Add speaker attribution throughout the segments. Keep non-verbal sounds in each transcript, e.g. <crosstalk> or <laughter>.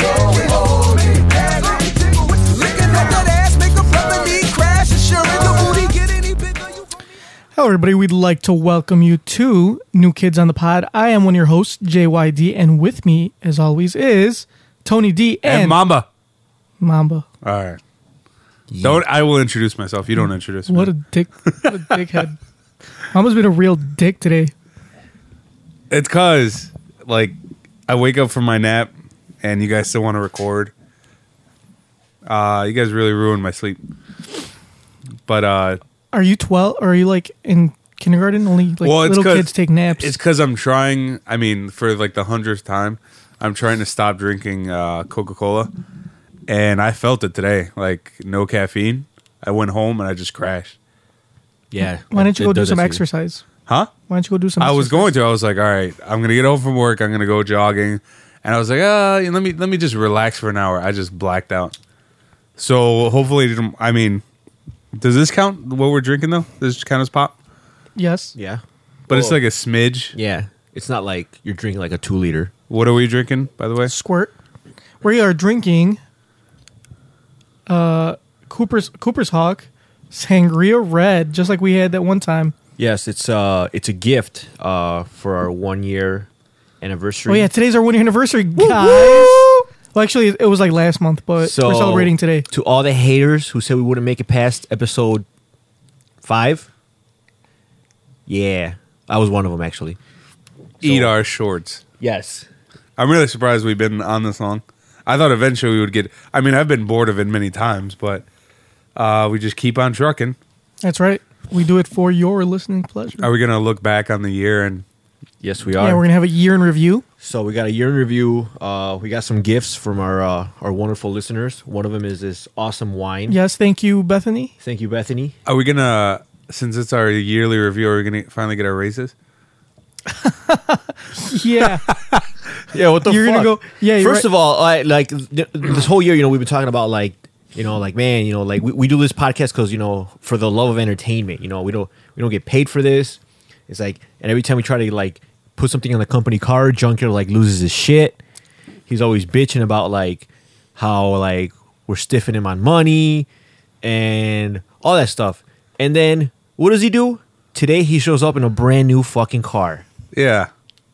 Speaker 1: uh,
Speaker 2: Hello, everybody. We'd like to welcome you to New Kids on the Pod. I am one of your hosts, JYD, and with me, as always, is Tony D and,
Speaker 3: and, Mamba.
Speaker 2: Mamba.
Speaker 3: All right. Don't I will introduce myself. You don't introduce me.
Speaker 2: What a dick, what a
Speaker 3: <laughs>
Speaker 2: dickhead. Mamba's been a real dick today.
Speaker 3: it's cause like I wake up from my nap and you guys still want to record. Uh you guys really ruined my sleep. But uh
Speaker 2: Are you twelve? Are you like in kindergarten? Only like
Speaker 3: well it's
Speaker 2: little
Speaker 3: 'cause-
Speaker 2: kids take naps.
Speaker 3: It's cause I'm trying I mean, for like the hundredth time, I'm trying to stop drinking uh Coca Cola. And I felt it today. Like no caffeine. I went home and I just crashed.
Speaker 4: Yeah.
Speaker 2: Why don't you go
Speaker 4: it
Speaker 2: do
Speaker 4: does
Speaker 2: some
Speaker 4: that to you.
Speaker 2: exercise?
Speaker 3: Huh?
Speaker 2: Why don't you go do some?
Speaker 3: <laughs> I was
Speaker 2: exercise?
Speaker 3: going to. I was like, all right, I'm gonna get home from work. I'm gonna go jogging, and I was like, uh, let me let me just relax for an hour. I just blacked out. So hopefully, it didn't- I mean, does this count what we're drinking though? Does this count as pop?
Speaker 2: Yes.
Speaker 4: Yeah.
Speaker 3: But it's like a smidge.
Speaker 4: Yeah. It's not like you're drinking like a two liter.
Speaker 3: What are we drinking, by the way?
Speaker 2: Squirt. We are drinking uh Cooper's Cooper's Hawk Sangria Red, just like we had that one time.
Speaker 4: Yes, it's uh it's a gift uh for our one year anniversary.
Speaker 2: Oh yeah, today's our one year anniversary, guys. Well, actually, it was like last month, but
Speaker 4: So
Speaker 2: we're celebrating today.
Speaker 4: To all the haters who said we wouldn't make it past episode five. Yeah. I was one of them actually.
Speaker 3: Eat our shorts.
Speaker 4: Yes.
Speaker 3: I'm really surprised we've been on this long. I thought eventually we would get. I mean, I've been bored of it many times, but uh, we just keep on trucking.
Speaker 2: That's right. We do it for your listening pleasure.
Speaker 3: Are we gonna look back on the year and
Speaker 4: Yes, we are.
Speaker 2: yeah, we're gonna have a year in review.
Speaker 4: So we got a year in review. Uh, we got some gifts from our uh, our wonderful listeners. One of them is this awesome wine.
Speaker 2: Yes, thank you, Bethany.
Speaker 4: Thank you, Bethany.
Speaker 3: Are we gonna since it's our yearly review? Are we gonna finally get our raises? <laughs>
Speaker 2: Yeah,
Speaker 4: Yeah, what the
Speaker 2: You're gonna fuck? go- yeah, you're
Speaker 4: 1st
Speaker 2: right.
Speaker 4: of all, I, like th- this whole year, you know, we've been talking about like, you know, like man, you know, like we, we do this podcast because you know for the love of entertainment. You know, we don't we don't get paid for this. It's like, and every time we try to like put something on the company card, Junkyard like loses his shit. He's always bitching about like how like we're stiffing him on money and all that stuff. And then what does he do? Today he shows up in a brand new fucking car.
Speaker 3: Yeah,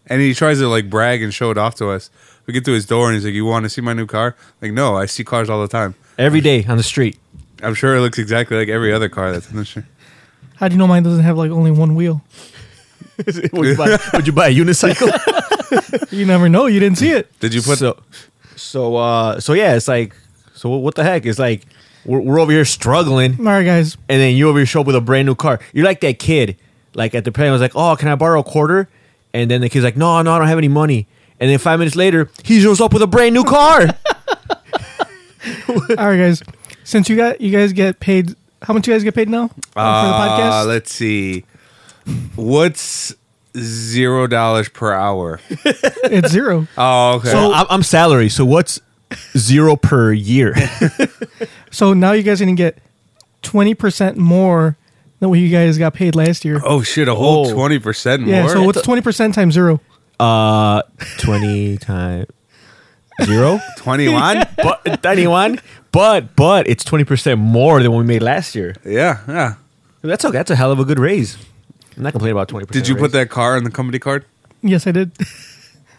Speaker 3: and he tries to like brag and show it off to us. We get to his door and he's like, "You want to see my new car?" Like, no, I see cars all the time.
Speaker 4: Every day on the street.
Speaker 3: I'm sure it looks exactly like every other car that's in the street.
Speaker 2: how do you know mine doesn't have like only one wheel?
Speaker 4: <laughs> would, you buy, would you buy a unicycle?
Speaker 2: You never know. You didn't see it.
Speaker 3: Did <laughs> you put?
Speaker 4: so, so, uh, so yeah, it's like, so what the heck? It's like we're, we're over here struggling,
Speaker 2: All right, guys.
Speaker 4: and then you over here show up with a brand new car. You're like that kid, like at the play, I was like, oh, can I borrow a quarter? And then the kid's like, no, no, I don't have any money. And then five minutes later, he shows up with a brand new
Speaker 3: <laughs>
Speaker 4: car.
Speaker 2: All right, guys. Since you got you guys get paid, how much you guys get paid now
Speaker 3: Uh,
Speaker 2: for the podcast?
Speaker 3: let's see. What's zero dollars per hour?
Speaker 2: It's zero.
Speaker 3: <laughs> Oh, okay.
Speaker 4: so I'm, I'm salary. So what's zero per year? <laughs>
Speaker 2: So now you guys are gonna get twenty percent more than what you guys got paid last year.
Speaker 3: oh shit, a whole
Speaker 4: Oh.
Speaker 3: twenty percent more.
Speaker 2: yeah. So what's twenty percent times zero?
Speaker 4: Uh, twenty times zero.
Speaker 3: <laughs> twenty-one?
Speaker 4: But anyone, but but it's twenty percent more than what we made last year.
Speaker 3: yeah, yeah.
Speaker 4: That's a that's a hell of a good raise. I'm not complaining about twenty percent.
Speaker 3: Did you put that car on the company card?
Speaker 2: Yes, I did. <laughs>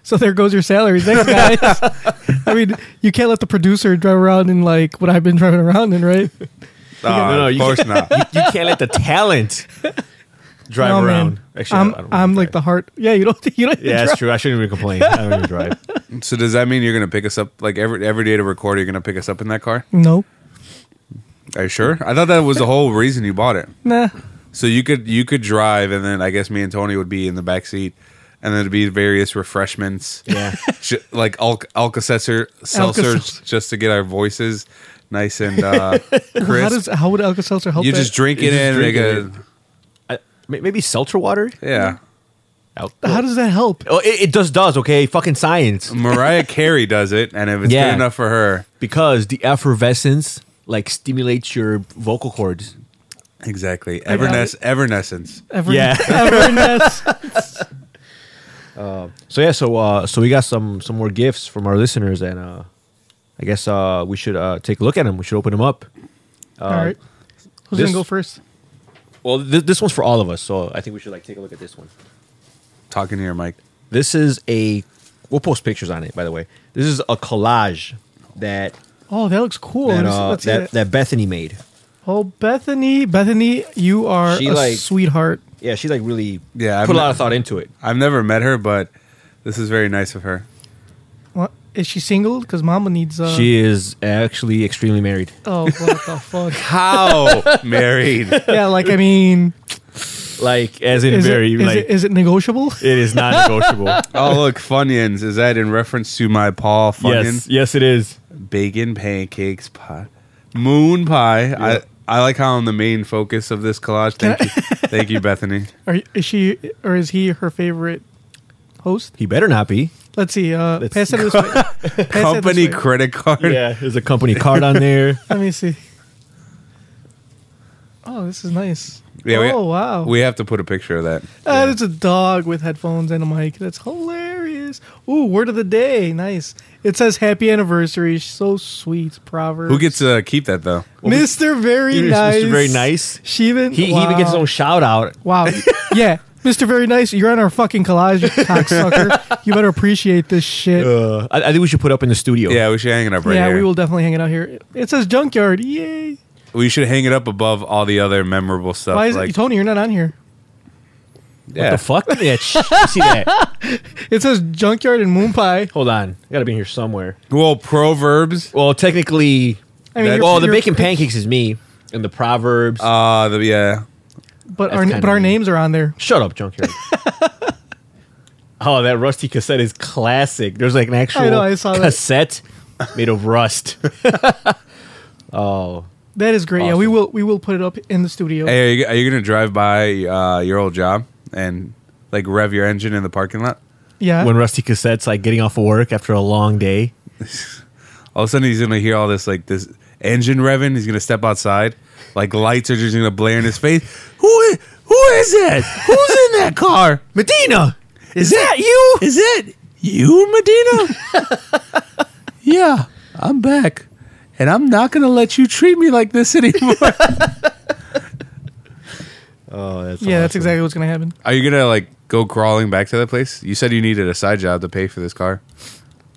Speaker 2: So there goes your salary. Thanks,
Speaker 4: <laughs>
Speaker 2: guys. I mean, you can't let the producer drive around in like what I've been <laughs> driving around in, right?
Speaker 3: Oh,
Speaker 4: no, no,
Speaker 3: of
Speaker 4: you-
Speaker 3: course not.
Speaker 4: <laughs> You can't let the talent drive
Speaker 2: No,
Speaker 4: around.
Speaker 2: man. I'm,
Speaker 4: I don't
Speaker 2: I'm
Speaker 4: really
Speaker 2: like the
Speaker 4: drive.
Speaker 2: heart. Yeah, you don't. <laughs> You don't. even
Speaker 4: Yeah,
Speaker 2: drive.
Speaker 4: that's true. I shouldn't even complain. I don't even
Speaker 2: <laughs>
Speaker 4: drive.
Speaker 3: So does that mean you're gonna pick us up like every every day to record? You're gonna pick us up in that car?
Speaker 2: No.
Speaker 3: Are you sure? I thought that was the whole reason you bought it.
Speaker 2: Nah.
Speaker 3: So you could you could drive, and then I guess me and Tony would be in the back seat, and there'd be various refreshments,
Speaker 4: Yeah.
Speaker 3: ju- like Alka Seltzer seltzers, just to get our voices nice and uh,
Speaker 2: How
Speaker 3: crisp.
Speaker 2: does how would Alka Seltzer help?
Speaker 3: you
Speaker 2: that?
Speaker 3: just drink
Speaker 4: You
Speaker 3: it
Speaker 4: just
Speaker 3: in,
Speaker 4: drink
Speaker 3: like
Speaker 4: it
Speaker 3: a,
Speaker 4: in. I, may- maybe seltzer water.
Speaker 3: yeah.
Speaker 4: Out-
Speaker 2: How does that help?
Speaker 4: Oh, it, it just does. Okay, fucking science.
Speaker 3: Mariah Carey does it, and if it's
Speaker 4: Yeah.
Speaker 3: good enough for her,
Speaker 4: Because the effervescence like stimulates your vocal cords.
Speaker 3: exactly.
Speaker 2: I got
Speaker 3: Evernes- Evanescence.
Speaker 2: <laughs> Ever,
Speaker 4: Yeah. Uh,
Speaker 2: Everness.
Speaker 4: <laughs> So yeah, so uh, so we got some some more gifts from our listeners, and uh, I guess uh, we should uh, take a look at them. We should open them up.
Speaker 2: All right. Who's
Speaker 4: this-
Speaker 2: gonna go first?
Speaker 4: Well, th- this one's for all of us, so I think we should like take a look at this one.
Speaker 3: Talking to your mic.
Speaker 4: This is a we'll post pictures on it, by the way. This is a collage that
Speaker 2: Oh, that looks cool.
Speaker 4: that,
Speaker 2: Let me see-
Speaker 4: uh,
Speaker 2: let's see
Speaker 4: that,
Speaker 2: that.
Speaker 4: that Bethany made.
Speaker 2: Oh, Bethany, Bethany, you are
Speaker 4: She,
Speaker 2: a
Speaker 4: like-
Speaker 2: sweetheart.
Speaker 4: Yeah, she like really
Speaker 3: Yeah, I'm-
Speaker 4: put a lot of thought into it.
Speaker 3: I've never met her, but this is very nice of her.
Speaker 2: What is she single? Because Mama needs. Uh,
Speaker 4: she is actually extremely married.
Speaker 2: Oh, what the <laughs> fuck?
Speaker 3: How <laughs> married?
Speaker 2: Yeah, like I
Speaker 4: <laughs>
Speaker 2: mean,
Speaker 4: Like as in
Speaker 2: is,
Speaker 4: very
Speaker 2: it, is,
Speaker 4: like
Speaker 2: it, is it negotiable?
Speaker 4: it is not <laughs> negotiable.
Speaker 3: Oh, look, Funyuns. Is that in reference to my Paul
Speaker 4: yes,
Speaker 3: Funyun?
Speaker 4: yes, it is.
Speaker 3: Bacon, pancakes, pie. Moon pie.
Speaker 4: Yeah.
Speaker 3: I, I like how I'm the main focus of this collage. Thank you.
Speaker 2: <laughs>
Speaker 3: Thank you, Bethany.
Speaker 2: Are, is she or is he her favorite host?
Speaker 4: He better not be.
Speaker 2: Let's see. Uh,
Speaker 4: Let's-
Speaker 2: pass it this way. Pass it this
Speaker 3: Company
Speaker 2: way.
Speaker 3: credit card.
Speaker 4: <laughs> there's a company card
Speaker 2: <laughs>
Speaker 4: on there.
Speaker 2: Let me see. Oh, this is nice.
Speaker 3: Yeah, we-
Speaker 2: oh wow.
Speaker 3: We have to put a picture of that.
Speaker 2: that is a dog with headphones and a mic. That's hilarious. Ooh, word of the day. Nice. It says happy anniversary. So sweet. Proverb.
Speaker 3: Who gets to keep that, though?
Speaker 2: Mr. Very
Speaker 4: Mr.
Speaker 2: Nice.
Speaker 4: Very Nice.
Speaker 2: She even
Speaker 4: He,
Speaker 2: wow.
Speaker 4: he even gets his own shout out.
Speaker 2: Wow. Yeah. Mr. Very Nice, you're on our fucking collage, you cocksucker. You better appreciate this shit.
Speaker 4: Uh, I, I think we should put up in the studio.
Speaker 3: Yeah, we should hang it up right
Speaker 2: yeah,
Speaker 3: here.
Speaker 2: we will definitely hang it out here. It says junkyard. Yay.
Speaker 3: We should hang it up above all the other memorable stuff.
Speaker 2: Why is
Speaker 3: like,
Speaker 2: it Tony, you're not on here.
Speaker 3: yeah.
Speaker 4: What the fuck? <laughs> Yeah, sh- you see that?
Speaker 2: It says junkyard and moon pie.
Speaker 4: Hold on, I gotta be in here somewhere.
Speaker 3: Well, proverbs.
Speaker 4: Well, technically,
Speaker 2: I mean, you're-
Speaker 4: well, the
Speaker 2: you're-
Speaker 4: bacon pancakes is me, and the proverbs.
Speaker 3: Uh, the, yeah.
Speaker 2: But
Speaker 4: That's
Speaker 2: our
Speaker 4: kinda
Speaker 2: but our
Speaker 4: mean.
Speaker 2: names are on there.
Speaker 4: Shut
Speaker 2: <laughs>
Speaker 4: up, junkyard. oh, that rusty cassette is classic. There's like an actual
Speaker 2: I know, I saw that.
Speaker 4: cassette made of rust. oh,
Speaker 2: That is great. Yeah, we
Speaker 4: Awesome.
Speaker 2: will we will put it up in the studio.
Speaker 3: Hey, are you, are you gonna drive by uh, your old job and like rev your engine in the parking lot?
Speaker 2: yeah.
Speaker 4: when rusty cassette's like getting off of work after a long day. <laughs>
Speaker 3: All of a sudden, he's gonna hear all this like this engine revving. He's gonna step outside. Like lights are just gonna blare in his face. Who i- who is it? Who's in that car?
Speaker 4: Medina,
Speaker 3: <laughs> Is that you? Is it you, Medina? <laughs> yeah, I'm back, and I'm not gonna let you treat me like this <laughs> anymore.
Speaker 4: Oh, that's
Speaker 2: yeah, that's exactly what's gonna happen.
Speaker 3: Are you gonna like go crawling back to that place? You said you needed a side job to pay for this car.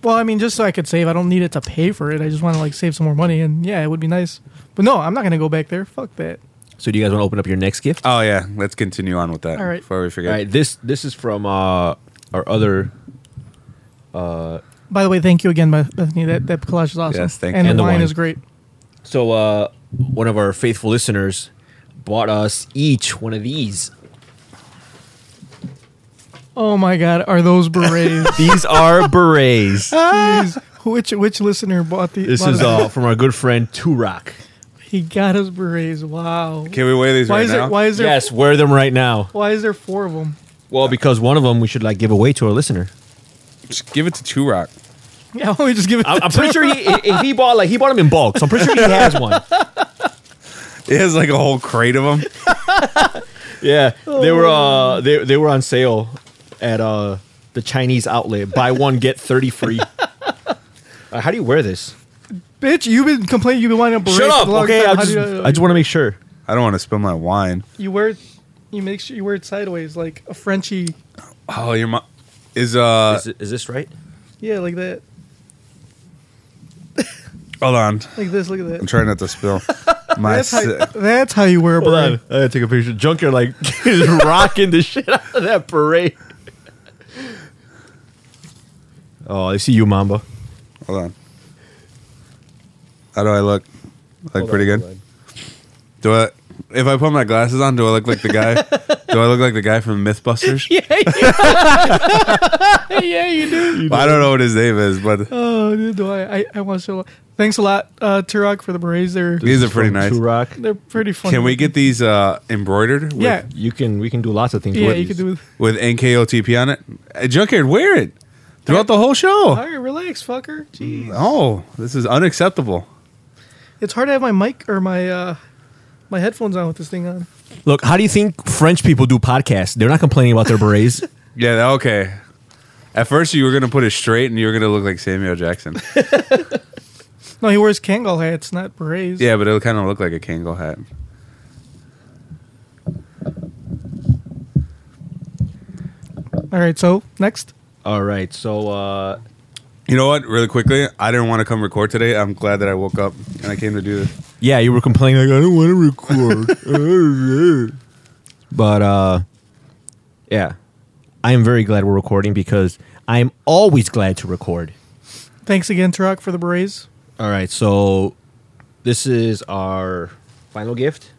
Speaker 2: Well, I mean, just so I could save. I don't need it to pay for it. I just want to like save some more money, and yeah, it would be nice. But no, I'm not gonna go back there. Fuck that.
Speaker 4: So, do you guys want to open up your next gift?
Speaker 3: Oh yeah, let's continue on with that.
Speaker 2: All right.
Speaker 3: before we forget.
Speaker 4: All right, this this is from uh, our other
Speaker 2: By the way, thank you again, Beth- Bethany. That that collage is awesome.
Speaker 3: Yes, thank
Speaker 2: and
Speaker 3: you.
Speaker 2: the, wine is great.
Speaker 4: So uh, one of our faithful listeners bought us each one of these.
Speaker 2: Oh my God, are those
Speaker 3: <laughs>
Speaker 2: berets?
Speaker 4: These are <laughs> berets.
Speaker 2: Jeez. Which which listener bought the?
Speaker 4: This
Speaker 2: bought
Speaker 4: is
Speaker 2: it?
Speaker 4: uh, from our good friend Turok.
Speaker 2: <laughs> He got us berets. Wow.
Speaker 3: Can we wear these
Speaker 2: Why
Speaker 3: right
Speaker 2: is
Speaker 3: now?
Speaker 2: there? Why is there?
Speaker 4: Yes, wear them right now.
Speaker 2: Why is there four of them?
Speaker 4: Well, because one of them we should like give away to our listener.
Speaker 3: Just give it to Two <laughs> Rock.
Speaker 2: <laughs> Yeah, why don't we just give it.
Speaker 4: I'm,
Speaker 2: to
Speaker 4: I'm pretty
Speaker 2: Tony?
Speaker 4: sure he, if he bought like he bought them in bulk, so I'm pretty sure he has one.
Speaker 3: It has like a whole crate of them.
Speaker 4: <laughs> Yeah, they were uh, they they were on sale at uh, the Chinese outlet. Buy one get thirty <laughs> free. Uh, how do you wear this?
Speaker 2: <laughs> Bitch, you've been complaining. You've been wanting a beret. for the long
Speaker 4: Okay,
Speaker 2: time.
Speaker 4: I
Speaker 2: How
Speaker 4: just
Speaker 2: do you-
Speaker 4: I just want to make sure.
Speaker 3: I don't want to spill my wine.
Speaker 2: you wear it, you make sure you wear it sideways like a Frenchy.
Speaker 3: Oh, your mom is uh.
Speaker 4: Is, it- is this right?
Speaker 2: Yeah, like that.
Speaker 3: hold on,
Speaker 2: Like this, look at that.
Speaker 3: I'm trying not to
Speaker 2: <laughs>
Speaker 3: spill my.
Speaker 2: That's how,
Speaker 3: si-
Speaker 2: that's how you wear a
Speaker 4: Hold
Speaker 2: beret.
Speaker 4: on. I gotta take a picture. Junkyard like <laughs> is rocking the shit out of that parade. <laughs> Oh, I see you, Mamba.
Speaker 3: hold on. How do I look? Look pretty good. Do I? if I put my glasses on, do I look like
Speaker 2: <laughs>
Speaker 3: the guy? do I look like the guy from MythBusters?
Speaker 2: Yeah, you,
Speaker 4: <laughs>
Speaker 2: yeah, <laughs> you do.
Speaker 3: I don't know what his name is, but
Speaker 2: Oh, dude, do I? I, I want so. Thanks a lot, uh, Turok, for the berets. They're
Speaker 3: these are pretty
Speaker 4: From
Speaker 3: nice.
Speaker 4: Turok.
Speaker 2: they're pretty fun.
Speaker 3: Can we get these uh, embroidered? With,
Speaker 2: Yeah,
Speaker 4: You can we can do lots of things.
Speaker 2: yeah,
Speaker 4: with
Speaker 2: you
Speaker 4: these.
Speaker 2: could do. It.
Speaker 3: with NKOTP on it. Uh, Junkyard, wear it throughout the whole
Speaker 2: All
Speaker 3: show.
Speaker 2: right, relax, fucker. Jeez,
Speaker 3: Oh, this is unacceptable.
Speaker 2: it's hard to have my mic or my uh, my headphones on with this thing on.
Speaker 4: Look, how do you think French people do podcasts? They're not complaining about their berets.
Speaker 3: Yeah, that- okay. At first, you were gonna put it straight, and you were gonna look like Samuel
Speaker 4: <laughs>
Speaker 3: Jackson.
Speaker 2: No, he wears Kangol hats, not berets.
Speaker 3: yeah, but it'll kind of look like a Kangol hat.
Speaker 2: All right, so next.
Speaker 4: <laughs> All right, so uh,
Speaker 3: You know what? Really quickly, I didn't want to come record today. I'm glad that I woke up and I came to do this.
Speaker 4: yeah, you were complaining like I don't want <laughs> to record, but uh, yeah, I am very glad we're recording because I am always glad to record.
Speaker 2: Thanks again, Turok, for the berets.
Speaker 4: All right, so this is our final gift.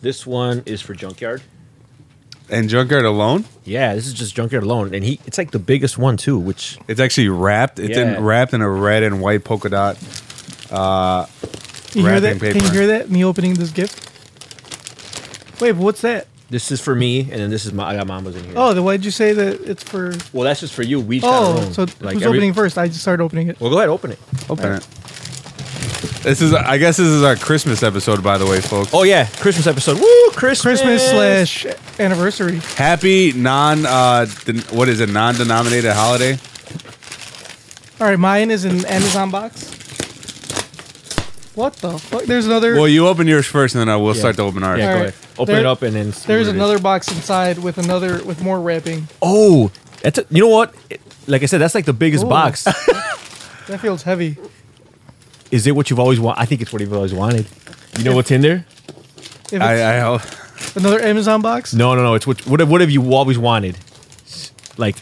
Speaker 4: This one is for Junkyard.
Speaker 3: And Junkyard alone,
Speaker 4: Yeah, this is just Junkyard alone, and he—it's like the biggest one too. Which
Speaker 3: it's actually wrapped. It's
Speaker 4: Yeah.
Speaker 3: in, wrapped in a red and white polka dot.
Speaker 2: You hear that?
Speaker 3: Wrapping
Speaker 2: Can you
Speaker 3: paper.
Speaker 2: hear that? Me opening this gift. Wait, but what's that?
Speaker 4: this is for me, and then this is my—I got Mama's in here.
Speaker 2: Oh, then why'd you say that it's for?
Speaker 4: well, that's just for you. We each got our
Speaker 2: Oh,
Speaker 4: own.
Speaker 2: so
Speaker 4: Like,
Speaker 2: who's
Speaker 4: every-
Speaker 2: opening first? I just started opening it.
Speaker 4: Well, go ahead, open it.
Speaker 3: Open it. This is, I guess, this is our Christmas episode, by the way, folks.
Speaker 4: Oh yeah, Christmas episode. Woo, Christmas.
Speaker 2: Christmas slash anniversary.
Speaker 3: Happy non, uh, den- what is it? Non-denominated holiday.
Speaker 2: All right, mine is an Amazon box. What the fuck? There's another.
Speaker 3: Well, you open yours first, and then I will
Speaker 4: Yeah.
Speaker 3: start to open ours.
Speaker 4: Yeah,
Speaker 2: All
Speaker 4: go
Speaker 2: right.
Speaker 4: ahead. Open
Speaker 2: There-
Speaker 4: it up and then. see
Speaker 2: there's
Speaker 4: what it is.
Speaker 2: another box inside with another with more wrapping.
Speaker 4: Oh, that's a, you know what? It- like I said, that's like the biggest
Speaker 2: Ooh.
Speaker 4: <laughs> box.
Speaker 2: That feels heavy.
Speaker 4: Is it what you've always wanted? I think it's what you've always wanted. You know what's in there?
Speaker 2: If it's
Speaker 3: I, I hope.
Speaker 2: another Amazon box.
Speaker 4: No, no, no. It's what what have, what have you always wanted? Like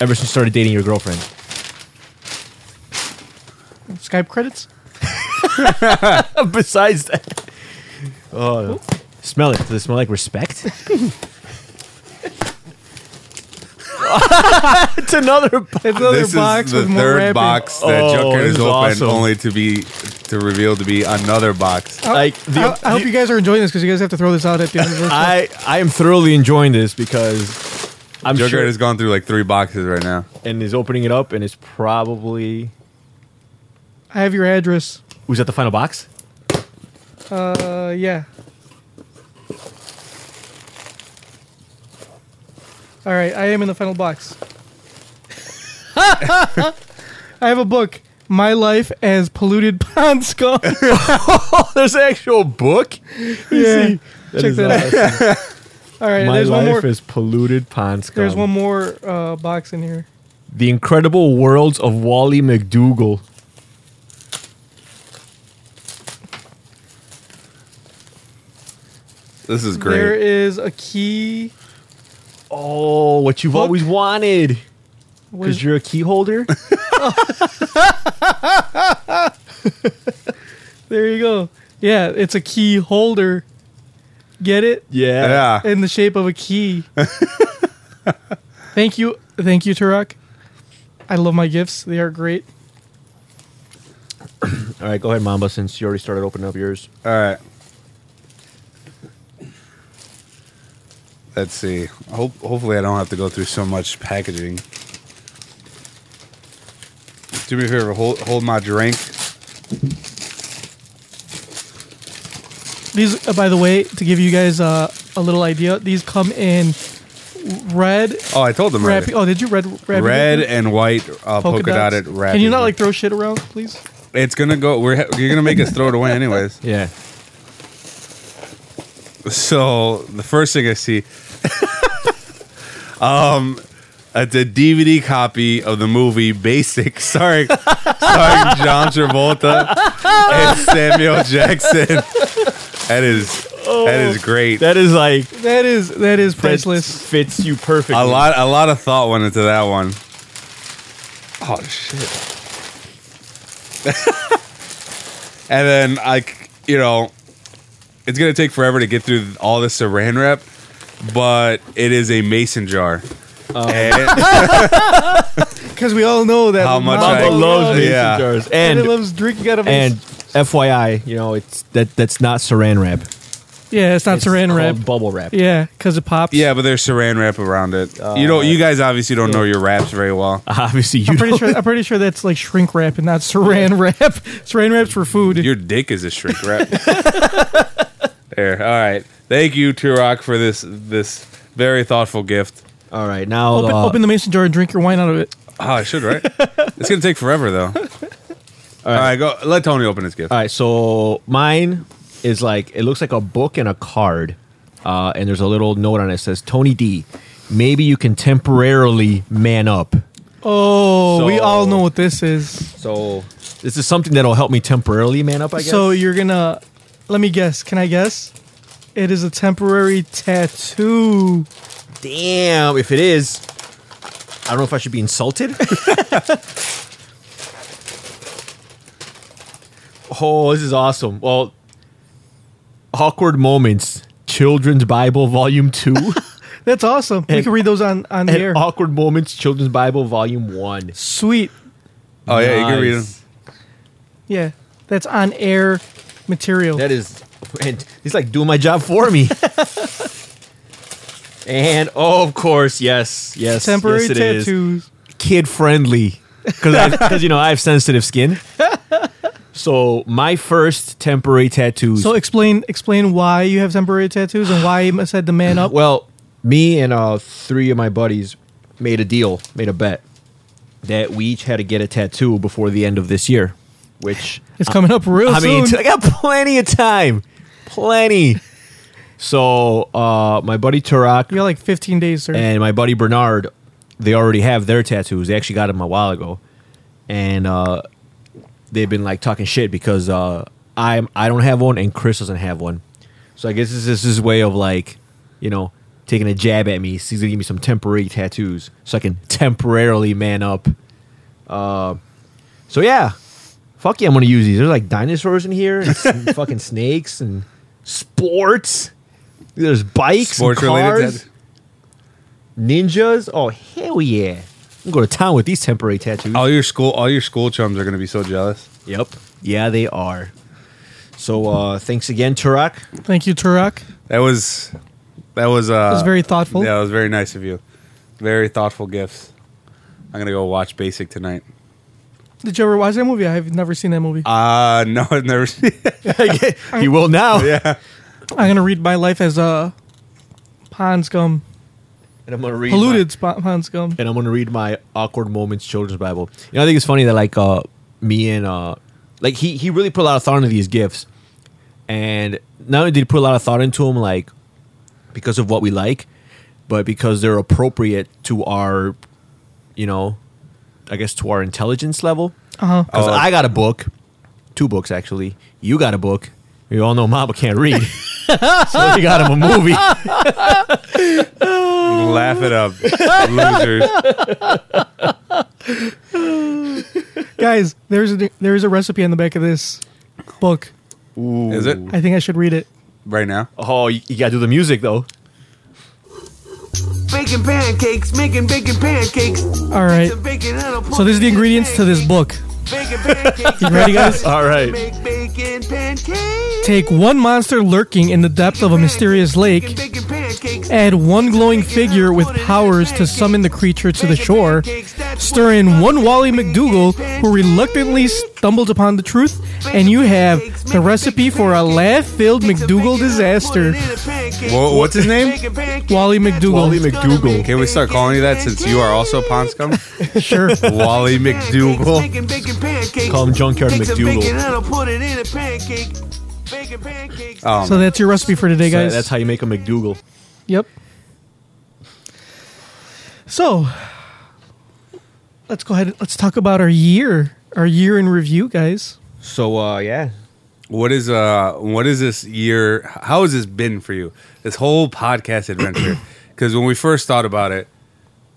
Speaker 4: ever since you started dating your girlfriend.
Speaker 2: Skype credits.
Speaker 4: Besides that. Oh, no. smell it. Does it smell like respect? it's another. bo-
Speaker 2: It's another
Speaker 3: This
Speaker 2: box
Speaker 3: is the
Speaker 2: with more
Speaker 3: third
Speaker 2: wrapping.
Speaker 3: box that
Speaker 4: Oh,
Speaker 3: Junkyard
Speaker 4: this
Speaker 3: has
Speaker 4: is
Speaker 3: opened,
Speaker 4: awesome.
Speaker 3: only to be to reveal to be another box.
Speaker 4: Like
Speaker 2: I, I hope you guys are enjoying this because you guys have to throw this out at the end
Speaker 3: <laughs>
Speaker 2: of the
Speaker 4: I I am thoroughly enjoying this because I'm
Speaker 3: Junkyard
Speaker 4: sure
Speaker 3: has gone through like three boxes right now.
Speaker 4: and is opening it up and it's probably
Speaker 2: I have your address.
Speaker 4: who's at the final box?
Speaker 2: Uh, yeah. All right, I am in the final box. <laughs> I have a book, My Life as Polluted <laughs> Pond
Speaker 3: <laughs>
Speaker 2: Scum.
Speaker 4: Oh, there's an actual book.
Speaker 2: yeah.
Speaker 4: That
Speaker 2: Check
Speaker 4: is
Speaker 2: that out.
Speaker 4: awesome.
Speaker 2: All right,
Speaker 4: <laughs> My
Speaker 2: there's one
Speaker 4: life
Speaker 2: more.
Speaker 4: is polluted pond scum.
Speaker 2: There's one more uh, box in here.
Speaker 4: The incredible worlds of Wally McDougal.
Speaker 3: This is
Speaker 2: There
Speaker 3: great.
Speaker 2: is a key.
Speaker 4: Oh, what you've
Speaker 2: Book?
Speaker 4: always wanted.
Speaker 2: What
Speaker 4: Because
Speaker 2: is,
Speaker 4: you're a
Speaker 2: <laughs>
Speaker 4: key holder.
Speaker 2: there you go. Yeah, it's a key holder. Get it?
Speaker 3: Yeah.
Speaker 2: in the shape of a key. thank you, thank you, Turok. I love my gifts; they are great.
Speaker 4: All right, go ahead, Mamba, since you already started opening up yours.
Speaker 3: All right. Let's see. Hope, hopefully, I don't have to go through so much packaging. Do me a favor. Hold, hold my drink.
Speaker 2: These, uh, by the way, to give you guys uh, a little idea, these come in red
Speaker 3: Oh, I told them
Speaker 2: wrap.
Speaker 3: already.
Speaker 2: Oh, did you red wrap?
Speaker 3: Red and white uh, polka, dotted wrap.
Speaker 2: Can you not like throw shit around, please?
Speaker 3: It's gonna go. We're ha- you're gonna make us throw
Speaker 2: <laughs>
Speaker 3: it away anyways.
Speaker 4: Yeah.
Speaker 3: <laughs> So the first thing I see, <laughs> um, it's a DVD copy of the movie Basic, <laughs> starring starring John Travolta and Samuel Jackson. <laughs> That is that is great.
Speaker 4: That is like
Speaker 2: That is that is
Speaker 4: that
Speaker 2: priceless.
Speaker 4: fits you perfectly.
Speaker 3: <laughs> A lot a lot of thought went into that one. Oh <laughs> shit! and then I, c- you know, it's gonna take forever to get through all this saran wrap, but it is a mason jar. Oh. And-
Speaker 2: Because we all know that
Speaker 3: How much
Speaker 2: Mamba
Speaker 3: I-
Speaker 2: loves
Speaker 3: Yeah.
Speaker 2: it.
Speaker 4: jars.
Speaker 2: And
Speaker 4: And
Speaker 2: loves drinking out of
Speaker 4: and
Speaker 2: it.
Speaker 4: FYI, you know it's that that's not Saran wrap.
Speaker 2: Yeah, it's not
Speaker 4: It's
Speaker 2: saran wrap.
Speaker 4: called Bubble wrap.
Speaker 2: Yeah, because it pops.
Speaker 3: <laughs> yeah, but there's saran wrap around it. you don't. You guys obviously don't know your wraps very <laughs> well.
Speaker 4: <laughs> Obviously, you
Speaker 2: I'm pretty
Speaker 4: don't-
Speaker 2: sure. I'm pretty sure that's like shrink wrap and not saran wrap. <laughs> saran wraps for food.
Speaker 3: Your dick is a shrink wrap. <laughs> there. All right. Thank you, Turok, for this this very thoughtful gift.
Speaker 4: All right, now
Speaker 2: open,
Speaker 4: uh,
Speaker 2: open the mason jar and drink your wine out of it.
Speaker 3: Oh, I should right. it's gonna take forever though. all right, go. Let Tony open his gift.
Speaker 4: All right, so mine is like it looks like a book and a card, uh, and there's a little note on it that says Tony D. Maybe you can temporarily man up.
Speaker 2: Oh,
Speaker 4: So-
Speaker 2: we all know what this is.
Speaker 4: So this is something that'll help me temporarily man up. I guess.
Speaker 2: So you're gonna. Let me guess. Can I guess? It is a temporary tattoo.
Speaker 4: damn, if it is, I don't know if I should be insulted. <laughs> oh, this is awesome. Well, awkward moments. Children's Bible, Volume Two. <laughs>
Speaker 2: That's awesome. we
Speaker 4: And-
Speaker 2: can read those on on the
Speaker 4: and
Speaker 2: air.
Speaker 4: Awkward Moments Children's Bible Volume 1.
Speaker 2: Sweet.
Speaker 3: oh yeah, you can read them.
Speaker 4: Nice.
Speaker 2: Yeah, that's on air material.
Speaker 4: That is and he's like doing my job
Speaker 2: <laughs>
Speaker 4: for me. and oh, of course, yes. Yes.
Speaker 2: temporary
Speaker 4: yes, it is.
Speaker 2: tattoos.
Speaker 4: Kid friendly. Cuz you know, I have
Speaker 2: <laughs>
Speaker 4: sensitive skin. So, my first temporary tattoos.
Speaker 2: So explain explain why you have temporary tattoos and why you said the man up.
Speaker 4: Well, me and uh, three of my buddies made a deal, made a bet that we each had to get a tattoo before the end of this year, which
Speaker 2: It's coming up real
Speaker 4: I mean,
Speaker 2: soon.
Speaker 4: I got plenty of time, plenty. So uh, my buddy Turok
Speaker 2: you got like 15 days, sir.
Speaker 4: and my buddy Bernard, they already have their tattoos. They actually got them a while ago, and uh, they've been like talking shit because uh, I'm I don't have one and Chris doesn't have one. So I guess this is his way of like, you know, taking a jab at me. He's gonna give me some temporary tattoos so I can temporarily man up. Uh, so yeah, fuck yeah, I'm gonna use these. There's like dinosaurs in here, and some <laughs> fucking snakes and sports. There's bikes, sports and
Speaker 3: Sports-related
Speaker 4: cars,
Speaker 3: tat-
Speaker 4: ninjas. Oh hell yeah! I'm gonna go to town with these temporary tattoos.
Speaker 3: All your school, all your school chums are gonna be so jealous.
Speaker 4: Yep. Yeah, they are. So uh thanks again, <laughs> Turok.
Speaker 2: Thank you, Turok.
Speaker 3: That was, that was. Uh, that
Speaker 2: was very thoughtful.
Speaker 3: Yeah, it was very nice of you. Very thoughtful gifts. I'm gonna go watch Basic tonight.
Speaker 2: Did you ever watch that movie? I've never seen that movie.
Speaker 3: Uh <laughs> no, I've never seen.
Speaker 4: you will now.
Speaker 3: yeah,
Speaker 2: I'm gonna read my life as a pond scum,
Speaker 4: And I'm gonna read
Speaker 2: polluted
Speaker 4: my-
Speaker 2: spot pond scum.
Speaker 4: and I'm gonna read my awkward moments children's Bible. You know, I think it's funny that like uh me and uh like he he really put a lot of thought into these gifts. And not only did he put a lot of thought into them, like because of what we like, but because they're appropriate to our, you know, I guess to our intelligence level.
Speaker 2: Uh huh.
Speaker 4: Because
Speaker 3: Oh.
Speaker 4: I got a book, two books actually. You got a book. We all know Mama can't
Speaker 2: <laughs>
Speaker 4: read, so you got him a movie.
Speaker 3: laugh it up, losers.
Speaker 2: Guys, there's a there's a recipe on the back of this book.
Speaker 3: Is it
Speaker 2: I think I should read it.
Speaker 3: right now?
Speaker 4: Oh, you, you gotta do the music though.
Speaker 1: Baking pancakes, making bacon pancakes.
Speaker 2: All right. So this is the ingredients to this book. <laughs> You ready, guys?
Speaker 4: <laughs> All right.
Speaker 1: Make bacon pancakes.
Speaker 2: Take one monster lurking in the depth of a mysterious lake
Speaker 1: Bacon pancakes.
Speaker 2: Add one glowing figure with powers to summon the creature to the shore. Stir in one Wally McDougal who reluctantly stumbles upon the truth, and you have the recipe for a laugh filled McDougal disaster.
Speaker 3: Wha- what's his name?
Speaker 2: Wally McDougal.
Speaker 4: Wally McDougal.
Speaker 3: Can we start calling you that since you are also pond scum?
Speaker 2: Sure.
Speaker 3: Wally McDougal.
Speaker 4: Call him Junkyard McDougal.
Speaker 1: McDougal.
Speaker 3: Um,
Speaker 2: So that's your recipe for today,
Speaker 4: So
Speaker 2: guys.
Speaker 4: that's how you make a McDougal.
Speaker 2: Yep. So let's go ahead. and- Let's talk about our year. Our year in review, guys.
Speaker 4: So uh, yeah.
Speaker 3: What is uh what is this year how has this been for you? This whole podcast adventure.
Speaker 4: <clears throat>
Speaker 3: Cuz when we first thought about it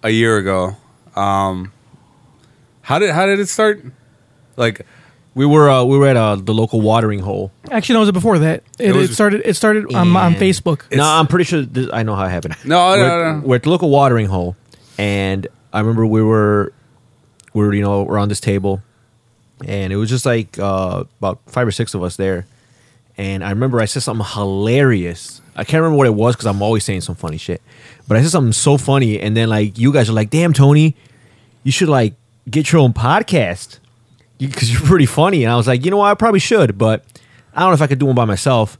Speaker 3: a year ago, um how did how did it start? Like
Speaker 4: We were uh, we were at uh, the local watering hole.
Speaker 2: Actually, no, it was before that. It, it,
Speaker 3: was-
Speaker 2: started. It started on, on
Speaker 4: And-
Speaker 2: Facebook.
Speaker 4: No, I'm pretty sure this, I know how it happened.
Speaker 3: No, no,
Speaker 4: we're,
Speaker 3: no.
Speaker 4: We're at the local watering hole, and I remember we were we were you know we're on this table, and it was just like uh, about five or six of us there, and I remember I said something hilarious. I can't remember what it was because I'm always saying some funny shit, but I said something so funny, and then like you guys are like, "Damn, Tony, you should like get your own podcast because you're pretty funny." And I was like, "You know what? I probably should, but I don't know if I could do one by myself."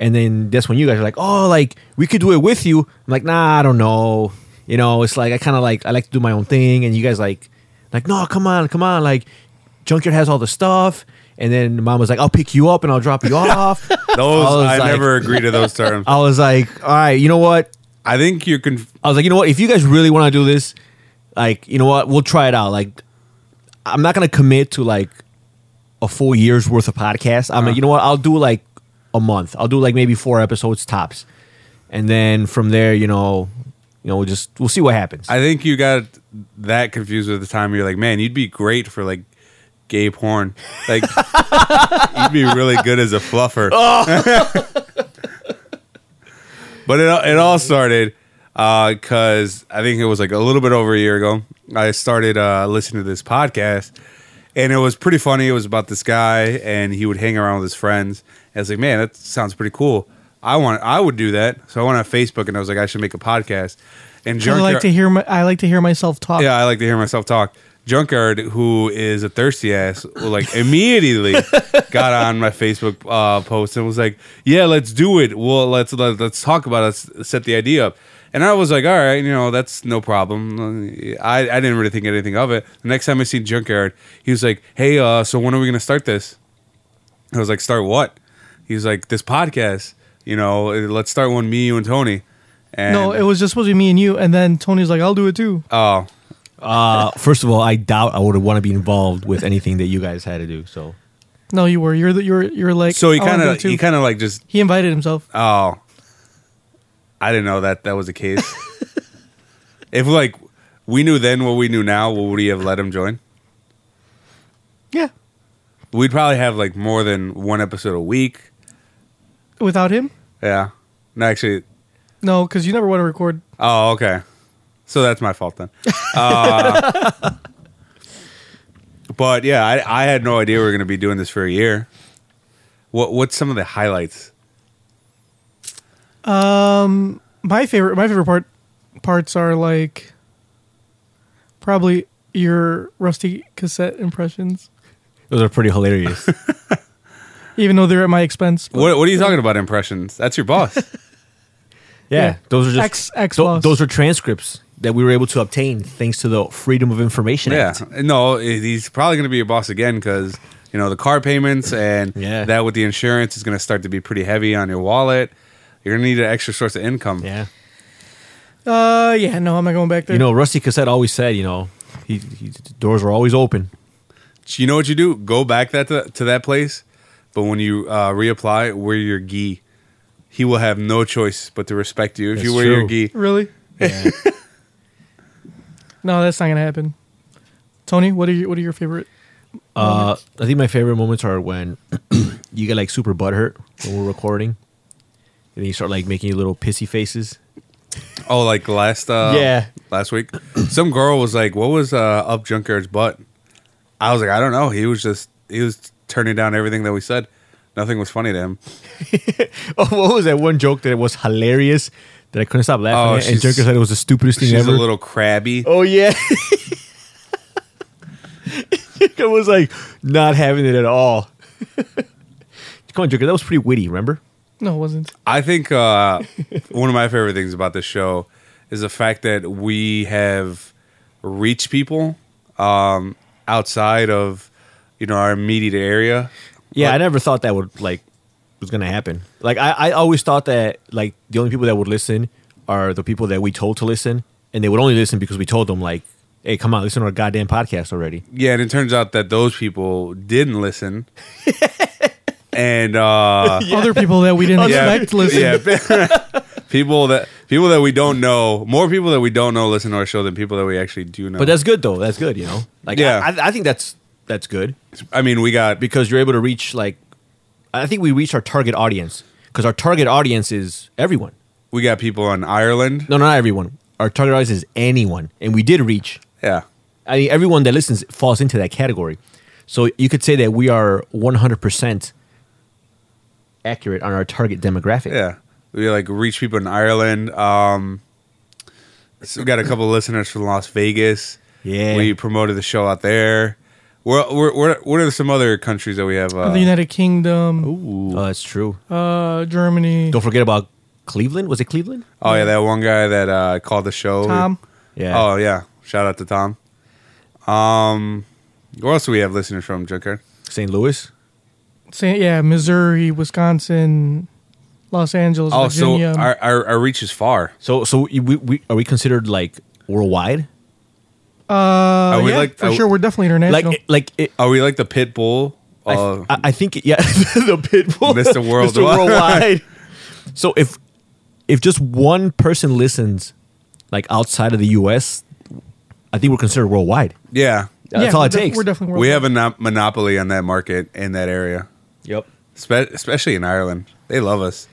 Speaker 4: And then that's when you guys are like, "Oh, like we could do it with you." I'm like, "Nah, I don't know." You know, it's like I kind of like I like to do my own thing, and you guys like, like, "No, come on, come on!" Like, Junkyard has all the stuff. And then mom was like, "I'll pick you up and I'll drop
Speaker 3: <laughs>
Speaker 4: you off."
Speaker 3: Those
Speaker 4: was
Speaker 3: I,
Speaker 4: like-
Speaker 3: never agree to those terms.
Speaker 4: <laughs> I was like, all right, you know what?
Speaker 3: I think you can.
Speaker 4: I was like, you know what? If you guys really want to do this, like, you know what? We'll try it out. Like, I'm not gonna commit to like a full year's worth of podcast. I'm like, you know what? I'll do like a month. I'll do like maybe four episodes tops, and then from there, you know, you know, we'll just we'll see what happens.
Speaker 3: I think you got that confused with the time. You're like, man, you'd be great for like gay porn. Like, <laughs> you'd be really good as a fluffer. <laughs> but it it all started because I think it was like a little bit over a year ago. I started uh, listening to this podcast, and it was pretty funny. It was about this guy, and he would hang around with his friends. And I was like, man, that sounds pretty cool. I want, I would do that. So I went on Facebook, and I was like, I should make a podcast. And
Speaker 2: 'Cause I like
Speaker 3: Junkyard-
Speaker 2: to hear. My, I like to hear myself talk.
Speaker 3: yeah, I like to hear myself talk. Junkyard, who is a thirsty ass, like immediately got on my Facebook uh, post and was like, "Yeah, let's do it. Well, let's let, let's talk about it. Let's set the idea up." And I was like, "All right, you know, that's no problem." I, I didn't really think anything of it. The next time I seen Junkyard, he was like, "Hey, uh, so when are we gonna start this?" I was like, start what? He was like, this podcast. You know, let's start one. Me, you, and Tony. And,
Speaker 2: No, it was just supposed to be me and you, and then Tony's like, "I'll do it too."
Speaker 3: Oh,
Speaker 4: Uh, first of all, I doubt I would want to be involved with anything that you guys had to do. So
Speaker 2: No, you were. You're. the- You're. You're like.
Speaker 3: so he
Speaker 2: "I wanna
Speaker 3: kind
Speaker 2: do
Speaker 3: of
Speaker 2: it too."
Speaker 3: he kind of like just
Speaker 2: He invited himself.
Speaker 3: Oh, I didn't know that that was the case. if like we knew then what we knew now, would we have let him join?
Speaker 2: yeah.
Speaker 3: We'd probably have like more than one episode a week.
Speaker 2: Without him,
Speaker 3: Yeah. No, actually.
Speaker 2: no, because you never want to record.
Speaker 3: Oh, okay. So that's my fault then. Uh, but yeah, I, I had no idea we were going to be doing this for a year. What what's some of the highlights?
Speaker 2: My favorite. My favorite part. Parts are like. Probably your rusty cassette impressions,
Speaker 4: those are pretty
Speaker 3: <laughs>
Speaker 4: hilarious.
Speaker 2: even though they're at my expense.
Speaker 3: What what are you talking about impressions? That's your boss.
Speaker 4: Yeah,
Speaker 2: Yeah.
Speaker 4: those are just
Speaker 2: Ex- ex
Speaker 4: tho-
Speaker 2: boss.
Speaker 4: those are transcripts that we were able to obtain thanks to the Freedom of Information
Speaker 3: Yeah,
Speaker 4: Act.
Speaker 3: no, eh, he's probably going to be your boss again because you know the car payments and
Speaker 4: Yeah.
Speaker 3: that with the insurance is going to start to be pretty heavy on your wallet. You're going to need an extra source of income.
Speaker 4: Yeah,
Speaker 2: Uh, yeah, no, I'm not going back there.
Speaker 4: you know, Rusty Cassette always said, you know, he, he the doors were always open.
Speaker 3: You know what you do? Go back that to, to that place, but when you uh, reapply, wear your gi. He will have no choice but to respect you if you
Speaker 4: That's
Speaker 3: wear your
Speaker 4: true.
Speaker 3: gi.
Speaker 2: really? <laughs> no, that's not gonna happen. Tony, what are your What are your favorite?
Speaker 4: Uh, I think my favorite moments are when <clears throat> you get like super butthurt when we're recording, and then you start like making your little pissy faces. <laughs>
Speaker 3: Oh, like last uh,
Speaker 4: Yeah.
Speaker 3: last week, <clears throat> some girl was like, "What was uh, up Junkyard's butt?" I was like, "I don't know." He was just he was turning down everything that we said. Nothing was funny to him.
Speaker 4: Oh, what was that one joke that was hilarious that I couldn't stop laughing
Speaker 3: Oh,
Speaker 4: at? And
Speaker 3: she's-
Speaker 4: Jerker said it was the stupidest thing
Speaker 3: She's
Speaker 4: ever.
Speaker 3: a little crabby.
Speaker 4: Oh yeah. <laughs> it was like not having it at all. <laughs> Come on, Joker. That was pretty witty. Remember?
Speaker 2: No, it wasn't.
Speaker 3: I think uh, one of my favorite things about this show is the fact that we have reached people um, outside of you know our immediate area.
Speaker 4: Yeah,
Speaker 3: Like-
Speaker 4: I never thought that would like was gonna happen. Like I, I always thought that like the only people that would listen are the people that we told to listen, and they would only listen because we told them like, "Hey, come on, listen to our goddamn podcast already."
Speaker 3: Yeah, and it turns out that those people didn't
Speaker 4: <laughs>
Speaker 3: listen. and uh,
Speaker 2: Other people that we didn't expect listen.
Speaker 3: yeah. <laughs> people that people that we don't know, more people that we don't know listen to our show than people that we actually do know.
Speaker 4: But that's good though. That's good, you know. Like,
Speaker 3: Yeah.
Speaker 4: I, I, I think that's that's good
Speaker 3: I mean, we got
Speaker 4: because you're able to reach like I think we reached our target audience because our target audience is everyone.
Speaker 3: we got people in Ireland.
Speaker 4: No, not everyone. Our target audience is anyone, and we did reach.
Speaker 3: Yeah,
Speaker 4: I mean, everyone that listens falls into that category. So you could say that we are 100% accurate on our target demographic.
Speaker 3: yeah. We like reach people in Ireland. Um, so we got a couple of listeners from Las Vegas.
Speaker 4: Yeah.
Speaker 3: we promoted the show out there. We're, we're, we're, what are some other countries that we have? Uh,
Speaker 2: the United Kingdom,
Speaker 4: Oh, that's true.
Speaker 2: uh, Germany.
Speaker 4: Don't forget about Cleveland. Was it Cleveland?
Speaker 3: oh yeah, that one guy that uh, called the show.
Speaker 2: Tom.
Speaker 4: Yeah.
Speaker 3: Oh yeah, shout out to Tom. Um, where else do we have listeners from Junkyard?
Speaker 4: St. Louis.
Speaker 2: Say, yeah, Missouri, Wisconsin, Los Angeles,
Speaker 3: Oh, so
Speaker 2: Virginia.
Speaker 3: our, our our reach is far.
Speaker 4: So, so we, we are we considered like worldwide?
Speaker 2: uh,
Speaker 3: I would
Speaker 2: yeah,
Speaker 3: like-
Speaker 2: for
Speaker 3: I would-
Speaker 2: sure, we're definitely international.
Speaker 4: Like, like it,
Speaker 3: Are we like the pit bull?
Speaker 4: I,
Speaker 3: of-
Speaker 4: I, I think yeah, <laughs> the pitbull,
Speaker 3: Mr. Oh. Worldwide.
Speaker 4: Worldwide. so if if just one person listens, like outside of the U.S., I think we're considered worldwide.
Speaker 3: yeah,
Speaker 4: That's
Speaker 2: yeah,
Speaker 4: all
Speaker 2: we're
Speaker 4: it
Speaker 2: def-
Speaker 4: takes.
Speaker 2: We're definitely
Speaker 3: we have
Speaker 2: worldwide.
Speaker 3: a no- monopoly on that market in that area,
Speaker 4: Yep.
Speaker 3: Spe- especially in Ireland. They love us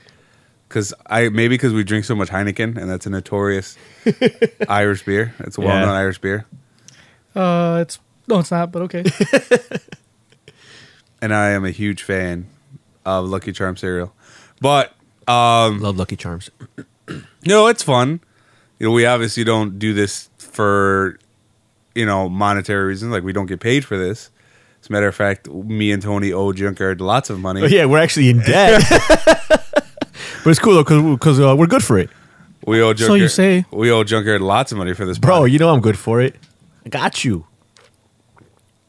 Speaker 3: because I maybe because we drink so much Heineken, and that's a notorious Irish beer. It's a
Speaker 4: Yeah.
Speaker 3: well-known Irish beer,
Speaker 2: Uh, it's no, it's not, but okay. <laughs>
Speaker 3: and I am a huge fan of Lucky Charm cereal. But
Speaker 4: Love Lucky Charms.
Speaker 3: No, it's fun. You know, we obviously don't do this for you know monetary reasons. Like we don't get paid for this. As a matter of fact, me and Tony owe Junkyard lots of money.
Speaker 4: But Oh, yeah, we're actually in <laughs> debt. but it's cool though because uh, we're good for it,
Speaker 3: We owe Junkyard.
Speaker 2: So you say.
Speaker 3: we owe Junkyard lots of money for this,
Speaker 4: bro.
Speaker 3: pod.
Speaker 4: You know I'm good for it. I got you.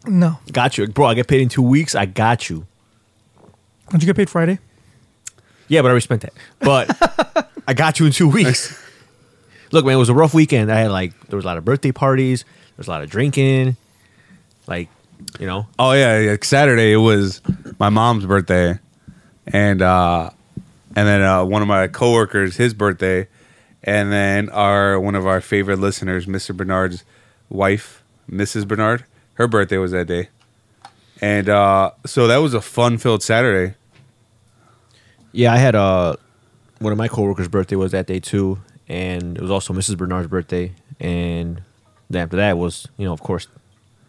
Speaker 2: no,
Speaker 4: Got you, bro. I get paid in two weeks. I got you.
Speaker 2: did you get paid Friday?
Speaker 4: Yeah, but I already spent that. <laughs> But I got you in two weeks. Look, man, it was a rough weekend. I had like there was a lot of birthday parties. There was a lot of drinking. Like, you know,
Speaker 3: Oh yeah, yeah. Saturday it was my mom's birthday, and uh, and then uh, one of my coworkers his birthday, and then our one of our favorite listeners, Mr. Bernard's wife, Mrs. Bernard, her birthday was that day, and uh, so that was a fun filled Saturday.
Speaker 4: yeah, I had uh one of my coworkers' birthday was that day too, and it was also Mrs. Bernard's birthday, and then after that was you know of course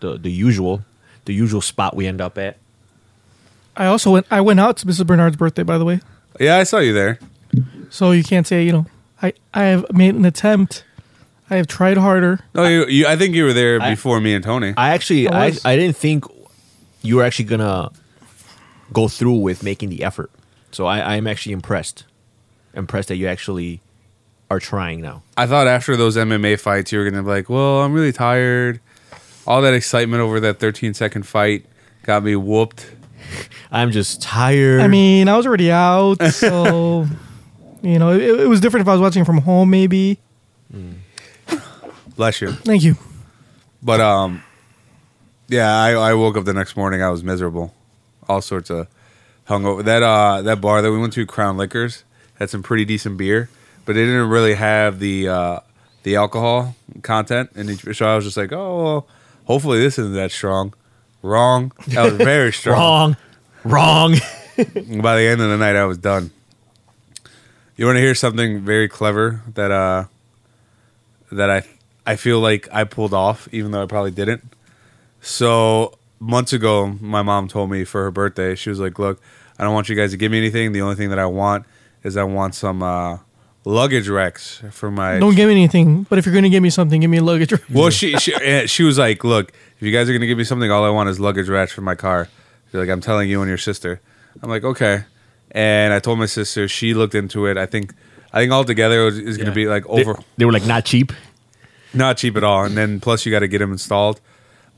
Speaker 4: the the usual the usual spot we end up at.
Speaker 2: I also went. I went out to Mrs. Bernard's birthday, by the way.
Speaker 3: Yeah, I saw you there.
Speaker 2: So you can't say you know. I I have made an attempt. I have tried harder.
Speaker 3: No, you, you, I think you were there
Speaker 4: I-
Speaker 3: before me and Tony.
Speaker 4: I actually
Speaker 2: I
Speaker 4: I,
Speaker 2: was.
Speaker 4: I didn't think you were actually gonna go through with making the effort. So I, I am actually impressed. Impressed that you actually are trying now.
Speaker 3: I thought after those MMA fights, you were gonna be like, "Well, I'm really tired." All that excitement over that 13 second fight got me whooped.
Speaker 4: I'm just tired.
Speaker 2: I mean, I was already out, so you know, it, it was different if I was watching from home. Maybe.
Speaker 3: Bless you.
Speaker 2: Thank you.
Speaker 3: But um, yeah, I, I woke up the next morning. I was miserable, all sorts of hungover. That uh, that bar that we went to, Crown Liquors, had some pretty decent beer, but they didn't really have the uh, the alcohol content, and it- so I was just like, oh, well, hopefully this isn't that strong. Wrong. That was very strong.
Speaker 4: wrong.
Speaker 2: <laughs>
Speaker 4: Wrong.
Speaker 3: By the end of the night, I was done. You want to hear something very clever that uh that I I feel like I pulled off, even though I probably didn't. So months ago, my mom told me for her birthday, she was like, "Look, I don't want you guys to give me anything. The only thing that I want is I want some uh, luggage racks for my."
Speaker 2: Don't give me anything, but if you're gonna give me something, give me a luggage.
Speaker 3: well, she she <laughs> eh, she was like, "Look, if you guys are gonna give me something, all I want is luggage racks for my car." She's like, "I'm telling you and your sister." I'm like, "Okay," and I told my sister. She looked into it. I think I think altogether it was- is gonna be like over.
Speaker 4: They, they were like not cheap.
Speaker 3: not cheap at all. And then plus you got to get them installed.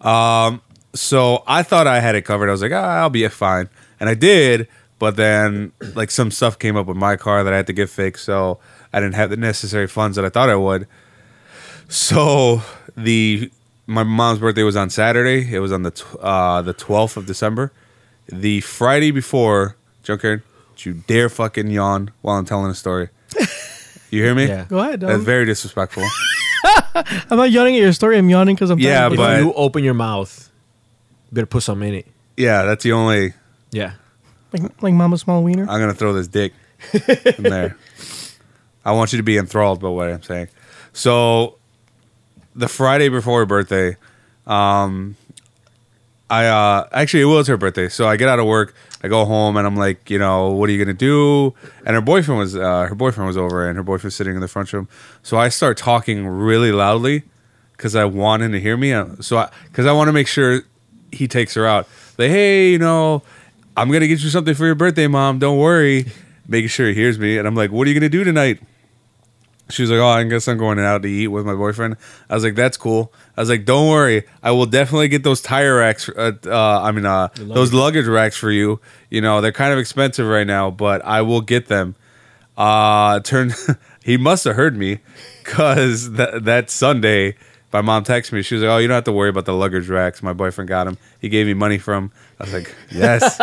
Speaker 3: Um, so I thought I had it covered. I was like, ah, I'll be fine, and I did. But then like some stuff came up with my car that I had to get fixed, so I didn't have the necessary funds that I thought I would. So the my mom's birthday was on Saturday. It was on the tw- uh, the twelfth of December. The Friday before, Junker, do you dare fucking yawn while I'm telling a story. You hear me?
Speaker 4: <laughs> Yeah.
Speaker 2: <laughs> Go ahead.
Speaker 3: That's
Speaker 2: Um,
Speaker 3: very disrespectful.
Speaker 2: I'm not yawning at your story. I'm yawning because I'm.
Speaker 3: Yeah,
Speaker 2: tired.
Speaker 3: but-
Speaker 4: If you open your mouth, better put some in it.
Speaker 3: Yeah, that's the only.
Speaker 4: Yeah.
Speaker 2: Like, like Mama Small Wiener.
Speaker 3: I'm gonna throw this dick in there. I want you to be enthralled by what I'm saying. So, the Friday before her birthday, um, I uh, actually it was her birthday. So I get out of work, I go home, and I'm like, you know, what are you gonna do? And her boyfriend was uh, her boyfriend was over, and her boyfriend's sitting in the front room. So I start talking really loudly because I want him to hear me. Uh, So because I want to make sure he takes her out. Like, hey, you know, I'm gonna get you something for your birthday, mom. Don't worry. Making sure he hears me, and I'm like, what are you gonna do tonight? She was like, "Oh, I guess I'm going out to eat with my boyfriend." I was like, "That's cool." I was like, "Don't worry, I will definitely get those tire racks. Uh, uh, I mean, uh, those luggage racks for you. You know, they're kind of expensive right now, but I will get them." Uh, turned. <laughs> he must have heard me, cause that that Sunday, my mom texted me. She was like, "Oh, you don't have to worry about the luggage racks. My boyfriend got them. He gave me money for 'em." I was like, "Yes,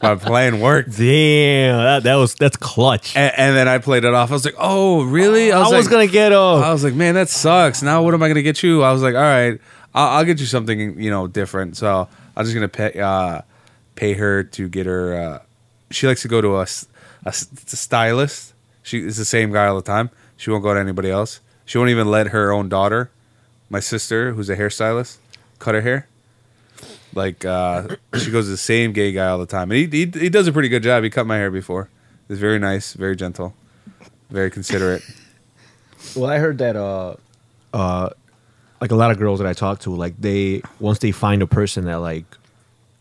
Speaker 4: <laughs>
Speaker 3: my plan worked."
Speaker 4: Damn, that, that was that's clutch.
Speaker 3: And, and then I played it off. I was like, "Oh, really?"
Speaker 4: I was
Speaker 3: like-
Speaker 4: gonna get uh,
Speaker 3: I
Speaker 4: a
Speaker 3: was like, man, that sucks. Now what am I gonna get you? I was like, all right, I'll, I'll get you something, you know, different. So I'm just gonna pay uh, pay her to get her. Uh, she likes to go to a, s- a s- stylist. She is the same guy all the time. She won't go to anybody else. She won't even let her own daughter, my sister, who's a hairstylist, cut her hair. Like uh, she goes to the same gay guy all the time, and he, he he does a pretty good job. He cut my hair before. He's very nice, very gentle, very considerate.
Speaker 4: well I heard that uh uh like a lot of girls that I talk to, like they once they find a person that like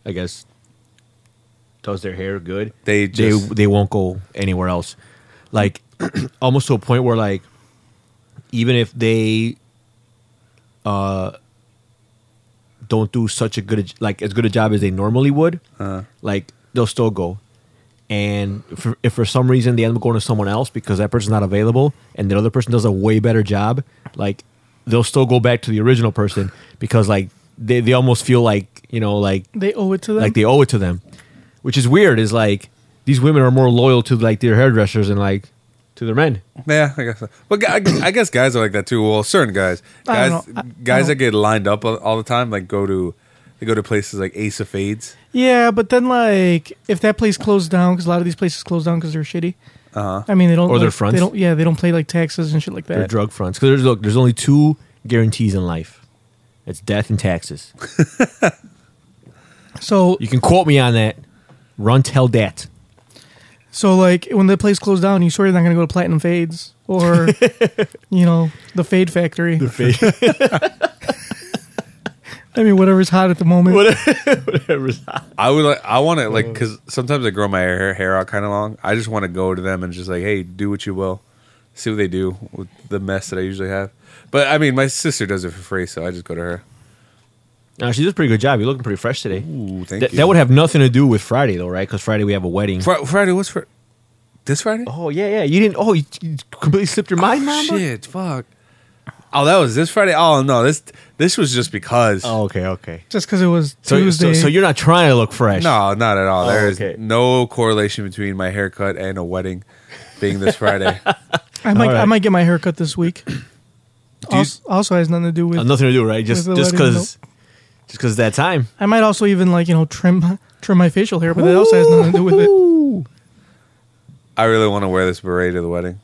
Speaker 4: I guess does their hair good,
Speaker 3: They just-
Speaker 4: they they won't go anywhere else. Like <clears throat> almost to a point where like even if they uh don't do such a good like as good a job as they normally would,
Speaker 3: Uh-huh.
Speaker 4: like they'll still go. And for, if for some reason they end up going to someone else because that person's not available, and the other person does a way better job, like they'll still go back to the original person because like they, they almost feel like you know like
Speaker 2: They owe it to them.
Speaker 4: like they owe it to them, which is weird. Is like these women are more loyal to like their hairdressers and like to their men.
Speaker 3: Yeah, I guess. So. But gu- I guess- I guess guys are like that too. Well, certain guys,
Speaker 2: I
Speaker 3: guys,
Speaker 2: don't know. I- I
Speaker 3: guys that
Speaker 2: don't-
Speaker 3: get lined up all- all the time, like go to, they go to places like Ace of Fades.
Speaker 2: yeah, but then like if that place closed down, because a lot of these places close down because they're shitty. Uh-huh. I mean, they don't
Speaker 4: Or they're
Speaker 2: like,
Speaker 4: fronts.
Speaker 2: They don't. Yeah, they don't play like taxes and shit like
Speaker 4: They're
Speaker 2: that.
Speaker 4: drug fronts because there's look, there's only two guarantees in life. It's death and taxes.
Speaker 2: So
Speaker 4: You can quote me on that. Run tell that.
Speaker 2: So like when the place closed down, you swear you're not gonna go to Platinum Fades
Speaker 4: <laughs>
Speaker 2: or you know the Fade Factory. The Fade. <laughs> I mean, whatever's hot at the moment.
Speaker 3: I would like, I want to
Speaker 2: Oh.
Speaker 3: like, cause sometimes I grow my hair hair out kind of long. I just want to go to them and just like, hey, do what you will, see what they do with the mess that I usually have. But I mean, my sister does it for free, so I just go to her.
Speaker 4: Now she does a pretty good job. You're looking pretty fresh today.
Speaker 3: Ooh, thank
Speaker 4: That-
Speaker 3: you.
Speaker 4: That would have nothing to do with Friday though, right? Because Friday we have a wedding.
Speaker 3: Fri- Friday. What's for this Friday?
Speaker 4: oh yeah, yeah. You didn't. Oh, you, you completely slipped your mind, Mamba?
Speaker 3: Shit, fuck. Oh, that was this Friday. Oh no, this this was just because.
Speaker 4: Oh, okay, okay.
Speaker 2: Just because it was
Speaker 4: So, so,
Speaker 2: Tuesday.
Speaker 4: so you're not trying to look fresh.
Speaker 3: No, not at all.
Speaker 4: Oh,
Speaker 3: There is
Speaker 4: okay.
Speaker 3: no correlation between my haircut and a wedding being this
Speaker 2: <laughs>
Speaker 3: Friday.
Speaker 2: I might
Speaker 4: All right.
Speaker 2: I might get my hair cut this week. also, also has nothing to do with.
Speaker 4: Uh, nothing to do, right? Just
Speaker 2: With the
Speaker 4: just
Speaker 2: wedding,
Speaker 4: because just because that time.
Speaker 2: I might also even like you know trim trim my facial hair, but that also has nothing to do with it.
Speaker 3: I really want to wear this beret to the wedding.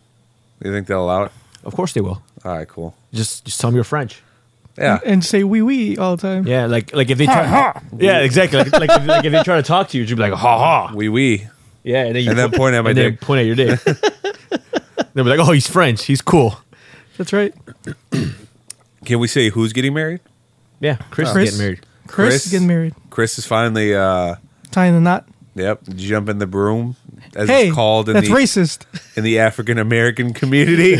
Speaker 3: You think they'll allow it?
Speaker 4: Of course they will.
Speaker 3: All right, cool.
Speaker 4: Just just tell them you're French.
Speaker 2: <laughs>
Speaker 3: Yeah.
Speaker 2: And say wee wee all the time.
Speaker 4: Yeah, like like if they try. yeah, exactly. Like like if, like if they try to talk to you, you'd be like ha ha.
Speaker 3: Wee wee.
Speaker 4: Yeah, and then you
Speaker 3: And then point at my
Speaker 4: and then
Speaker 3: dick.
Speaker 4: point at your <laughs> dick. They'll be like, oh, he's French. He's cool.
Speaker 2: That's right.
Speaker 3: Can we say who's getting married?
Speaker 4: Yeah, Chris,
Speaker 2: Chris?
Speaker 4: is getting married.
Speaker 2: Chris,
Speaker 3: Chris?
Speaker 2: is getting married,
Speaker 3: Chris is finally, uh,
Speaker 2: tying the knot.
Speaker 3: yep, jumping the broom, as
Speaker 2: Hey,
Speaker 3: it's called in
Speaker 2: that's
Speaker 3: the,
Speaker 2: racist. <laughs>
Speaker 3: in the African American community.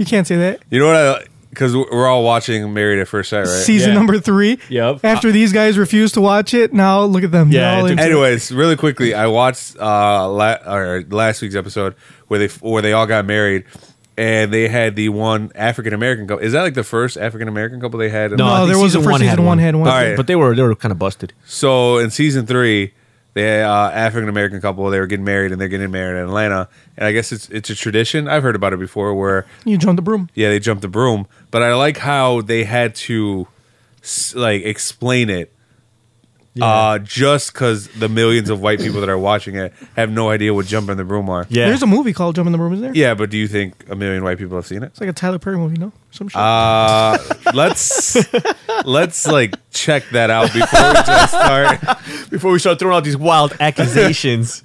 Speaker 2: You can't say that.
Speaker 3: you know what? I Because we're all watching Married at First Sight, right?
Speaker 2: season
Speaker 4: Yeah.
Speaker 2: number three.
Speaker 4: Yep.
Speaker 2: After these guys refused to watch it, now look at them. They're
Speaker 4: Yeah,
Speaker 2: all
Speaker 4: dude.
Speaker 2: into it.
Speaker 3: Anyways, really quickly, I watched uh la- or last week's episode where they where they all got married, and they had the one African American couple. Is that like the first African American couple they had? in-
Speaker 4: No. I
Speaker 2: no,
Speaker 4: think
Speaker 2: there was the
Speaker 4: season
Speaker 2: first
Speaker 4: one
Speaker 2: season
Speaker 4: had
Speaker 2: one
Speaker 4: one.
Speaker 2: had one.
Speaker 3: All right.
Speaker 4: But they were they were kind of busted.
Speaker 3: So in season three, the uh, African American couple they were getting married, and they're getting married in Atlanta. And I guess it's it's a tradition. I've heard about it before where
Speaker 2: You jumped the broom.
Speaker 3: yeah, they jumped the broom. But I like how they had to s- like explain it. Uh, just because the millions of white people that are watching it have no idea what Jump in the Room are.
Speaker 4: Yeah.
Speaker 2: There's a movie called Jump in the Room, is there?
Speaker 3: Yeah, but do you think a million white people have seen it?
Speaker 2: It's like a Tyler Perry movie, no? Some shit.
Speaker 3: Uh, let's let's like check that out before we just start.
Speaker 4: Before we start throwing out these <laughs> wild accusations.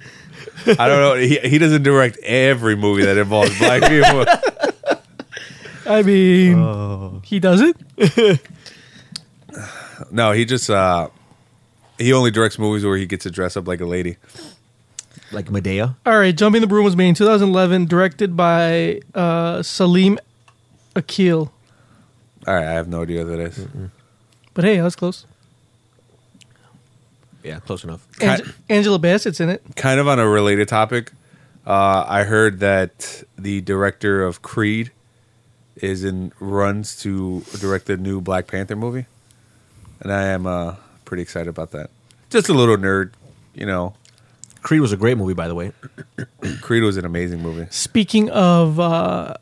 Speaker 3: I don't know. He, he doesn't direct every movie that involves black people.
Speaker 2: I mean,
Speaker 4: oh.
Speaker 2: he does it.
Speaker 3: No, he just uh, he only directs movies where he gets to dress up like a lady.
Speaker 4: like Medea.
Speaker 2: All right, Jumping the Broom was made in 2011, directed by uh, Salim Akil.
Speaker 3: All right, I have no idea what that is.
Speaker 2: But hey, I was close.
Speaker 4: Yeah, close enough.
Speaker 2: Ange- Angela Bassett's in it.
Speaker 3: Kind of on a related topic, uh, I heard that the director of Creed is in runs to direct the new Black Panther movie, and I am uh, pretty excited about that. Just a little nerd, you know.
Speaker 4: Creed was a great movie, by the way.
Speaker 3: Creed was an amazing movie.
Speaker 2: Speaking of uh,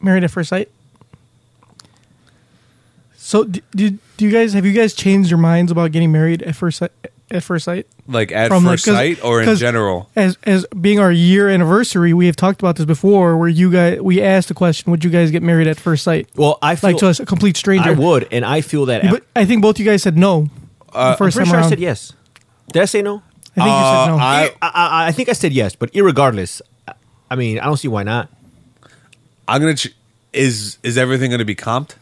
Speaker 2: Married at First Sight. So, do, do, do you guys have you guys changed your minds about getting married at first sight? At first sight,
Speaker 3: Like at
Speaker 2: From, like,
Speaker 3: first
Speaker 2: 'cause-
Speaker 3: sight or in
Speaker 2: 'cause-
Speaker 3: general.
Speaker 2: as as being our year anniversary, we have talked about this before. Where you guys we asked the question, would you guys get married at first sight?
Speaker 4: Well, I feel
Speaker 2: like to us, a complete stranger.
Speaker 4: I would, and I feel that.
Speaker 2: but I think both you guys said no. the
Speaker 4: I'm
Speaker 2: first
Speaker 4: pretty
Speaker 2: time
Speaker 4: sure
Speaker 2: around,
Speaker 4: I said yes. Did I say no?
Speaker 2: I think you said no.
Speaker 3: I-
Speaker 4: I, I, I, I think I said yes, but irregardless, I, I mean, I don't see why not.
Speaker 3: I'm gonna. Ch- is is everything gonna be comped?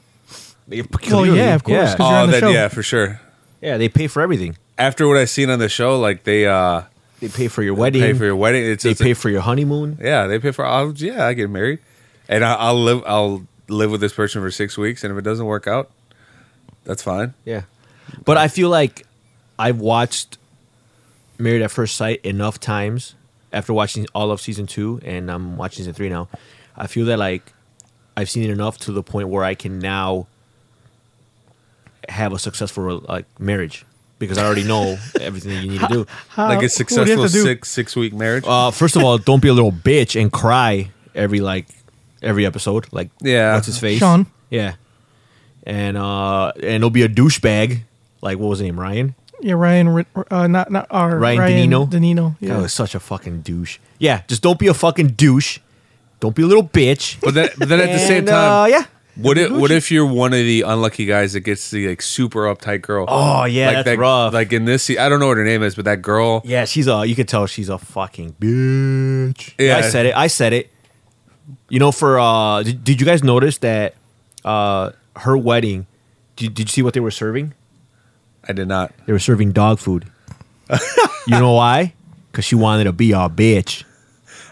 Speaker 3: Oh,
Speaker 2: well, yeah, of course,
Speaker 4: Yeah.
Speaker 2: 'cause you're on the show.
Speaker 3: yeah, for sure.
Speaker 4: Yeah, they pay for everything.
Speaker 3: After what I've seen on the show, like they uh
Speaker 4: They pay for your wedding.
Speaker 3: pay for your wedding. It's
Speaker 4: they
Speaker 3: it's-
Speaker 4: pay for your honeymoon.
Speaker 3: yeah, they pay for. I'll, yeah, I get married, and I, I'll live. I'll live with this person for six weeks, and if it doesn't work out, that's fine.
Speaker 4: Yeah. But I feel like I've watched Married at First Sight enough times after watching all of season two and I'm watching season three now. I feel that like I've seen it enough to the point where I can now have a successful like marriage because I already know everything that you need to Uh, do.
Speaker 2: How- what
Speaker 3: like
Speaker 2: do
Speaker 3: a
Speaker 2: you
Speaker 3: successful
Speaker 2: have to do?
Speaker 3: six six week marriage.
Speaker 4: Uh, first of all, don't be a little bitch and cry every like every episode. Like
Speaker 3: Yeah.
Speaker 4: what's his face?
Speaker 2: Sean.
Speaker 4: Yeah. And uh and it'll be a douchebag. Like what was his name? Ryan?
Speaker 2: Yeah, Ryan, Ri- uh, not not our
Speaker 4: Ryan, Denino.
Speaker 2: Denino,
Speaker 4: That
Speaker 2: yeah.
Speaker 4: was such a fucking douche. Yeah, just don't be a fucking douche. Don't be a little bitch.
Speaker 3: but then, but then at the same
Speaker 4: And, uh,
Speaker 3: time,
Speaker 4: yeah.
Speaker 3: What if, what if you're one of the unlucky guys that gets the like super uptight girl?
Speaker 4: Oh, yeah,
Speaker 3: like
Speaker 4: that's
Speaker 3: that,
Speaker 4: rough.
Speaker 3: Like in this, se- I don't know what her name is, but that girl.
Speaker 4: Yeah, she's a. You could tell she's a fucking bitch.
Speaker 3: Yeah.
Speaker 4: I said it. I said it. You know, for uh, did, did you guys notice that uh, her wedding? Did, did you see what they were serving?
Speaker 3: I did not.
Speaker 4: They were serving
Speaker 3: <laughs>
Speaker 4: dog food. you know why? Because she wanted to be a bitch.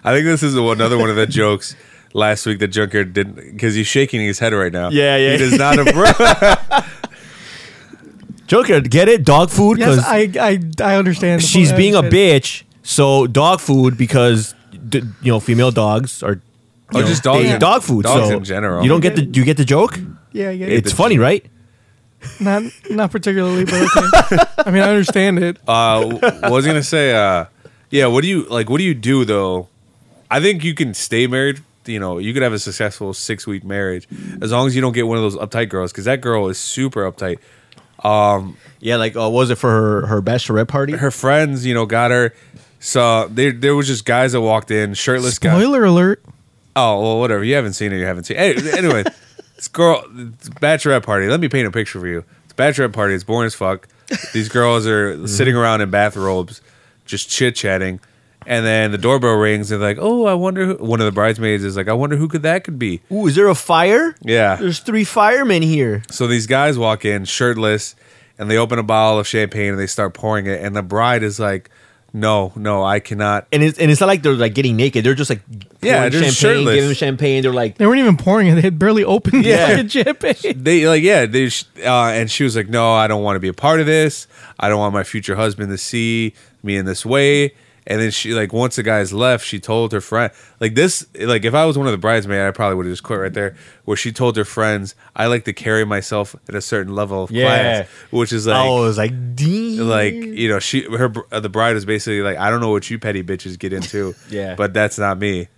Speaker 3: I think this is another one of
Speaker 4: <laughs>
Speaker 3: the jokes last week that Junker didn't because he's shaking his head right now.
Speaker 4: Yeah, yeah.
Speaker 3: He does
Speaker 4: <laughs>
Speaker 3: not approve.
Speaker 4: Joker, get it? Dog food?
Speaker 2: Yes,
Speaker 4: Because
Speaker 2: I I I understand. the
Speaker 4: she's
Speaker 2: point. I
Speaker 4: being a
Speaker 2: understand.
Speaker 4: bitch. So dog food because d- you know female dogs are
Speaker 3: oh, just dogs.
Speaker 4: they eat
Speaker 3: in-
Speaker 4: dog food.
Speaker 3: Dogs
Speaker 4: so
Speaker 3: in general.
Speaker 4: you don't get the you get the joke.
Speaker 2: Yeah, yeah.
Speaker 4: It's
Speaker 3: the-
Speaker 4: funny, right?
Speaker 2: not not particularly, but
Speaker 4: <laughs>
Speaker 2: okay. I mean, I understand it.
Speaker 3: Uh, w- what was I gonna say? Uh, yeah. What do you like? What do you do though? I think you can stay married. You know, you could have a successful six week marriage as long as you don't get one of those uptight girls because that girl is super uptight.
Speaker 4: Yeah, like uh, what was it for her her bachelorette party?
Speaker 3: Her friends, you know, got her. So there, there was just guys that walked in shirtless guys.
Speaker 2: Spoiler alert.
Speaker 3: Oh well, whatever. You haven't seen it. You haven't seen. It. Any- Anyway, this girl, it's a bachelorette party. Let me paint a picture for you. It's a bachelorette party. It's boring as fuck. These girls are sitting around in bathrobes, just chit chatting, and then the doorbell rings. They're like, "Oh, I wonder." Who, one of the bridesmaids is like, "I wonder who could that could be."
Speaker 4: Ooh, is there a fire?
Speaker 3: Yeah.
Speaker 4: There's three firemen here.
Speaker 3: So these guys walk in shirtless, and they open a bottle of champagne and they start pouring it. And the bride is like, "No, no, I cannot."
Speaker 4: And it's, and it's not like they're like getting naked. They're just like
Speaker 3: Yeah, they're
Speaker 4: pouring champagne,
Speaker 3: shirtless.
Speaker 4: giving them champagne. They're like,
Speaker 2: They weren't even pouring it. They had barely opened
Speaker 4: Yeah.
Speaker 2: the <laughs> fucking champagne.
Speaker 3: they like yeah they sh- uh, and she was like no i don't want to be a part of this i don't want my future husband to see me in this way and then she like once the guys left she told her friend like this like if i was one of the bridesmaids i probably would have just quit right there where she told her friends i like to carry myself at a certain level of
Speaker 4: Yeah.
Speaker 3: class which is like
Speaker 4: I was like, Dean.
Speaker 3: like you know she her br- uh, the bride was basically like i don't know what you petty bitches get into
Speaker 4: <laughs> Yeah.
Speaker 3: but that's not me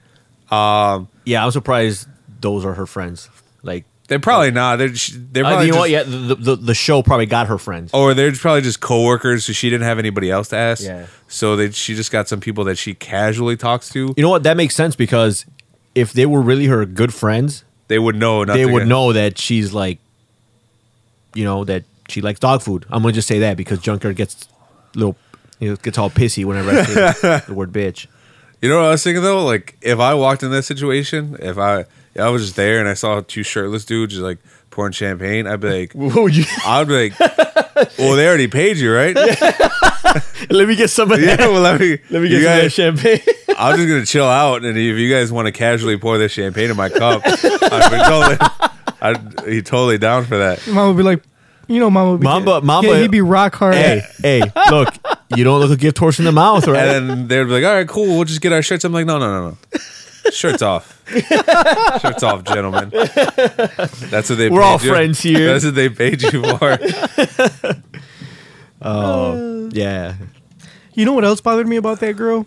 Speaker 4: yeah, I'm surprised those are her friends. Like
Speaker 3: They're probably not. They're sh- they're
Speaker 4: Uh,
Speaker 3: probably
Speaker 4: you know
Speaker 3: just,
Speaker 4: what? Yeah, the, the the show probably got her friends.
Speaker 3: or Oh, they're probably just coworkers. So she didn't have anybody else to ask.
Speaker 4: Yeah.
Speaker 3: So they, she just got some people that she casually talks to.
Speaker 4: You know what? That makes sense because if they were really her good friends,
Speaker 3: They would know. Not
Speaker 4: they
Speaker 3: to
Speaker 4: would
Speaker 3: get-
Speaker 4: know that she's like, you know, that she likes dog food. I'm gonna just say that because Junker gets little, you know, gets all pissy whenever I say the word bitch.
Speaker 3: You know what I was thinking though? Like if I walked in that situation, if I I was just there and I saw two shirtless dudes just like pouring champagne, I'd be
Speaker 4: <laughs>
Speaker 3: like,
Speaker 4: What
Speaker 2: <laughs>
Speaker 4: would you?
Speaker 3: I'd be like, well, they already paid you,
Speaker 4: <laughs>
Speaker 3: right? <laughs> yeah.
Speaker 4: let me get some of that.
Speaker 3: Well, let me
Speaker 4: Let me get
Speaker 3: you
Speaker 4: some of that
Speaker 3: guys,
Speaker 4: champagne.
Speaker 3: I'm just gonna chill out, and if you guys want to casually pour this champagne in my
Speaker 4: <laughs>
Speaker 3: cup, I'd be totally, I'd be totally down for that.
Speaker 2: Mama would be like, you know, Mama would be
Speaker 4: Mamba-
Speaker 2: yeah,
Speaker 4: Mamba-
Speaker 2: he'd be rock hard.
Speaker 4: hey, hey, look, you don't look a gift horse in the mouth, right?
Speaker 3: And then they'd be like, all right, cool, we'll just get our shirts. I'm like, no, no, no, no. Shirts off. Shirts off, gentlemen. That's what they
Speaker 4: We're
Speaker 3: paid
Speaker 4: all
Speaker 3: you.
Speaker 4: friends here.
Speaker 3: That's what they paid you
Speaker 4: <laughs>
Speaker 3: for.
Speaker 4: yeah,
Speaker 2: You know what else bothered me about that girl?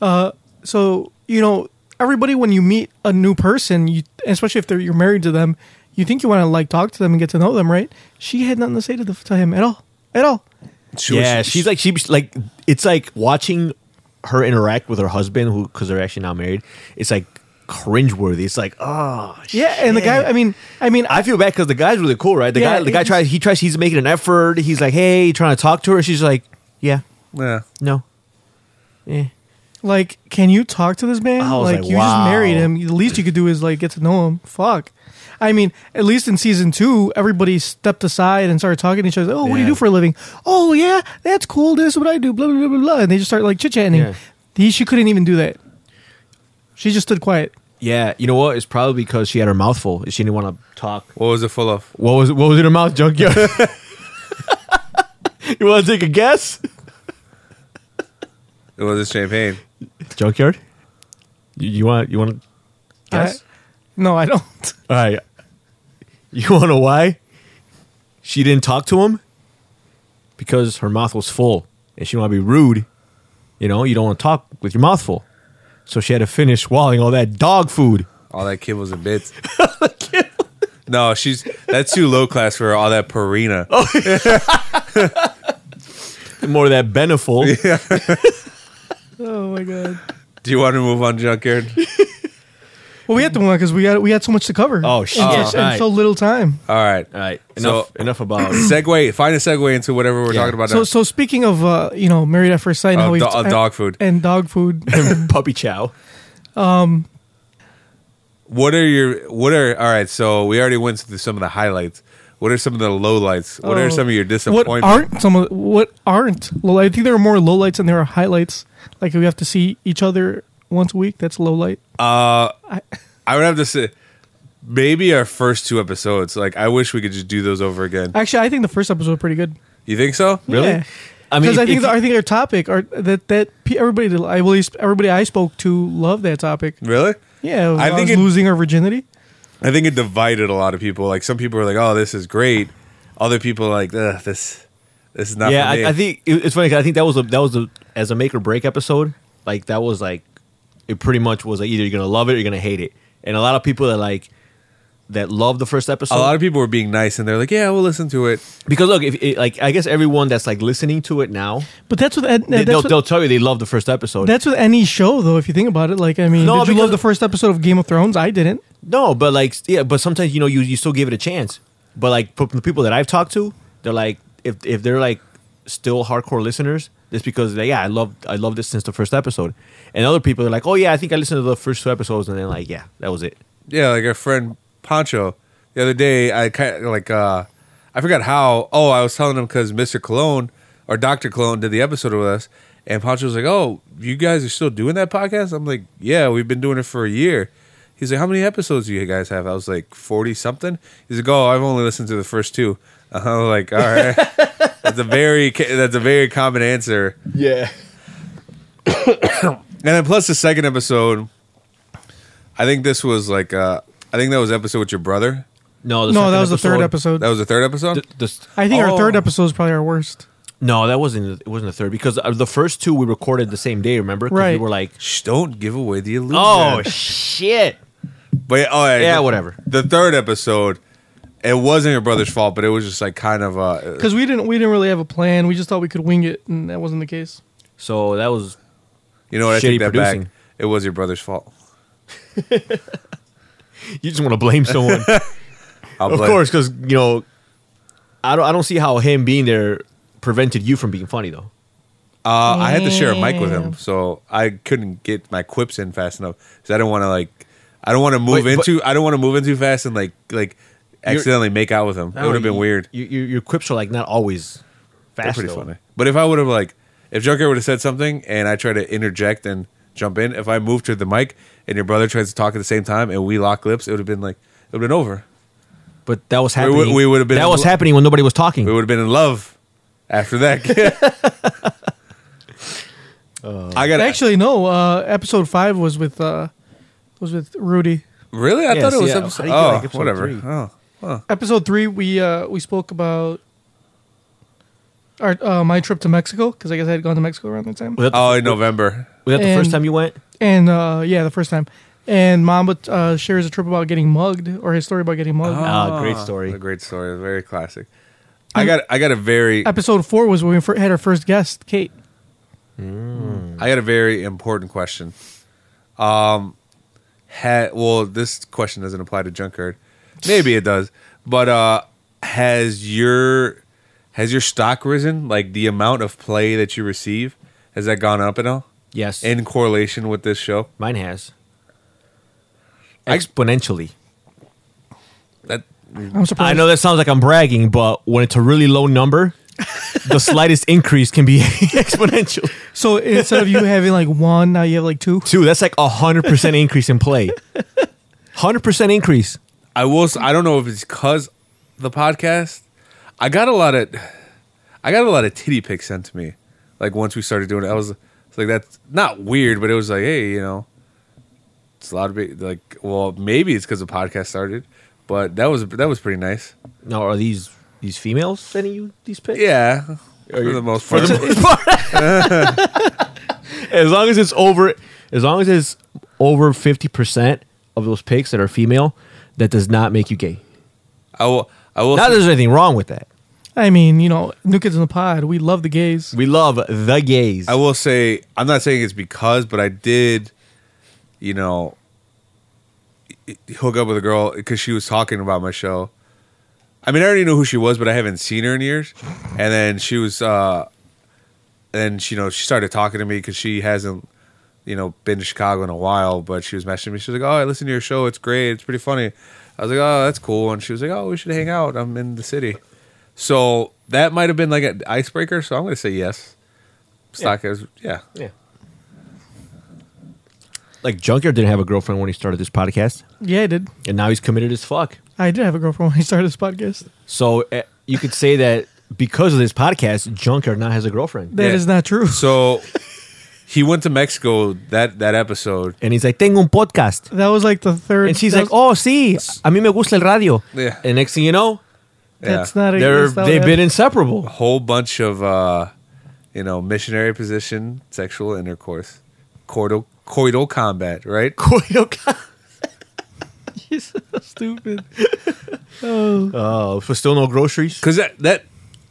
Speaker 2: Uh, so you know, everybody when you meet a new person, you especially if they're you're married to them, you think you want to like talk to them and get to know them, right? She had nothing to say to, the, to him at all, at all.
Speaker 3: She was-
Speaker 4: yeah. she's like she like it's like watching her interact with her husband, who because they're actually now married. It's like cringeworthy. It's like oh
Speaker 2: Yeah, and the guy, I mean, I mean,
Speaker 4: I feel bad because the guy's really cool, right? The
Speaker 2: Yeah,
Speaker 4: guy, the guy
Speaker 2: he's-
Speaker 4: tries. He tries. He's making an effort. He's like, "Hey, trying to talk to her." She's like, "Yeah,
Speaker 3: yeah.
Speaker 4: no." Eh.
Speaker 2: Like, can you talk to this man?
Speaker 4: I was
Speaker 2: Like,
Speaker 4: like,
Speaker 2: you
Speaker 4: wow.
Speaker 2: just married him. The least you could do is like get to know him. Fuck. I mean, at least in season two, everybody stepped aside and started talking to each other. Oh, what do you
Speaker 4: Yeah.
Speaker 2: do for a living? Oh, yeah, that's cool. This is what I do. Blah blah blah blah blah. And they just started like chit chatting.
Speaker 4: Yeah.
Speaker 2: He, she couldn't even do that. She just stood quiet.
Speaker 4: Yeah, you know what? It's probably because she had her mouth full. She didn't want to talk.
Speaker 3: What was it full of?
Speaker 4: What was what was in her mouth, junkyard? <laughs> you want to take a guess,
Speaker 3: It was champagne.
Speaker 4: junkyard? You, you want you want to guess?
Speaker 2: I- no, I don't.
Speaker 4: All right. You want to know why? She didn't talk to him because her mouth was full and she didn't want to be rude. You know, you don't want to talk with your mouth full. So she had to finish swallowing all that dog food.
Speaker 3: All that kid was a
Speaker 4: <laughs>
Speaker 3: bit. no, she's that's too low class for her, all that Purina.
Speaker 4: Oh. More of that
Speaker 2: <laughs>
Speaker 4: Beneful.
Speaker 2: <laughs> Oh my god.
Speaker 3: Do you want to move on, Junkyard?
Speaker 2: Well, we had to one because we had we had so much to cover.
Speaker 4: Oh,
Speaker 2: shit!
Speaker 4: shit.
Speaker 2: And,
Speaker 4: Oh,
Speaker 2: and so
Speaker 4: right.
Speaker 2: little time.
Speaker 3: All right.
Speaker 4: All right.
Speaker 3: So-
Speaker 4: Enough enough about <laughs>
Speaker 3: Segue. Find a segue into whatever we're
Speaker 4: Yeah.
Speaker 3: talking about
Speaker 2: So
Speaker 3: now.
Speaker 2: so speaking of uh, you know married at first sight, and
Speaker 3: Oh,
Speaker 2: how we
Speaker 3: do- uh, dog food.
Speaker 2: and dog food.
Speaker 4: puppy chow.
Speaker 3: what are your what are all right? So we already went through some of the highlights. What are some of the lowlights? What
Speaker 2: Oh.
Speaker 3: are some of your disappointments?
Speaker 2: What aren't some of what aren't low? I think there are more lowlights than there are highlights. Like we have to see each other once a week. That's low light.
Speaker 3: I would have to say maybe our first two episodes. Like I wish we could just do those over again.
Speaker 2: Actually, I think the first episode was pretty good.
Speaker 3: You think so?
Speaker 4: Really?
Speaker 2: Yeah.
Speaker 4: I mean,
Speaker 2: because I
Speaker 4: if
Speaker 2: think the,
Speaker 4: you-
Speaker 2: I think our topic or that that pe- everybody that I believe everybody I spoke to loved that topic.
Speaker 3: Really?
Speaker 2: Yeah,
Speaker 3: I
Speaker 2: I
Speaker 3: think
Speaker 2: think
Speaker 3: it-
Speaker 2: losing our virginity.
Speaker 3: I think it divided a lot of people. Like some people are like, "Oh, this is great." Other people are like, Ugh, "This, this is not."
Speaker 4: yeah,
Speaker 3: for me.
Speaker 4: I, I think it- it's funny. 'cause I think that was a that was a as a make or break episode. Like that was like it pretty much was like either you're gonna love it or you're gonna hate it. And a lot of people that like that love the first episode.
Speaker 3: a lot of people were being nice, and they're like, "Yeah, we'll listen to it."
Speaker 4: because look, if it, like I guess everyone that's like listening to it now,
Speaker 2: But that's what, that-
Speaker 4: they,
Speaker 2: that's,
Speaker 4: they'll,
Speaker 2: what
Speaker 4: they'll tell you they love the first episode.
Speaker 2: that's with any show though. If you think about it, like I mean,
Speaker 4: No,
Speaker 2: did you
Speaker 4: because-
Speaker 2: love the first episode of Game of Thrones? I didn't.
Speaker 4: no, but like yeah, but sometimes you know you you still give it a chance. But like from the people that I've talked to, they're like if if they're like still hardcore listeners, it's because they, yeah, I love I love this since the first episode. And other people are like, oh yeah, I think I listened to the first two episodes, and then like yeah, that was it.
Speaker 3: Yeah, like our friend Pancho the other day. I kind of like uh, I forgot how. Oh, I was telling him because Mister Cologne or Doctor Cologne did the episode with us, and Pancho was like, "Oh, you guys are still doing that podcast?" I'm like, "Yeah, we've been doing it for a year." He's like, "How many episodes do you guys have?" I was like, 40 something." He's like, "Oh, I've only listened to the first two. <laughs> I was like, "All right." that's a very that's a very common answer.
Speaker 4: Yeah.
Speaker 3: <coughs> And then plus the second episode, I think this was like uh I think that was episode with your brother.
Speaker 4: No, the
Speaker 2: No,
Speaker 4: second
Speaker 2: that was the third episode.
Speaker 3: That was the third episode.
Speaker 4: The- the s-
Speaker 2: I think
Speaker 3: Oh.
Speaker 2: our third episode is probably our worst.
Speaker 4: no, that wasn't. It wasn't the third because uh, the first two we recorded the same day. Remember? 'Cause We
Speaker 2: Right.
Speaker 4: were like,
Speaker 3: Shh, don't give <laughs> away the illusion.
Speaker 4: oh shit.
Speaker 3: but yeah, all right,
Speaker 4: Yeah,
Speaker 3: the-
Speaker 4: whatever.
Speaker 3: The third episode, It wasn't your brother's fault, but it was just like kind of uh,
Speaker 2: because we didn't we didn't really have a plan. We just thought we could wing it, and that wasn't the case.
Speaker 4: So that was
Speaker 3: you know what I take
Speaker 4: shitty
Speaker 3: that back.
Speaker 4: producing.
Speaker 3: It was your brother's fault.
Speaker 4: you just want to <laughs> blame someone,
Speaker 3: I'll
Speaker 4: of
Speaker 3: blame-
Speaker 4: course, because you know, I don't I don't see how him being there prevented you from being funny though.
Speaker 3: Uh, I had to share a mic with him, so I couldn't get my quips in fast enough. Cause I don't want to like, I don't want to move
Speaker 4: Wait, but-
Speaker 3: into, I don't want to move in too fast and like like accidentally make out with him.
Speaker 4: Oh,
Speaker 3: It would have been weird.
Speaker 4: You, you, your quips are like not always
Speaker 3: They're
Speaker 4: fast.
Speaker 3: pretty
Speaker 4: though.
Speaker 3: funny. But if I would have like, if Joker would have said something and I try to interject and jump in, if I moved to the mic and your brother tries to talk at the same time and we lock lips, it would have been like it would have been over.
Speaker 4: But that was
Speaker 3: would-
Speaker 4: happening.
Speaker 3: we would've been-
Speaker 4: That was happening when nobody was talking.
Speaker 3: We would have been in love after that. <laughs> I got
Speaker 2: Actually, no. Uh, episode five was with uh, was with Rudy.
Speaker 3: really. I
Speaker 4: Yeah,
Speaker 3: thought it
Speaker 4: so
Speaker 3: was
Speaker 4: yeah,
Speaker 3: episode.
Speaker 4: how do you get,
Speaker 3: Oh,
Speaker 4: like, episode
Speaker 3: whatever.
Speaker 4: three?
Speaker 3: Oh.
Speaker 2: Episode three, we uh, we spoke about our uh, my trip to Mexico because I guess I had gone to Mexico around that time.
Speaker 4: was that, the,
Speaker 3: Oh, in November.
Speaker 4: was that the
Speaker 2: and-
Speaker 4: first time you went?
Speaker 2: And uh, yeah, the first time. And Mamba uh, shares a trip about getting mugged or his story about getting
Speaker 3: Oh.
Speaker 2: mugged.
Speaker 4: Ah, great story. Hmm.
Speaker 3: A great story. Very classic. I got I got a very
Speaker 2: Episode four was when we fir- had our first guest, Kate.
Speaker 3: I got a very important question. Um, ha, well, this question doesn't apply to Junkard. Maybe it does, but uh, has your has your stock risen? Like the amount of play that you receive has that gone up at all?
Speaker 4: Yes,
Speaker 3: In correlation with this show,
Speaker 4: mine has
Speaker 3: I-
Speaker 4: exponentially.
Speaker 3: that
Speaker 2: I'm surprised.
Speaker 4: I know that sounds like I'm bragging, but when it's a really low number,
Speaker 3: <laughs>
Speaker 4: the slightest increase can be <laughs> exponential.
Speaker 2: So instead of you having like one, now you have like two.
Speaker 4: Two, that's like a hundred percent increase in play. Hundred percent increase.
Speaker 3: I will. s- I don't know if it's because the podcast. I got a lot of, I got a lot of titty pics sent to me. Like once we started doing it, I was it's like, that's not weird, but it was like, hey, you know, it's a lot of be- like, well, maybe it's because the podcast started, but that was that was pretty nice.
Speaker 4: Now, are these these females sending you these pics? <laughs>
Speaker 3: Yeah, for the most part.
Speaker 4: as long as it's over, as long as it's over fifty percent of those pics that are female, that does not make you gay.
Speaker 3: I will. I will.
Speaker 4: Not that
Speaker 3: Say,
Speaker 4: there's anything wrong with that.
Speaker 2: I mean, you know, New Kids in the Pod, we love the gays.
Speaker 4: We love the gays.
Speaker 3: I will say. I'm not saying it's because, but I did, you know, hook up with a girl because she was talking about my show. I mean, I already knew who she was, but I haven't seen her in years. And then she was, uh, and she, you know, she started talking to me because she hasn't, you know, been to Chicago in a while. But she was messaging me. She was like, "Oh, I listened to your show. It's great. It's pretty funny." I was like, "Oh, that's cool." And she was like, "Oh, we should hang out. I'm in the city." So that might have been like an icebreaker. So I'm going to say yes. Stock is yeah.
Speaker 4: yeah. Like Junkyard didn't have a girlfriend when he started this podcast,
Speaker 2: Yeah, I did.
Speaker 4: and now he's committed as fuck.
Speaker 2: I did have a girlfriend when I started this podcast.
Speaker 4: So uh, you could say that because of this podcast, Junkyard now has a girlfriend,
Speaker 2: That is
Speaker 3: Yeah.
Speaker 2: not true.
Speaker 3: <laughs> So he went to Mexico that that episode.
Speaker 4: and he's like, "Tengo un podcast,"
Speaker 2: That was like the third.
Speaker 4: and she's
Speaker 2: that
Speaker 4: like,
Speaker 2: was-
Speaker 4: "Oh, sí, a mí me gusta el radio."
Speaker 3: Yeah.
Speaker 4: And next thing you know,
Speaker 2: that's
Speaker 3: yeah.
Speaker 2: not a
Speaker 4: they're
Speaker 2: that's not
Speaker 4: they've
Speaker 2: a-
Speaker 4: been inseparable. <laughs>
Speaker 3: whole bunch of uh you know missionary position sexual intercourse coital coital combat right
Speaker 2: He's so <laughs> stupid.
Speaker 4: Oh, for still no groceries.
Speaker 3: because that that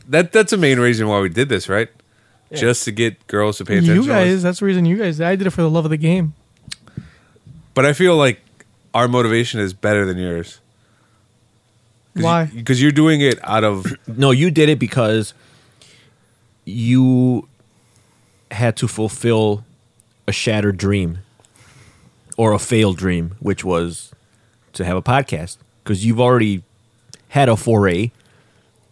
Speaker 3: that that's the main reason why we did this right just to get girls to pay attention
Speaker 2: You
Speaker 3: to us.
Speaker 2: guys, that's the reason you guys. I did it for the love of the game.
Speaker 3: but i feel like our motivation is better than yours
Speaker 2: Why?
Speaker 3: because you're doing it out of <clears throat>
Speaker 4: No, you did it because you had to fulfill a shattered dream or a failed dream, which was to have a podcast. Because you've already had a foray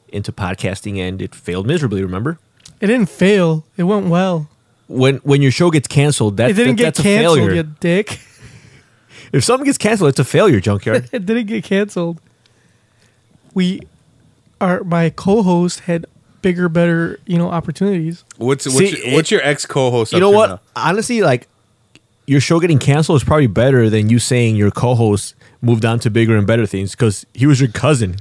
Speaker 4: into podcasting and it failed miserably. Remember
Speaker 2: It didn't fail. It went well.
Speaker 4: when when your show gets canceled, that,
Speaker 2: It didn't
Speaker 4: that-
Speaker 2: get
Speaker 4: that's a
Speaker 2: canceled,
Speaker 4: failure.
Speaker 2: you dick.
Speaker 4: If something gets canceled, it's a failure, junkyard.
Speaker 2: <laughs> It didn't get canceled. We, our my co-host had bigger, better, you know, opportunities.
Speaker 3: what's what's,
Speaker 4: See,
Speaker 3: your, what's your ex co-host
Speaker 4: you
Speaker 3: up
Speaker 4: know
Speaker 3: to
Speaker 4: what?
Speaker 3: now?
Speaker 4: Honestly, like your show getting canceled is probably better than you saying your co-host moved on to bigger and better things because he was your cousin.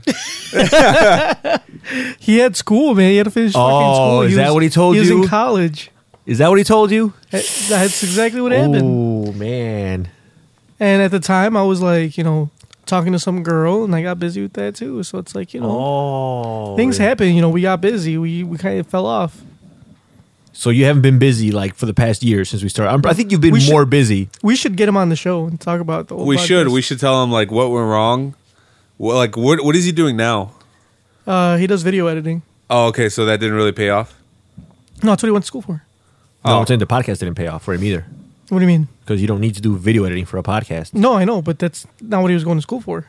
Speaker 2: He had school, man. He had to finish fucking
Speaker 4: Oh,
Speaker 2: school.
Speaker 4: is that
Speaker 2: was-
Speaker 4: what he told
Speaker 2: He was
Speaker 4: you?
Speaker 2: in college.
Speaker 4: is that what he told you?
Speaker 2: That- That's exactly what happened.
Speaker 4: Oh man,
Speaker 2: And at the time, I was like, you know, talking to some girl, and I got busy with that too. So it's like you know,
Speaker 4: Oh,
Speaker 2: things happen. You know, we got busy. We we kind of fell off.
Speaker 4: So you haven't been busy like for the past year since we started. I'm, I think you've been
Speaker 2: We should-
Speaker 4: more busy.
Speaker 2: We should get him on the show and talk about the. Old
Speaker 3: We should.
Speaker 2: podcast.
Speaker 3: We should tell him like what went wrong. Well, like what what is he doing now?
Speaker 2: Uh, he does video editing.
Speaker 3: Oh, okay. So that didn't really pay off.
Speaker 2: No, that's what he went to school for.
Speaker 4: No,
Speaker 3: Oh.
Speaker 4: I'm saying the podcast didn't pay off for him either
Speaker 2: What do you mean?
Speaker 4: because you don't need to do video editing for a podcast.
Speaker 2: No, I know, but that's not what he was going to school for.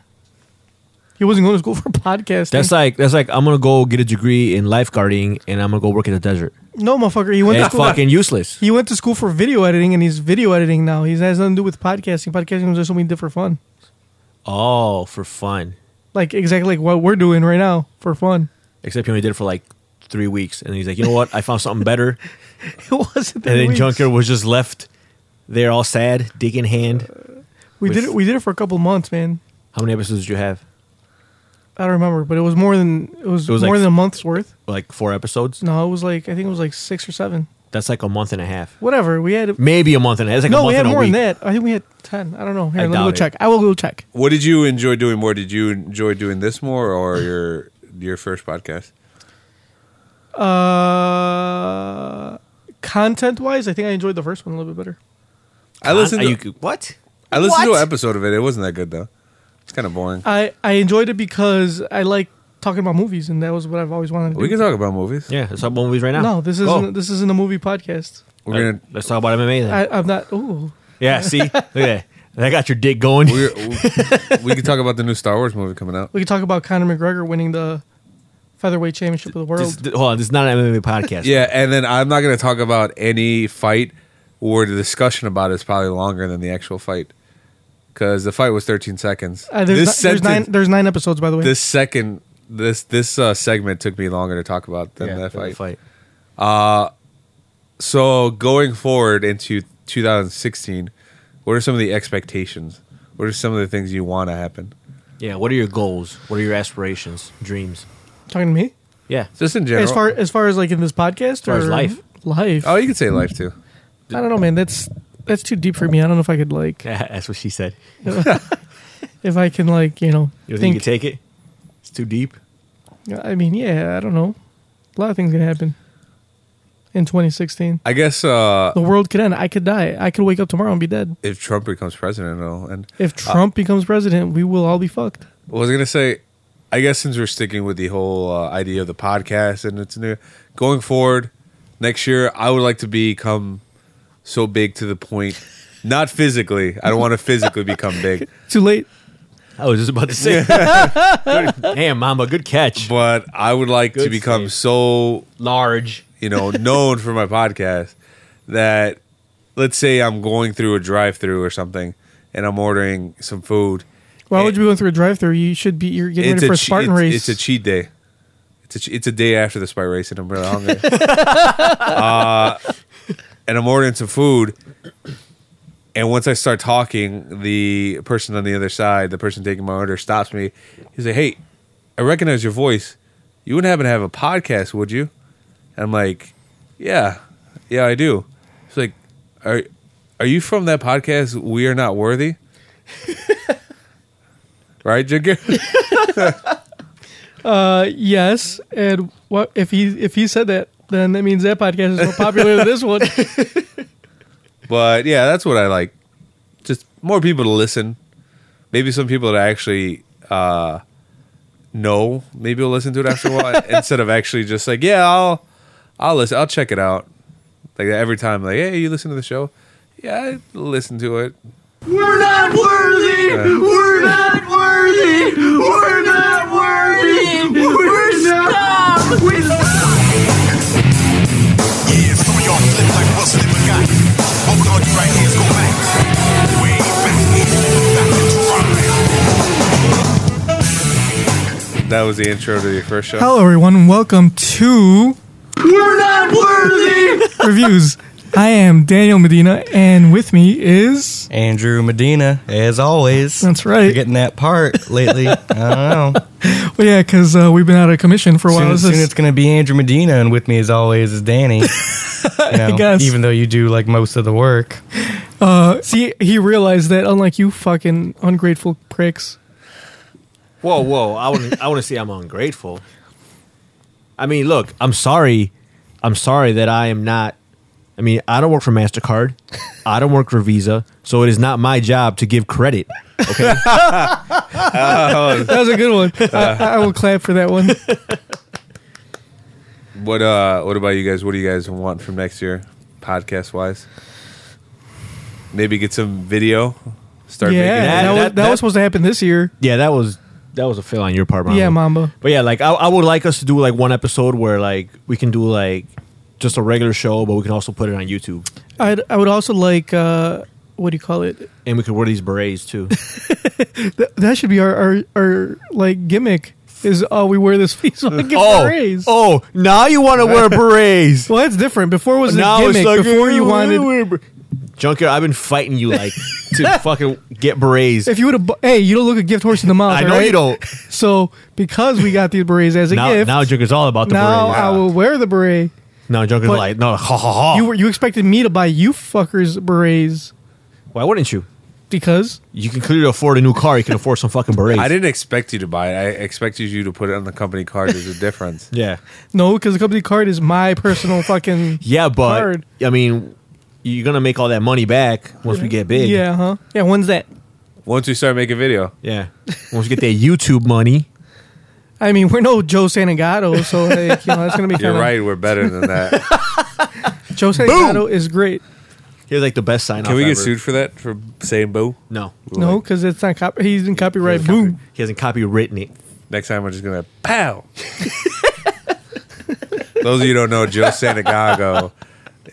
Speaker 2: He wasn't going to school for <laughs> podcasting.
Speaker 4: That's like that's like I'm gonna go get a degree in lifeguarding and I'm gonna go work in the desert.
Speaker 2: no, motherfucker. He went to
Speaker 4: It's
Speaker 2: school.
Speaker 4: fucking useless.
Speaker 2: <laughs> He went to school for video editing, and he's video editing now. He has nothing to do with podcasting. Podcasting is just something we did for fun,
Speaker 4: Oh, for fun.
Speaker 2: like exactly like what we're doing right now for fun. <laughs>
Speaker 4: Except he only did it for like three weeks, and he's like, you know what? I found something
Speaker 2: <laughs>
Speaker 4: better.
Speaker 2: It wasn't. That
Speaker 4: And then
Speaker 2: weeks.
Speaker 4: Junker was just left there, all sad, dick in hand.
Speaker 2: We did
Speaker 4: with-
Speaker 2: it. We did it for a couple months, man.
Speaker 4: How many episodes did you have?
Speaker 2: I don't remember, but it was more than it was,
Speaker 4: It was
Speaker 2: more
Speaker 4: like-
Speaker 2: than a month's worth.
Speaker 4: Like four episodes.
Speaker 2: No, it was like I think it was like six or seven.
Speaker 4: That's like a month and a half.
Speaker 2: Whatever. We had
Speaker 4: Maybe a month and a half. It's like a
Speaker 2: no,
Speaker 4: month
Speaker 2: we had
Speaker 4: and a
Speaker 2: more
Speaker 4: week.
Speaker 2: than that. I think we had ten. I don't know. Here,
Speaker 4: I
Speaker 2: let me go
Speaker 4: doubt it.
Speaker 2: check. I will go check.
Speaker 3: What did you enjoy doing more? Did you enjoy doing this more or your your first podcast?
Speaker 2: Uh, content wise, I think I enjoyed the first one a little bit better.
Speaker 3: I listened.
Speaker 4: Are
Speaker 3: To,
Speaker 4: you- what?
Speaker 3: I listened to
Speaker 4: What?
Speaker 3: an episode of it. It wasn't that good though. It's kind of boring.
Speaker 2: I I enjoyed it because I like talking about movies, and that was what I've always wanted to
Speaker 3: We
Speaker 2: do.
Speaker 3: can talk about movies.
Speaker 4: Yeah, let's talk about movies right now.
Speaker 2: No, this
Speaker 4: Go.
Speaker 2: isn't this isn't a movie podcast.
Speaker 3: We're
Speaker 4: Uh,
Speaker 3: gonna.
Speaker 4: let's talk about MMA then.
Speaker 2: I, I'm not. Ooh, <laughs>
Speaker 4: yeah, see, look at that. That got your dick going.
Speaker 3: We're, we- we can talk about the new Star Wars movie coming out.
Speaker 2: we could talk about Conor McGregor winning the featherweight championship of the world.
Speaker 4: <laughs> This- th- hold on, this is not an MMA podcast.
Speaker 3: Yeah, and then I'm not gonna talk about any fight or the discussion about it is probably longer than the actual fight because the fight was 13 seconds.
Speaker 2: Uh, there's,
Speaker 3: this
Speaker 2: ni- there's
Speaker 3: sentence-
Speaker 2: nine. There's nine episodes, by the way.
Speaker 3: this second this this uh, segment took me longer to talk about than
Speaker 4: Yeah,
Speaker 3: that
Speaker 4: the
Speaker 3: fight. So going forward into 2016, what are some of the expectations? What are some of the things you want to happen?
Speaker 4: Yeah, what are your goals? What are your aspirations, dreams?
Speaker 2: talking to me
Speaker 4: Yeah, <laughs>
Speaker 3: Just in general.
Speaker 2: as far as far as like in this podcast as
Speaker 4: far
Speaker 2: or
Speaker 4: as life.
Speaker 2: Life.
Speaker 3: oh, you could say life too.
Speaker 2: I don't know, man. That's that's too deep for me. I don't know if I could like
Speaker 4: that's what she said.
Speaker 2: if I can like you know
Speaker 4: You don't think,
Speaker 2: think.
Speaker 4: you can take it? It's too deep.
Speaker 2: I mean, yeah, I don't know. A lot of things can happen in 2016.
Speaker 3: I guess uh,
Speaker 2: The world could end. I could die. I could wake up tomorrow and be dead.
Speaker 3: if Trump becomes president, it'll end.
Speaker 2: If Trump becomes president, we will all be fucked.
Speaker 3: Well, I was gonna say, I guess since we're sticking with the whole uh, idea of the podcast and it's new going forward next year, I would like to become so big to the point, not physically. I don't want to physically become
Speaker 2: <laughs>
Speaker 3: big,
Speaker 2: Too late.
Speaker 4: I was just about to say. <laughs> Damn, Mamba, good catch.
Speaker 3: but I would like to
Speaker 4: Good
Speaker 3: become
Speaker 4: save.
Speaker 3: so
Speaker 4: Large.
Speaker 3: you know known for my podcast that let's say I'm going through a drive-through or something and I'm ordering some food.
Speaker 2: Why
Speaker 3: Eh,
Speaker 2: would you be going through a drive-through? You should be. You're getting ready for a
Speaker 3: che-
Speaker 2: Spartan
Speaker 3: it's,
Speaker 2: race.
Speaker 3: It's a cheat day. It's a che- it's a day after the Spartan race, and I'm
Speaker 2: <laughs>
Speaker 3: really hungry. uh, and I'm ordering some food. And once I start talking, the person on the other side, the person taking my order, stops me. He's like, "Hey, I recognize your voice. You wouldn't happen to have a podcast, would you?" And I'm like, "Yeah, yeah, I do." He's like, "Are are you from that podcast? We are not worthy." <laughs> Right, Jigger?
Speaker 2: uh, yes, and what if he if he said that? Then that means that podcast is more popular than this one.
Speaker 3: But yeah, that's what I like. Just more people to listen. Maybe some people that I actually uh, know maybe will listen to it after a while instead of actually just like, yeah, I'll I'll listen, I'll check it out. Like every time, like, hey, you listen to the show? Yeah, I listen to it.
Speaker 1: We're not worthy. We're not worthy. We're not worthy. We're, stuck. We're
Speaker 5: Yeah, some of y'all flip like Russell and Maggot. Both of you right here go back. Way back. Back into rock
Speaker 3: That was the intro to your first
Speaker 2: <laughs>
Speaker 3: show.
Speaker 2: Hello, everyone, and welcome to
Speaker 1: We're not worthy.
Speaker 2: reviews. I am Daniel Medina, and with me is
Speaker 6: Andrew Medina, as always.
Speaker 2: That's right.
Speaker 6: You're getting that
Speaker 2: <laughs>
Speaker 6: part lately. I don't know.
Speaker 2: well, yeah, because uh, we've been out of commission for a
Speaker 6: Soon,
Speaker 2: while. This
Speaker 6: soon
Speaker 2: is-
Speaker 6: it's going to be Andrew Medina, and with me, as always,
Speaker 2: <laughs>
Speaker 6: is Danny. You know,
Speaker 2: guess.
Speaker 6: Even though you do like most of the work.
Speaker 2: uh, See, he realized that, unlike you fucking ungrateful pricks.
Speaker 4: Whoa, whoa! I want I want to say I'm ungrateful. I mean, look, I'm sorry. I'm sorry that I am not. I mean, I don't work for Mastercard. I don't work for Visa, so it is not my job to give credit.
Speaker 2: <laughs>
Speaker 4: Okay,
Speaker 2: That was a good one. <laughs> I, I will clap for that one.
Speaker 3: What uh what about you guys? What do you guys want from next year podcast wise? Maybe get some video. Start
Speaker 2: yeah,
Speaker 3: making
Speaker 2: that,
Speaker 4: that-
Speaker 2: was,
Speaker 4: that-
Speaker 2: that
Speaker 4: that-
Speaker 2: was supposed to happen this year.
Speaker 4: yeah, that was that was a fail on your part, Mamba.
Speaker 2: Yeah, Mamba.
Speaker 4: But yeah, like I, I would like us to do like one episode where like we can do like just a regular show, but we can also put it on YouTube,
Speaker 2: I'd, I would also like, uh, what do you call it?
Speaker 4: and we could wear these berets too.
Speaker 2: Th- that should be our, our, our like gimmick is, oh, we wear this <laughs> face on get
Speaker 4: oh,
Speaker 2: raised.
Speaker 4: oh! Now you want to <laughs> wear berets?
Speaker 2: Well, that's different. Before was a
Speaker 4: now it's
Speaker 2: gimmick.
Speaker 4: like
Speaker 2: Before you wanted,
Speaker 4: Junkyard, I've been fighting you like to fucking get berets.
Speaker 2: if you would have, hey, you don't look a gift horse in the mouth.
Speaker 4: I know
Speaker 2: alright?
Speaker 4: you don't.
Speaker 2: So because we got these berets as a
Speaker 4: Now,
Speaker 2: gift,
Speaker 4: now Junker's all about the
Speaker 2: now
Speaker 4: berets.
Speaker 2: I will wear the beret.
Speaker 4: now Junker's
Speaker 2: but-
Speaker 4: like, no, ha ha ha.
Speaker 2: You were you expected me to buy you fuckers berets
Speaker 4: Why wouldn't you?
Speaker 2: because
Speaker 4: You can clearly afford a new car. You can afford some fucking berets.
Speaker 3: I didn't expect you to buy it. I expected you to put it on the company card. There's
Speaker 2: <laughs>
Speaker 3: a difference.
Speaker 4: Yeah,
Speaker 2: no, because the company card is my personal fucking
Speaker 4: yeah, but
Speaker 2: Card.
Speaker 4: I mean, you're gonna make all that money back once we get <laughs> big.
Speaker 2: Yeah, huh? Yeah, when's that?
Speaker 3: Once we start making video.
Speaker 4: yeah. Once we get that YouTube money,
Speaker 2: I mean, we're no Joe Santagato, so like, you know that's gonna be.
Speaker 3: <laughs> You're
Speaker 2: kinda-
Speaker 3: right, we're better than
Speaker 2: <laughs>
Speaker 3: that.
Speaker 2: Joe Santagato is great.
Speaker 4: here's like the best sign.
Speaker 3: Can we get sued for that? For saying boo?
Speaker 4: No,
Speaker 2: No, because it's not copy. He's in copyright. Boom.
Speaker 4: he hasn't copywritten it.
Speaker 3: Next time we're just gonna
Speaker 2: <laughs>
Speaker 3: pow. Those of you who don't know, Joe Sanagago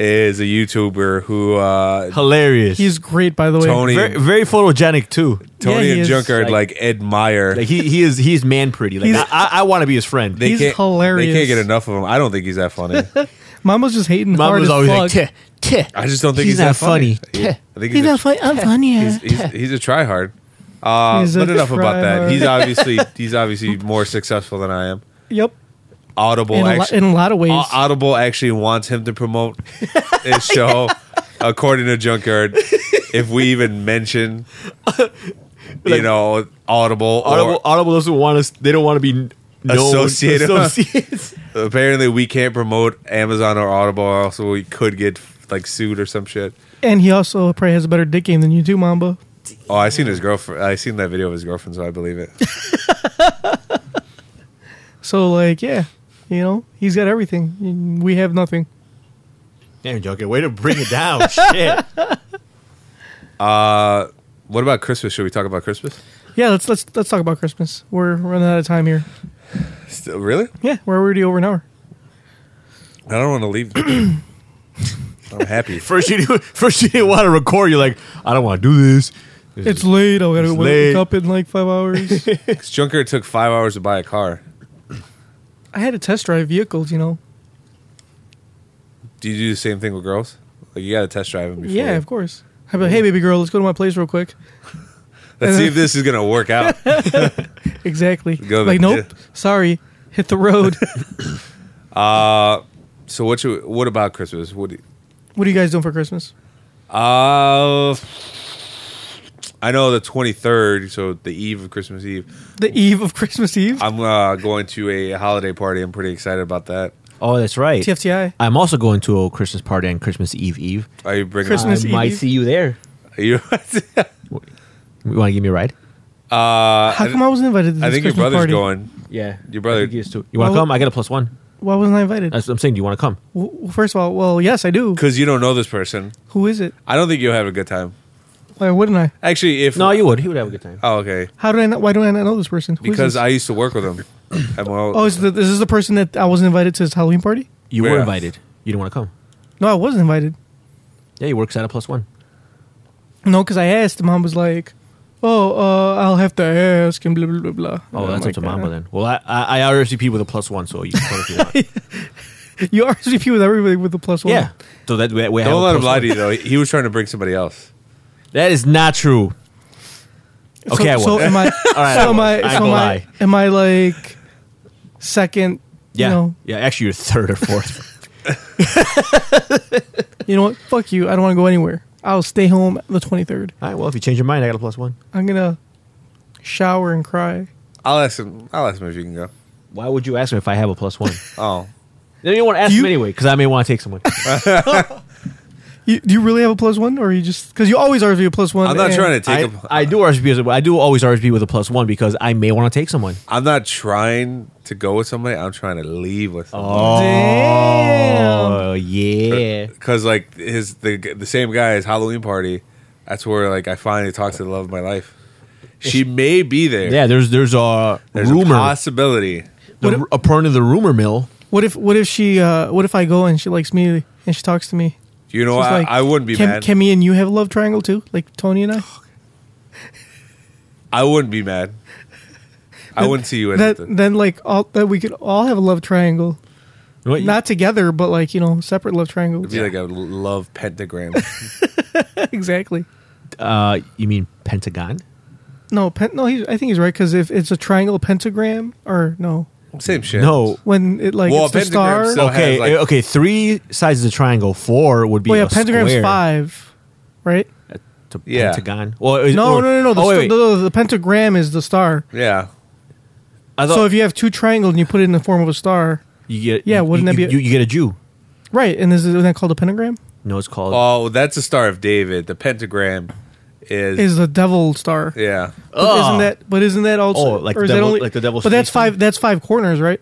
Speaker 3: is a YouTuber who uh,
Speaker 4: Hilarious.
Speaker 2: He's great, by the way.
Speaker 3: Tony
Speaker 4: very, very photogenic too.
Speaker 3: Tony
Speaker 2: Yeah, he
Speaker 3: and
Speaker 2: is.
Speaker 3: Junkyard like, admire.
Speaker 4: Like he, he is he's man pretty. Like
Speaker 2: He's-
Speaker 4: I, I, I want to be his friend.
Speaker 3: they
Speaker 2: he's
Speaker 3: can't,
Speaker 2: hilarious.
Speaker 3: They can't get enough of him. I don't think he's
Speaker 2: <laughs>
Speaker 3: that funny.
Speaker 2: Mama's just hating
Speaker 4: Mom
Speaker 2: hard
Speaker 4: was
Speaker 2: as
Speaker 4: always
Speaker 2: fuck.
Speaker 4: like, "Teh, teh."
Speaker 3: I just don't think
Speaker 4: He's
Speaker 3: he's, that
Speaker 4: not funny.
Speaker 3: He- I think he's,
Speaker 2: he's
Speaker 3: a,
Speaker 2: not funny. I'm funny.
Speaker 3: he's, he's, he's
Speaker 2: <laughs>
Speaker 3: a tryhard. Uh,
Speaker 2: He's a
Speaker 3: but enough about that.
Speaker 2: tryhard. <laughs>
Speaker 3: He's obviously he's obviously more successful than I am.
Speaker 2: yep.
Speaker 3: Audible
Speaker 2: In a, lo-
Speaker 3: actually, uh,
Speaker 2: in a lot of ways.
Speaker 3: Au- Audible actually wants him to
Speaker 2: <laughs>
Speaker 3: promote his show, according to Junkyard. If we even
Speaker 2: <laughs>
Speaker 3: mention, you know, Audible,
Speaker 4: Audible, Audible doesn't want us. They don't want to be known, <laughs>
Speaker 3: Associated. <laughs>
Speaker 4: associates.
Speaker 2: uh,
Speaker 3: or apparently we can't promote Amazon or Audible, or else we could get like sued or some shit.
Speaker 2: and he also probably has a better dick game than you do, Mamba.
Speaker 3: Oh, I seen his girlfriend. I seen that video of his girlfriend, so I believe <laughs> it.
Speaker 2: So like, yeah, you know, he's got everything. and We have nothing.
Speaker 4: Damn, Joker, way to bring it down. <laughs> Shit.
Speaker 3: What about Christmas? Should we talk about Christmas?
Speaker 2: Yeah, let's let's let's talk about Christmas. We're running out of time here.
Speaker 3: Still, really?
Speaker 2: Yeah, we're already over an hour.
Speaker 3: I don't want to <clears throat> leave. I'm happy.
Speaker 4: First you didn't- first you didn't want to record. You're like, I don't want to do this.
Speaker 2: It's late. I gotta
Speaker 4: It's
Speaker 2: wake
Speaker 4: late.
Speaker 2: up in like five hours.
Speaker 3: Because <laughs> Junker took five hours to buy a car.
Speaker 2: I had to test drive vehicles. You know.
Speaker 3: Do you do the same thing with girls? Like you got to test drive them before.
Speaker 2: Yeah, of course. I'd be like, hey, baby girl, let's go to my place real quick.
Speaker 3: Let's see if this is gonna work <laughs> out.
Speaker 2: Exactly.
Speaker 3: Go
Speaker 2: like,
Speaker 3: then,
Speaker 2: nope.
Speaker 3: yeah.
Speaker 2: Sorry. Hit the road. <laughs>
Speaker 3: So what? You, what about Christmas? What? Do you,
Speaker 2: what are you guys doing for Christmas?
Speaker 3: uh, I know the 23rd, so the eve of Christmas Eve.
Speaker 2: The eve of Christmas Eve.
Speaker 3: I'm uh, going to a holiday party. I'm pretty excited about that.
Speaker 4: Oh, that's right.
Speaker 2: TFTI.
Speaker 4: I'm also going to a Christmas party on Christmas Eve. Eve.
Speaker 3: Are you bringing?
Speaker 2: Christmas-
Speaker 4: I
Speaker 2: Eve
Speaker 4: might
Speaker 2: Eve?
Speaker 4: see you there.
Speaker 3: <laughs> Are you? <laughs>
Speaker 4: You want to give me a ride?
Speaker 2: How come I wasn't invited to this
Speaker 3: I think your
Speaker 2: Christmas
Speaker 3: brother's
Speaker 2: party?
Speaker 3: going.
Speaker 4: Yeah,
Speaker 3: Your brother-
Speaker 4: You want to
Speaker 2: Well-
Speaker 4: come? I got a plus one.
Speaker 2: Why wasn't I invited?
Speaker 4: That's what I'm saying. Do you want to come?
Speaker 2: W- well, first of all, well, yes, I do.
Speaker 3: Because you don't know this person.
Speaker 2: Who is it?
Speaker 3: I don't think you'll have a good time.
Speaker 2: Why wouldn't I?
Speaker 3: Actually, if
Speaker 4: No, you would. He would have a good time.
Speaker 3: Oh, okay.
Speaker 2: How do I not? Why do I not know this person? Who is
Speaker 3: Because
Speaker 2: this?
Speaker 3: I used to work with
Speaker 4: <coughs>
Speaker 3: him. At my old-
Speaker 2: Oh, is the, this is the person that I wasn't invited to his Halloween party?
Speaker 4: You were
Speaker 3: Yeah.
Speaker 4: invited. You didn't want to come.
Speaker 2: No, I was invited.
Speaker 4: Yeah, you works at a plus one.
Speaker 2: No, because I asked. Mom was like, "Oh, uh, I'll have to ask," and blah blah blah blah.
Speaker 4: Oh, that's up
Speaker 2: like, "Uh-huh."
Speaker 4: to Mamba then. Well, I, I, I RSVP with a plus one, so you can come if
Speaker 2: <laughs>
Speaker 4: you want.
Speaker 2: You <laughs> RSVP with everybody with the plus one.
Speaker 4: yeah. So that way, way I have
Speaker 3: don't
Speaker 4: a
Speaker 3: let him
Speaker 4: plus
Speaker 3: lie
Speaker 4: one.
Speaker 3: to you
Speaker 4: <laughs>
Speaker 3: though. He was trying to bring somebody else.
Speaker 4: That is not true.
Speaker 2: So,
Speaker 4: Okay, I
Speaker 2: so
Speaker 4: won.
Speaker 2: am
Speaker 4: <laughs>
Speaker 2: I?
Speaker 4: right, I
Speaker 2: so am
Speaker 4: won.
Speaker 2: I?
Speaker 4: I ain't
Speaker 2: So
Speaker 4: gonna
Speaker 2: am I?
Speaker 4: lie.
Speaker 2: Am I like second?
Speaker 4: Yeah,
Speaker 2: You know,
Speaker 4: yeah. Actually, you're third or fourth. <laughs>
Speaker 2: you know what? Fuck you. I don't want to go anywhere. I'll stay home the twenty third.
Speaker 4: All right. Well, if you change your mind, I got a plus one.
Speaker 2: I'm gonna shower and cry.
Speaker 3: I'll ask him. I'll ask him if you can go.
Speaker 4: Why would you ask me if I have a plus
Speaker 2: <laughs>
Speaker 4: one?
Speaker 3: Oh,
Speaker 4: Then you want to ask
Speaker 2: You-
Speaker 4: him anyway because I may want to
Speaker 3: <laughs>
Speaker 4: take someone.
Speaker 2: You, do you really have a plus one, or are you just because you always RSV a plus one?
Speaker 3: I'm not
Speaker 2: and-
Speaker 3: trying to
Speaker 4: I,
Speaker 3: take. a,
Speaker 4: I do RSV as a, I do always RSV with a plus one because I may want to take someone.
Speaker 3: I'm not trying to go with somebody. I'm trying to leave with somebody.
Speaker 2: Damn.
Speaker 4: Oh yeah.
Speaker 3: Because like his the the same guy's Halloween party. That's where like I finally talked to the love of my life. She may be there.
Speaker 4: Yeah, there's there's a
Speaker 3: There's
Speaker 4: rumor,
Speaker 3: a possibility.
Speaker 4: the, ru- according to the rumor mill.
Speaker 2: What if what if she uh, what if I go and she likes me and she talks to me?
Speaker 3: You know,
Speaker 2: She's
Speaker 3: Oh, I,
Speaker 2: like,
Speaker 3: I wouldn't be
Speaker 2: can,
Speaker 3: mad. Oh,
Speaker 2: Can me and you have a love triangle too, like Tony and I?
Speaker 3: I wouldn't be mad. I wouldn't see you as
Speaker 2: That,
Speaker 3: the-
Speaker 2: then like all that we could all have a love triangle,
Speaker 4: What,
Speaker 2: not together, but like you know separate love triangles.
Speaker 3: be like a love
Speaker 2: <laughs>
Speaker 3: pentagram.
Speaker 2: exactly.
Speaker 4: uh, you mean Pentagon?
Speaker 2: No, pen, no, he's, I think he's right because if it's a triangle, pentagram, or no,
Speaker 3: Same shit.
Speaker 4: No.
Speaker 2: when it like
Speaker 3: Well,
Speaker 2: it's the
Speaker 3: pentagram
Speaker 2: star.
Speaker 3: still has,
Speaker 4: Okay,
Speaker 3: like-
Speaker 4: uh, okay. Three sides of the triangle. Four would be.
Speaker 2: well, Oh, yeah,
Speaker 4: a
Speaker 2: pentagram's
Speaker 4: square
Speaker 2: five, right?
Speaker 4: To
Speaker 3: Yeah.
Speaker 4: Pentagon. Well, is-
Speaker 2: No,
Speaker 4: or-
Speaker 2: no, no, no. The,
Speaker 4: oh, wait,
Speaker 2: st-
Speaker 4: wait.
Speaker 2: the- the pentagram is the star.
Speaker 3: Yeah.
Speaker 4: I thought
Speaker 2: So if you have two triangles and you put it in the form of a star,
Speaker 4: you get
Speaker 2: Yeah,
Speaker 4: you-
Speaker 2: wouldn't that
Speaker 4: you-
Speaker 2: be a-
Speaker 4: you, you get a Jew?
Speaker 2: right? And is isn't that called a pentagram?
Speaker 4: No, it's called.
Speaker 3: Oh, that's the Star of David. The pentagram is,
Speaker 2: Is the devil star?
Speaker 3: yeah.
Speaker 2: But isn't that? But isn't that also?
Speaker 4: Ah. Oh, like
Speaker 2: or
Speaker 4: the
Speaker 2: is that
Speaker 4: devil-
Speaker 2: only,
Speaker 4: like the devil's
Speaker 2: But that's
Speaker 4: feast?
Speaker 2: five. That's five corners, right?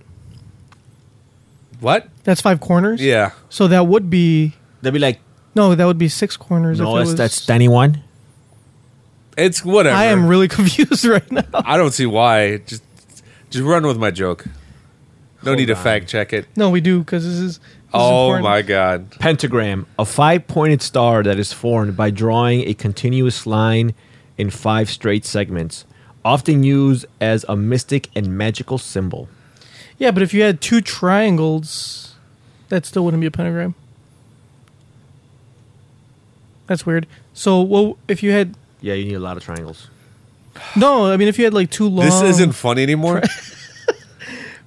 Speaker 3: What?
Speaker 2: That's five corners.
Speaker 3: Yeah.
Speaker 2: So that would be
Speaker 4: That'd be like
Speaker 2: no. That would be six corners.
Speaker 4: no.
Speaker 2: if
Speaker 4: That's
Speaker 2: it
Speaker 4: that's
Speaker 2: was,
Speaker 4: ninety-one.
Speaker 3: It's whatever.
Speaker 2: I am really <laughs> confused right now.
Speaker 3: I don't see why. Just just run with my joke. No need to fact check it.
Speaker 2: No, we do because this is. This
Speaker 3: oh
Speaker 2: is important.
Speaker 3: my god.
Speaker 4: Pentagram, a five-pointed star that is formed by drawing a continuous line in five straight segments, often used as a mystic and magical symbol.
Speaker 2: Yeah, but if you had two triangles, that still wouldn't be a pentagram. That's weird. So, well, if you had
Speaker 4: Yeah, you need a lot of triangles.
Speaker 2: no, I mean, if you had like two long.
Speaker 3: This isn't funny anymore.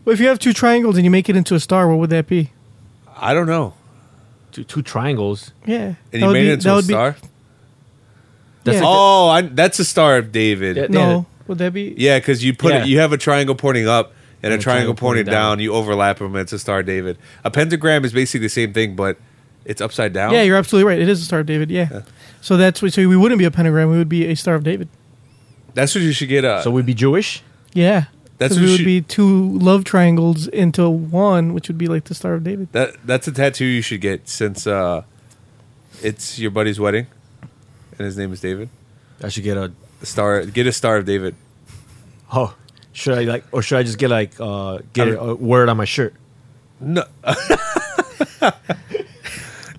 Speaker 2: Well, if you have two triangles and you make it into a star, what would that be?
Speaker 3: I don't know.
Speaker 4: Two, two triangles.
Speaker 2: Yeah,
Speaker 3: And
Speaker 2: that
Speaker 3: you
Speaker 2: would
Speaker 3: made
Speaker 2: be-
Speaker 3: it into
Speaker 2: that
Speaker 3: a
Speaker 2: would be-
Speaker 3: star?
Speaker 4: That's
Speaker 2: Yeah.
Speaker 4: like
Speaker 3: oh, I, that's the Star of David.
Speaker 4: Yeah.
Speaker 2: no, would that be?
Speaker 3: Yeah, because you put
Speaker 4: Yeah.
Speaker 3: it, you have a triangle pointing up and a, triangle, pointing down.
Speaker 4: down.
Speaker 3: You overlap them. It's a star, David. A pentagram is basically the same thing, but it's upside down.
Speaker 2: Yeah, you're absolutely right. It is a star of David. Yeah. So that's what. So we wouldn't be a pentagram. We would be a star of David.
Speaker 3: that's what you should get. Uh,
Speaker 4: So we'd be Jewish.
Speaker 2: Yeah.
Speaker 3: That's
Speaker 2: 'Cause
Speaker 3: what
Speaker 2: we would
Speaker 3: she-
Speaker 2: be two love triangles into one, which would be like the star of David.
Speaker 3: that that's a tattoo you should get since uh, it's your buddy's wedding, and his name is David.
Speaker 4: I should get a.
Speaker 3: A star, get a star of David.
Speaker 4: Oh, should I like, or should I just get like, uh, get
Speaker 3: I
Speaker 4: a, a word on my shirt?
Speaker 3: No,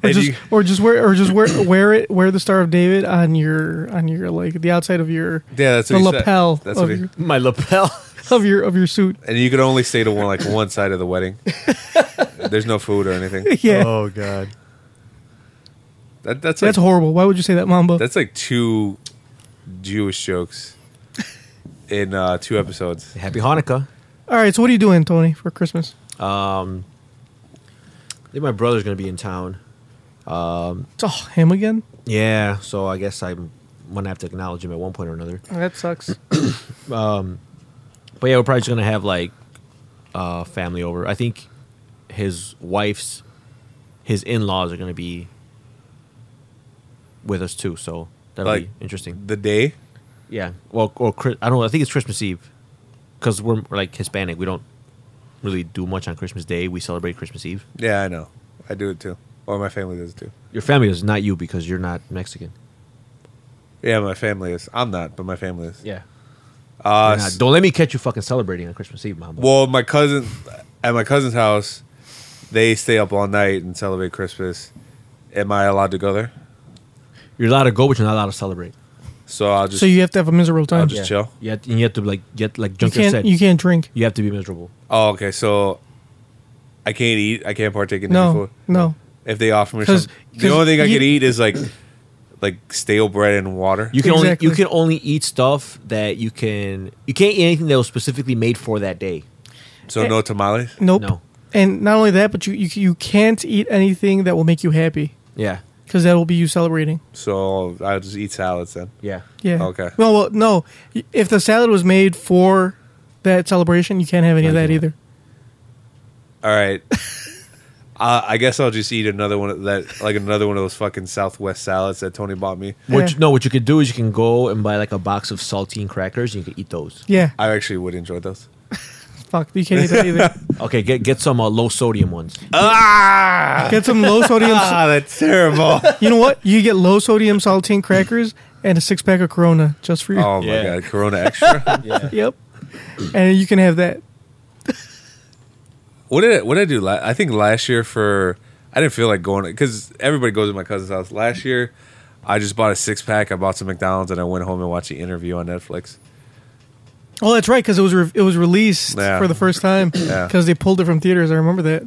Speaker 2: Or
Speaker 3: And
Speaker 2: just,
Speaker 3: you-
Speaker 2: or just wear, or just wear, wear it, wear the Star of David on your, on your like the outside of your,
Speaker 3: Yeah, that's
Speaker 2: the
Speaker 3: what he said.
Speaker 2: lapel
Speaker 3: That's
Speaker 2: of,
Speaker 3: what he-
Speaker 2: your,
Speaker 4: My <laughs> lapel.
Speaker 2: of your, of your suit. <laughs>
Speaker 3: and you could only stay to one like one side of the wedding. <laughs> There's no food or anything.
Speaker 2: Yeah,
Speaker 4: Oh God.
Speaker 3: That, that's like,
Speaker 2: that's horrible. Why would you say that, Mamba?
Speaker 3: <laughs> That's like two Jewish jokes in uh, two episodes.
Speaker 4: Happy Hanukkah.
Speaker 2: All right, so what are you doing, Tony, for Christmas?
Speaker 4: I think my brother's gonna be in town.
Speaker 2: Oh, him again?
Speaker 4: Yeah, so I guess I'm gonna have to acknowledge him at one point or another.
Speaker 2: Oh, that sucks.
Speaker 4: But yeah, we're probably just gonna have like uh family over. I think his wife's his in laws are gonna be with us too, so that'll
Speaker 3: Like
Speaker 4: be interesting.
Speaker 3: The day,
Speaker 4: Yeah. Well, or Chri- I don't. know. I think it's Christmas Eve because we're, we're like Hispanic. We don't really do much on Christmas Day. We celebrate Christmas Eve.
Speaker 3: yeah, I know, I do it too, or my family does it too.
Speaker 4: Your family is not you because you're not Mexican.
Speaker 3: Yeah, my family is. I'm not, but my family is.
Speaker 4: Yeah.
Speaker 3: Uh, s-
Speaker 4: don't let me catch you fucking celebrating on Christmas Eve, mom.
Speaker 3: well, my cousin at my cousin's house, they stay up all night and celebrate Christmas. Am I allowed to go there?
Speaker 4: you're allowed to go, but you're not allowed to celebrate.
Speaker 3: So I'll just.
Speaker 2: so you have to have a miserable time.
Speaker 3: I'll just- Chill.
Speaker 4: You have to, and you have to like get like
Speaker 2: you
Speaker 4: Junker
Speaker 2: can't,
Speaker 4: said.
Speaker 2: you can't drink.
Speaker 4: You have to be miserable.
Speaker 3: oh, okay. So I can't eat. I can't partake in any
Speaker 2: No,
Speaker 3: food.
Speaker 2: no.
Speaker 3: If they offer me
Speaker 2: 'Cause-
Speaker 3: something,
Speaker 2: 'cause
Speaker 3: the only thing I
Speaker 2: you-
Speaker 3: could eat is like, like stale bread and water.
Speaker 4: You can
Speaker 2: Exactly.
Speaker 4: only you can only eat stuff that you can. You can't eat anything that was specifically made for that day.
Speaker 3: so no tamales.
Speaker 2: Nope.
Speaker 4: No.
Speaker 2: And not only that, but you, you you can't eat anything that will make you happy
Speaker 4: Yeah.
Speaker 2: because that will be you celebrating.
Speaker 3: So I'll just eat salads then.
Speaker 4: Yeah.
Speaker 2: Yeah.
Speaker 3: Oh, Okay.
Speaker 2: No, well, no. If the salad was made for that celebration. You can't have any of that either.
Speaker 3: All right. uh, I guess I'll just eat another one of that, like another one of those fucking Southwest salads that Tony bought me.
Speaker 4: What
Speaker 2: Yeah.
Speaker 4: you, no, what you could do is you can go and buy like a box of saltine crackers and you can eat those.
Speaker 2: Yeah,
Speaker 3: I actually would enjoy those.
Speaker 2: fuck, you can't eat that
Speaker 3: <laughs>
Speaker 2: either.
Speaker 4: Okay, get get some uh, low sodium ones.
Speaker 2: Get some low sodium.
Speaker 3: Ah, that's terrible.
Speaker 2: You know what? You get low sodium saltine crackers and a six pack of Corona just for you.
Speaker 3: oh my
Speaker 4: Yeah.
Speaker 3: god, Corona Extra.
Speaker 2: <laughs> Yep. And you can have that.
Speaker 3: What did I, what did I do? La- I think last year for I didn't feel like going because everybody goes to my cousin's house. Last year, I just bought a six pack. I bought some McDonald's and I went home and watched the interview on Netflix.
Speaker 2: Oh, that's right, because it was re- it was released
Speaker 3: Yeah.
Speaker 2: for the first time because
Speaker 3: Yeah.
Speaker 2: they pulled it from theaters. I remember that.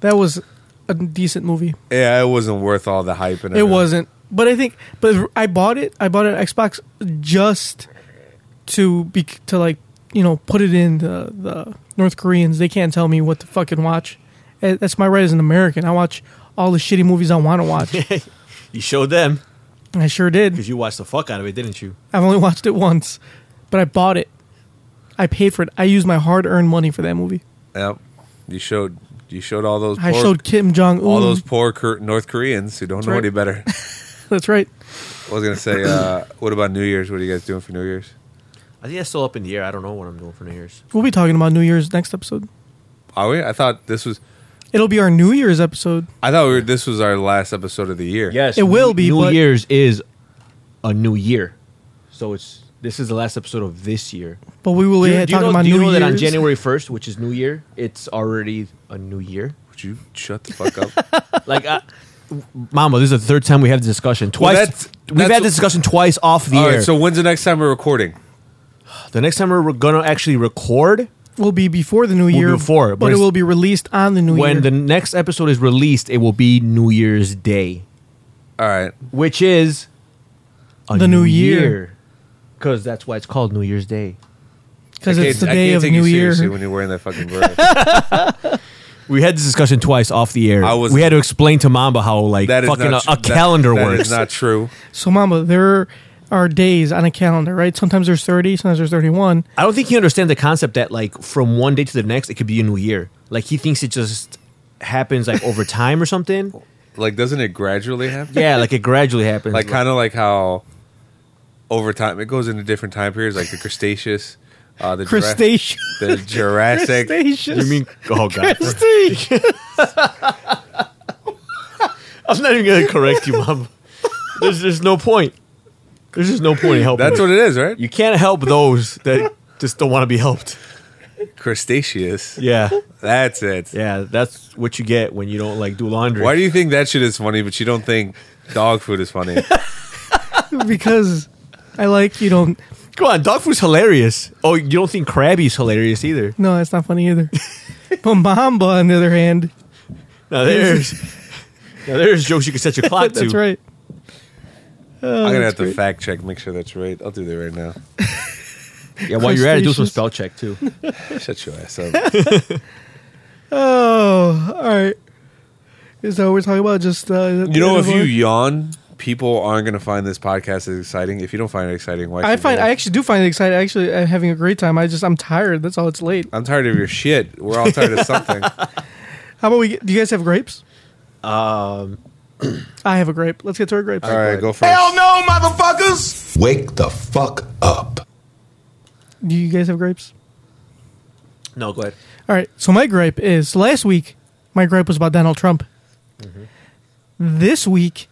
Speaker 2: That was a decent movie.
Speaker 3: Yeah, it wasn't worth all the hype. And
Speaker 2: It
Speaker 3: everything.
Speaker 2: wasn't, but I think, but I bought it. I bought an Xbox just to be to like you know put it in the, the North Koreans. They can't tell me what to fucking watch. Eh, That's my right as an American. I watch all the shitty movies I want to
Speaker 4: <laughs>
Speaker 2: watch.
Speaker 4: You showed them
Speaker 2: I sure did.
Speaker 4: because you watched the fuck out of it, didn't you?
Speaker 2: I've only watched it once, but I bought it. I paid for it. I used my hard earned money for that movie.
Speaker 3: Yep. You showed you showed all those.
Speaker 2: I
Speaker 3: poor-
Speaker 2: showed Kim Jong Un.
Speaker 3: all those poor Cor- North Koreans who don't know
Speaker 2: right. <laughs>
Speaker 3: any better.
Speaker 2: That's right.
Speaker 3: I was gonna say, uh, what about New Year's? What are you guys doing for New Year's?
Speaker 4: I think that's still up in the air. I don't know what I'm doing for New Year's.
Speaker 2: We'll be talking about New Year's next episode.
Speaker 3: Are we? I thought this was.
Speaker 2: It'll be our New Year's episode.
Speaker 3: I thought we were, this was our last episode of the year.
Speaker 4: Yes,
Speaker 2: It will be,
Speaker 4: New
Speaker 2: but-
Speaker 4: Year's is a new year, so it's this is the last episode of this year.
Speaker 2: But we will
Speaker 4: Do
Speaker 2: be
Speaker 4: you, do you
Speaker 2: talking
Speaker 4: know,
Speaker 2: about
Speaker 4: do you
Speaker 2: New
Speaker 4: know
Speaker 2: Year's.
Speaker 4: that on January first, which is New Year, it's already a new year.
Speaker 3: Would you shut the
Speaker 2: <laughs>
Speaker 3: fuck up?
Speaker 4: Like, I, Mama, this is the third time we have this discussion. Twice
Speaker 3: that's-
Speaker 4: we've
Speaker 3: that's
Speaker 4: had
Speaker 3: what-
Speaker 4: this discussion twice off the
Speaker 3: all
Speaker 4: air.
Speaker 3: right. So when's the next time we're recording?
Speaker 4: the next time we're gonna actually record
Speaker 2: will be before the New
Speaker 4: be
Speaker 2: Year.
Speaker 4: before, but
Speaker 2: but it
Speaker 4: it's-
Speaker 2: will be released on the New
Speaker 4: when
Speaker 2: Year.
Speaker 4: the next episode is released. It will be New Year's Day,
Speaker 3: All right.
Speaker 4: which is a
Speaker 2: The new year.
Speaker 4: because that's why it's called New Year's Day.
Speaker 2: Because
Speaker 3: I
Speaker 2: it's the
Speaker 3: can't- I
Speaker 2: day
Speaker 3: can't
Speaker 2: of
Speaker 3: take
Speaker 2: New
Speaker 3: you
Speaker 2: Year.
Speaker 3: seriously when you're wearing that
Speaker 4: <laughs>
Speaker 3: fucking bird.
Speaker 4: We had this discussion twice off the air.
Speaker 3: I was-
Speaker 4: we had to explain to Mamba how like
Speaker 3: That is
Speaker 4: fucking
Speaker 3: not
Speaker 4: a, a
Speaker 3: tr- that-
Speaker 4: calendar
Speaker 3: That
Speaker 4: works.
Speaker 3: is not true.
Speaker 2: So, Mama, there are days on a calendar, right? Sometimes there's 30, sometimes there's 31.
Speaker 4: I don't think he understands the concept that like from one day to the next it could be a new year. Like he thinks it just happens like over time
Speaker 3: <laughs>
Speaker 4: or something.
Speaker 3: Like, doesn't it gradually happen?
Speaker 4: Yeah, like it gradually happens.
Speaker 3: Like, kind of like how over time it goes into different time periods, like the crustaceous, uh, the Jura-
Speaker 2: Crustacean. <laughs>
Speaker 3: the Jurassic.
Speaker 2: Crustaceous. <laughs>
Speaker 3: <laughs>
Speaker 4: You mean oh god.
Speaker 2: Crustacean.
Speaker 4: I'm not even gonna correct you, Mamba. There's there's no point. There's just no point in helping.
Speaker 3: That's
Speaker 4: you.
Speaker 3: what it is, right?
Speaker 4: you can't help those that just don't want to be helped.
Speaker 3: Crustaceous.
Speaker 4: Yeah.
Speaker 3: That's it.
Speaker 4: Yeah, that's what you get when you don't like do laundry.
Speaker 3: Why do you think that shit is funny, but you don't think dog food is
Speaker 2: <laughs>
Speaker 3: funny?
Speaker 2: because I like, you don't.
Speaker 4: Come on, dog food's hilarious. Oh, you don't think Krabby's hilarious either.
Speaker 2: No, that's not funny either. but Mamba, on the other hand,
Speaker 4: Now <laughs> there's now there's jokes you can set your <laughs> clock to.
Speaker 2: that's right.
Speaker 3: I'm gonna have to
Speaker 2: great.
Speaker 3: fact check, make sure that's right. I'll do that right now.
Speaker 4: Yeah, while you're at it, do some
Speaker 2: Crustaceans.
Speaker 4: spell check too.
Speaker 3: Shut your ass up.
Speaker 2: <laughs> Oh, all right. Is that what we're talking about? Just uh,
Speaker 3: You know, if you yawn, people aren't gonna find this podcast as exciting. If you don't find it exciting, why?
Speaker 2: I
Speaker 3: should
Speaker 2: find
Speaker 3: you?
Speaker 2: I actually do find it exciting. Actually, I'm having a great time. I just I'm tired. That's all. It's late.
Speaker 3: I'm tired of your shit. We're all tired
Speaker 2: <laughs>
Speaker 3: of something.
Speaker 2: How about we? Get, do you guys have grapes? Um, <clears throat> I have a grape. Let's get to our grapes.
Speaker 3: All right, go first.
Speaker 7: Hell no, motherfuckers!
Speaker 8: Wake the fuck up.
Speaker 2: Do you guys have grapes?
Speaker 4: <laughs> No, go ahead.
Speaker 2: All right. So my gripe is last week my gripe was about Donald Trump. This week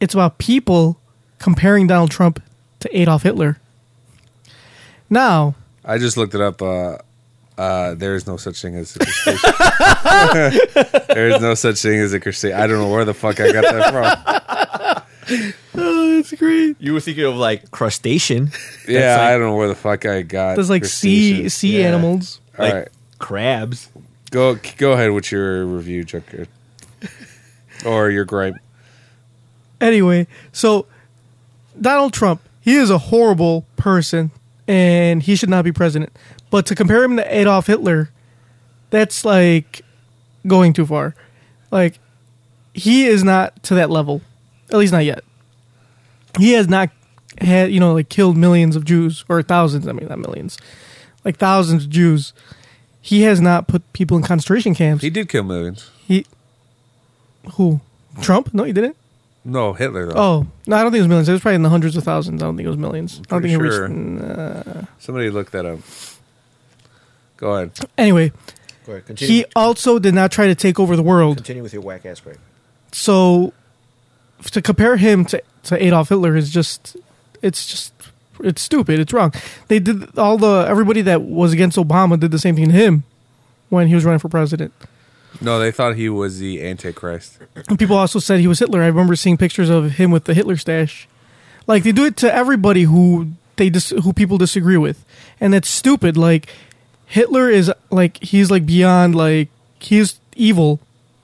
Speaker 2: it's about people comparing Donald Trump to Adolf Hitler. Now,
Speaker 3: I just looked it up. Uh, uh, there is no such thing as
Speaker 2: <laughs>
Speaker 3: a crustacean. there is no such thing as a crustacean. I don't know where the fuck I got that
Speaker 2: <laughs>
Speaker 3: from.
Speaker 2: oh, it's great.
Speaker 4: You were thinking of like crustacean,
Speaker 3: Yeah,
Speaker 4: That's like-
Speaker 3: I don't know where the fuck I got.
Speaker 2: There's like sea
Speaker 3: crustacean.
Speaker 2: sea
Speaker 4: Yeah.
Speaker 2: animals.
Speaker 3: All
Speaker 4: like
Speaker 3: right.
Speaker 4: crabs.
Speaker 3: Go go ahead with your
Speaker 2: <laughs>
Speaker 3: review, Junker. or your gripe.
Speaker 2: Anyway, so Donald Trump, he is a horrible person and he should not be president. But to compare him to Adolf Hitler, that's like going too far. Like he is not to that level. At least not yet. He has not had, you know, like killed millions of Jews or thousands, I mean, not millions. like thousands of Jews. He has not put people in concentration camps.
Speaker 3: He did kill millions.
Speaker 2: He, who? Trump? No, he didn't.
Speaker 3: No, Hitler though.
Speaker 2: Oh no, I don't think it was millions. It was probably in the hundreds of thousands. I don't think it was millions. I don't think
Speaker 3: Pretty
Speaker 2: it
Speaker 3: sure.
Speaker 2: reached. mm,
Speaker 3: Somebody look that up. Go ahead.
Speaker 2: Anyway,
Speaker 4: Go ahead, continue.
Speaker 2: he also did not try to take over the world.
Speaker 4: continue with your whack ass break.
Speaker 2: So f- to compare him to, to Adolf Hitler is just it's just it's stupid. It's wrong. They did all the everybody that was against Obama did the same thing to him when he was running for president.
Speaker 3: No, they thought he was the Antichrist.
Speaker 2: And people also said he was Hitler. I remember seeing pictures of him with the Hitler stash. Like they do it to everybody who they dis- who people disagree with, and that's stupid. Like Hitler is like he's like beyond like he's evil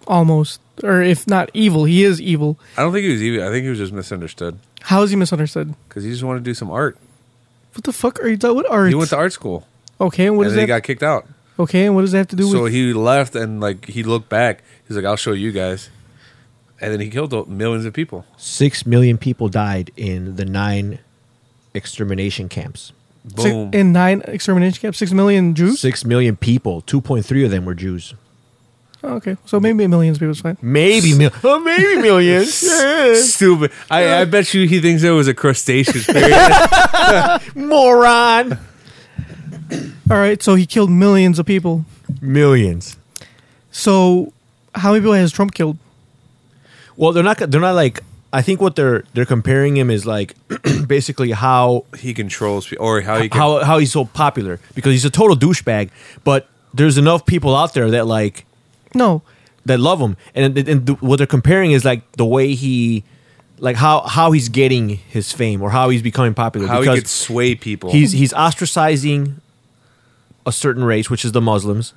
Speaker 2: almost, or if not evil, he is evil.
Speaker 3: I don't think he was evil. I think he was just misunderstood
Speaker 2: How is he misunderstood?
Speaker 3: because he just wanted to do some art.
Speaker 2: What the fuck are you talking? What art?
Speaker 3: He went to art school
Speaker 2: okay, and what
Speaker 3: and
Speaker 2: does
Speaker 3: then he
Speaker 2: that?
Speaker 3: got kicked out.
Speaker 2: okay, and what does that have to do
Speaker 3: So
Speaker 2: with?
Speaker 3: he left and like he looked back. He's like, "I'll show you guys," and then he killed millions of people.
Speaker 4: Six million people died in the nine extermination camps.
Speaker 2: Six-
Speaker 3: Boom.
Speaker 2: in nine extermination camps, six million Jews.
Speaker 4: Six million people. Two point three of them were Jews.
Speaker 2: Oh, okay, so maybe millions of people is fine.
Speaker 4: Maybe mil- oh, maybe millions. Yeah. <laughs>
Speaker 3: Stupid. I, I bet you he thinks it was a crustaceous.
Speaker 4: <laughs>
Speaker 3: period.
Speaker 4: Moron.
Speaker 2: All right, so he killed millions of people.
Speaker 4: Millions.
Speaker 2: So how many people has Trump killed?
Speaker 4: Well, they're not. They're not like. I think what they're they're comparing him is like <clears throat> basically how
Speaker 3: he controls people, or how he can,
Speaker 4: how how he's so popular because he's a total douchebag. But there's enough people out there that like
Speaker 2: No,
Speaker 4: that love him, and, and the, what they're comparing is like the way he, like how how he's getting his fame or how he's becoming popular.
Speaker 3: how he
Speaker 4: because
Speaker 3: could sway people.
Speaker 4: he's he's ostracizing a certain race, which is the Muslims,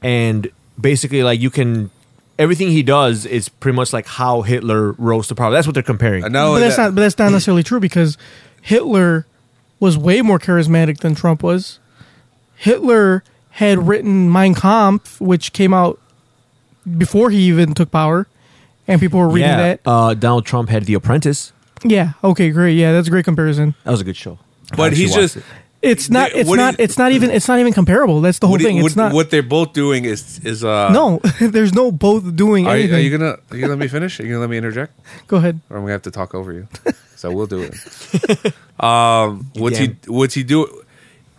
Speaker 4: and basically like you can. Everything he does is pretty much like how Hitler rose to power. That's what they're comparing.
Speaker 3: And not
Speaker 2: but
Speaker 3: only
Speaker 2: that's
Speaker 3: Oh, that-
Speaker 2: not. But that's not necessarily true because Hitler was way more charismatic than Trump was. Hitler had written Mein Kampf, which came out before he even took power, and people were reading
Speaker 4: yeah,
Speaker 2: that.
Speaker 4: Uh, Donald Trump had The Apprentice.
Speaker 2: Yeah. Okay. Great. Yeah, that's a great comparison.
Speaker 4: That was a good show. I
Speaker 3: but
Speaker 4: actually
Speaker 3: he's
Speaker 4: watched
Speaker 3: just
Speaker 4: it.
Speaker 2: It's not.
Speaker 3: They-
Speaker 2: It's
Speaker 3: what do
Speaker 2: not.
Speaker 3: you-
Speaker 2: it's not even. It's not even comparable. That's the whole
Speaker 3: what, do you-
Speaker 2: thing.
Speaker 3: what-
Speaker 2: it's not.
Speaker 3: what they're both doing is is uh
Speaker 2: no, <laughs> there's no both doing
Speaker 3: Are, you-
Speaker 2: anything.
Speaker 3: are you gonna are you gonna let me finish? Are you gonna let me interject,
Speaker 2: Go ahead.
Speaker 3: or I'm gonna have to talk over you? So we'll do it. Um, what's
Speaker 4: Damn.
Speaker 3: he what's he do?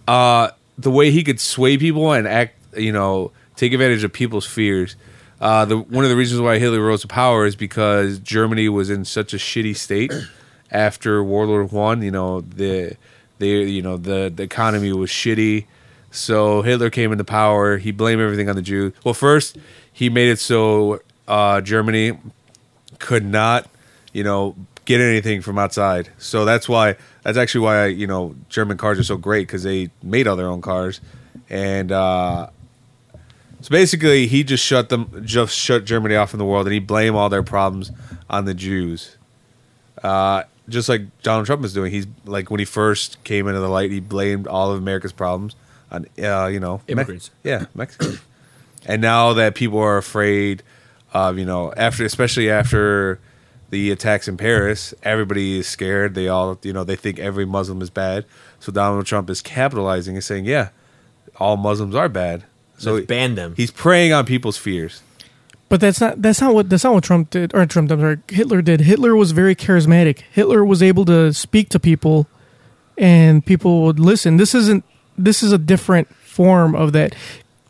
Speaker 3: Uh, the way he could sway people and act, you know, take advantage of people's fears. Uh, the one of the reasons why Hitler rose to power is because Germany was in such a shitty state after World War One. You know the the you know the the economy was shitty. So Hitler came into power. He blamed everything on the Jews. Well, first he made it so uh, Germany could not, you know, get anything from outside. So that's why that's actually why you know German cars are so great because they made all their own cars, and uh, so basically he just shut them, just shut Germany off from the world, and he blamed all their problems on the Jews. Uh, just like Donald Trump is doing, he's like when he first came into the light, he blamed all of America's problems on uh, you know Me-
Speaker 4: Immigrants.
Speaker 3: yeah, Mexicans. and now that people are afraid of you know after especially after the attacks in paris everybody is scared they all you know they think every muslim is bad so donald trump is capitalizing and saying yeah all muslims are bad so
Speaker 4: Let's ban them.
Speaker 3: he's preying on people's fears
Speaker 2: But that's not that's not what that's not what Trump did or Trump I'm sorry Hitler did. Hitler was very charismatic. Hitler was able to speak to people, and people would listen. This isn't this is a different form of that.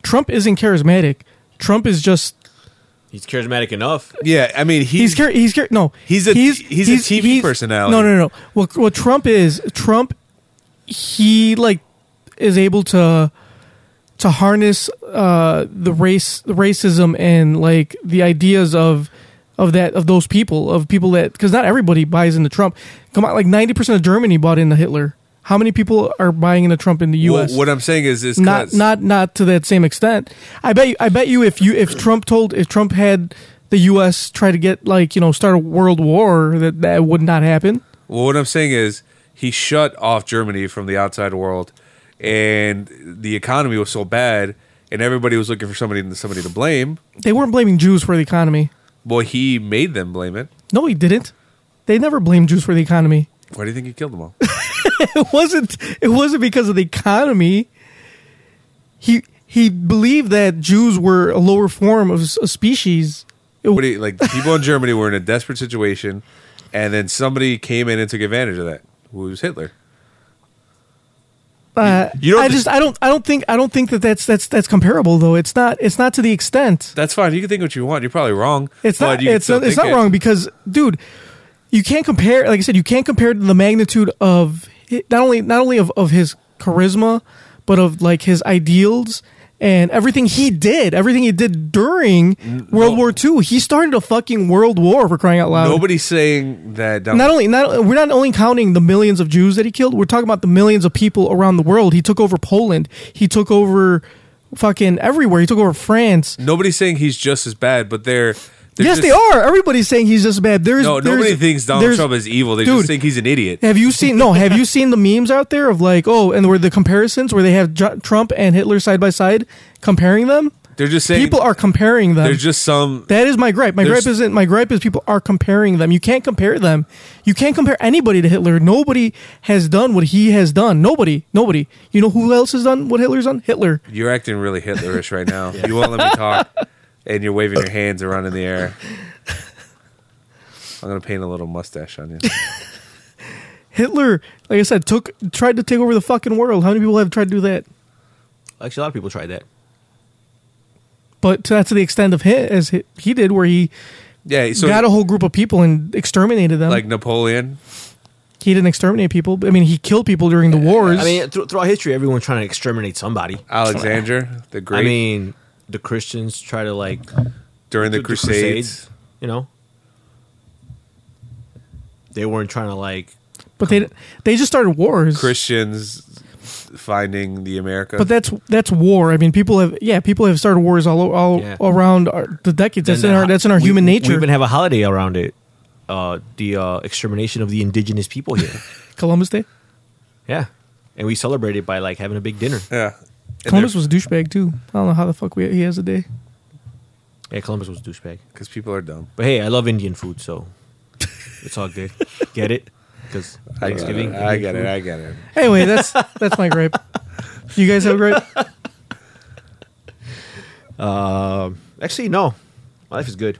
Speaker 2: Trump isn't charismatic. Trump is just
Speaker 4: He's charismatic enough.
Speaker 3: yeah i mean
Speaker 2: he's
Speaker 3: he's,
Speaker 2: char- he's char- no
Speaker 3: He's a- he's a TV personality.
Speaker 2: No no no. What what Trump is Trump he like is able to to harness uh, the race the racism and like the ideas of of that of those people of people that because not everybody buys into Trump. Come on, like ninety percent of Germany bought into Hitler. How many people are buying into Trump in the
Speaker 3: Well,
Speaker 2: U.S.?
Speaker 3: what i'm saying is is
Speaker 2: not
Speaker 3: 'cause-
Speaker 2: not not to that same extent. I bet you, I bet you if you if Trump told if Trump had the U.S. try to get like you know start a world war that that would not happen.
Speaker 3: Well, what I'm saying is he shut off Germany from the outside world, and the economy was so bad, and everybody was looking for somebody somebody to blame.
Speaker 2: They weren't blaming Jews for the economy.
Speaker 3: Well, he made them blame it.
Speaker 2: No, he didn't. They never blamed Jews for the economy. <laughs>
Speaker 3: Why do you think he killed them all?
Speaker 2: It wasn't. It wasn't because of the economy. he he believed that Jews were a lower form of s- a species.
Speaker 3: <laughs> What do you- like people in Germany were in a desperate situation, and then somebody came in and took advantage of that. Who was Hitler?
Speaker 2: Uh,
Speaker 3: you don't
Speaker 2: I
Speaker 3: dis-
Speaker 2: just I don't I don't think I don't think that that's that's that's comparable though. It's not it's not to the extent.
Speaker 3: That's fine. You can think what you want. You're probably wrong.
Speaker 2: It's
Speaker 3: but
Speaker 2: not
Speaker 3: you can
Speaker 2: it's
Speaker 3: still
Speaker 2: not, it's
Speaker 3: think
Speaker 2: not
Speaker 3: it.
Speaker 2: wrong because dude, you can't compare. Like I said, you can't compare the magnitude of hi- not only not only of of his charisma, but of like his ideals. And everything he did, everything he did during
Speaker 3: Mm,
Speaker 2: World War II, he started a fucking world war for crying out loud.
Speaker 3: Nobody's saying that. Donald-
Speaker 2: not only not we're not only counting the millions of Jews that he killed. We're talking about the millions of people around the world. He took over Poland. He took over fucking everywhere. He took over France.
Speaker 3: nobody's saying he's just as bad, but they're, they're
Speaker 2: yes,
Speaker 3: just-
Speaker 2: they are. Everybody's saying he's just bad. There's
Speaker 3: No,
Speaker 2: there's-
Speaker 3: nobody thinks Donald
Speaker 2: there's-
Speaker 3: Trump is evil. They
Speaker 2: Dude.
Speaker 3: just think he's an idiot.
Speaker 2: <laughs> Have you seen no? Have you seen the memes out there of like oh, and where the comparisons where they have Ju- Trump and Hitler side by side, comparing them?
Speaker 3: They're just saying
Speaker 2: people are comparing them.
Speaker 3: There's just some.
Speaker 2: That is my gripe. My
Speaker 3: There's-
Speaker 2: gripe isn't my gripe is people are comparing them. You can't compare them. You can't compare anybody to Hitler. Nobody has done what he has done. Nobody. Nobody. You know who else has done what Hitler's done? Hitler.
Speaker 3: You're acting really Hitlerish right
Speaker 4: <laughs>
Speaker 3: now. You won't let me talk, and you're waving your hands around in the air. I'm gonna paint a little mustache
Speaker 4: <laughs>
Speaker 3: on you.
Speaker 2: Hitler, like I said, took tried to take over the fucking world. How many people have tried to do that?
Speaker 4: Actually, a lot of people tried that.
Speaker 2: But to, that's to the extent of hit as he, he did, where he
Speaker 3: Yeah, so
Speaker 2: got a whole group of people and exterminated them.
Speaker 3: like Napoleon.
Speaker 2: he didn't exterminate people. but, I mean, he killed people during the wars.
Speaker 4: I mean, thr- throughout history, everyone's trying to exterminate somebody.
Speaker 3: Alexander the Great
Speaker 4: I mean, the Christians try to like
Speaker 3: during the,
Speaker 4: the
Speaker 3: Crusades.
Speaker 4: Crusades, you know. They weren't trying to like
Speaker 2: but they they just started wars.
Speaker 3: Christians finding the America.
Speaker 2: But that's that's war. I mean, people have yeah, people have started wars all o- all
Speaker 4: Yeah.
Speaker 2: around our, the decades. That's
Speaker 4: Then
Speaker 2: in
Speaker 4: the
Speaker 2: our
Speaker 4: ho-
Speaker 2: that's in our
Speaker 4: we-
Speaker 2: human
Speaker 4: We
Speaker 2: nature.
Speaker 4: even have a holiday around it, uh, the uh, extermination of the indigenous people here. <laughs>
Speaker 2: Columbus Day.
Speaker 4: yeah, and we celebrate it by like having a big dinner.
Speaker 3: yeah,
Speaker 2: Columbus was a douchebag too. I don't know how the fuck we, he has a day.
Speaker 4: Yeah, Columbus was a douchebag,
Speaker 3: because people are dumb.
Speaker 4: but hey, I love Indian food, so it's all good. Get it? Because
Speaker 3: I get
Speaker 4: Thanksgiving,
Speaker 3: it. I get it. I get it.
Speaker 2: Anyway,
Speaker 4: <laughs>
Speaker 2: that's that's my gripe. You guys have a gripe?
Speaker 4: Um, Actually, no, my life is good.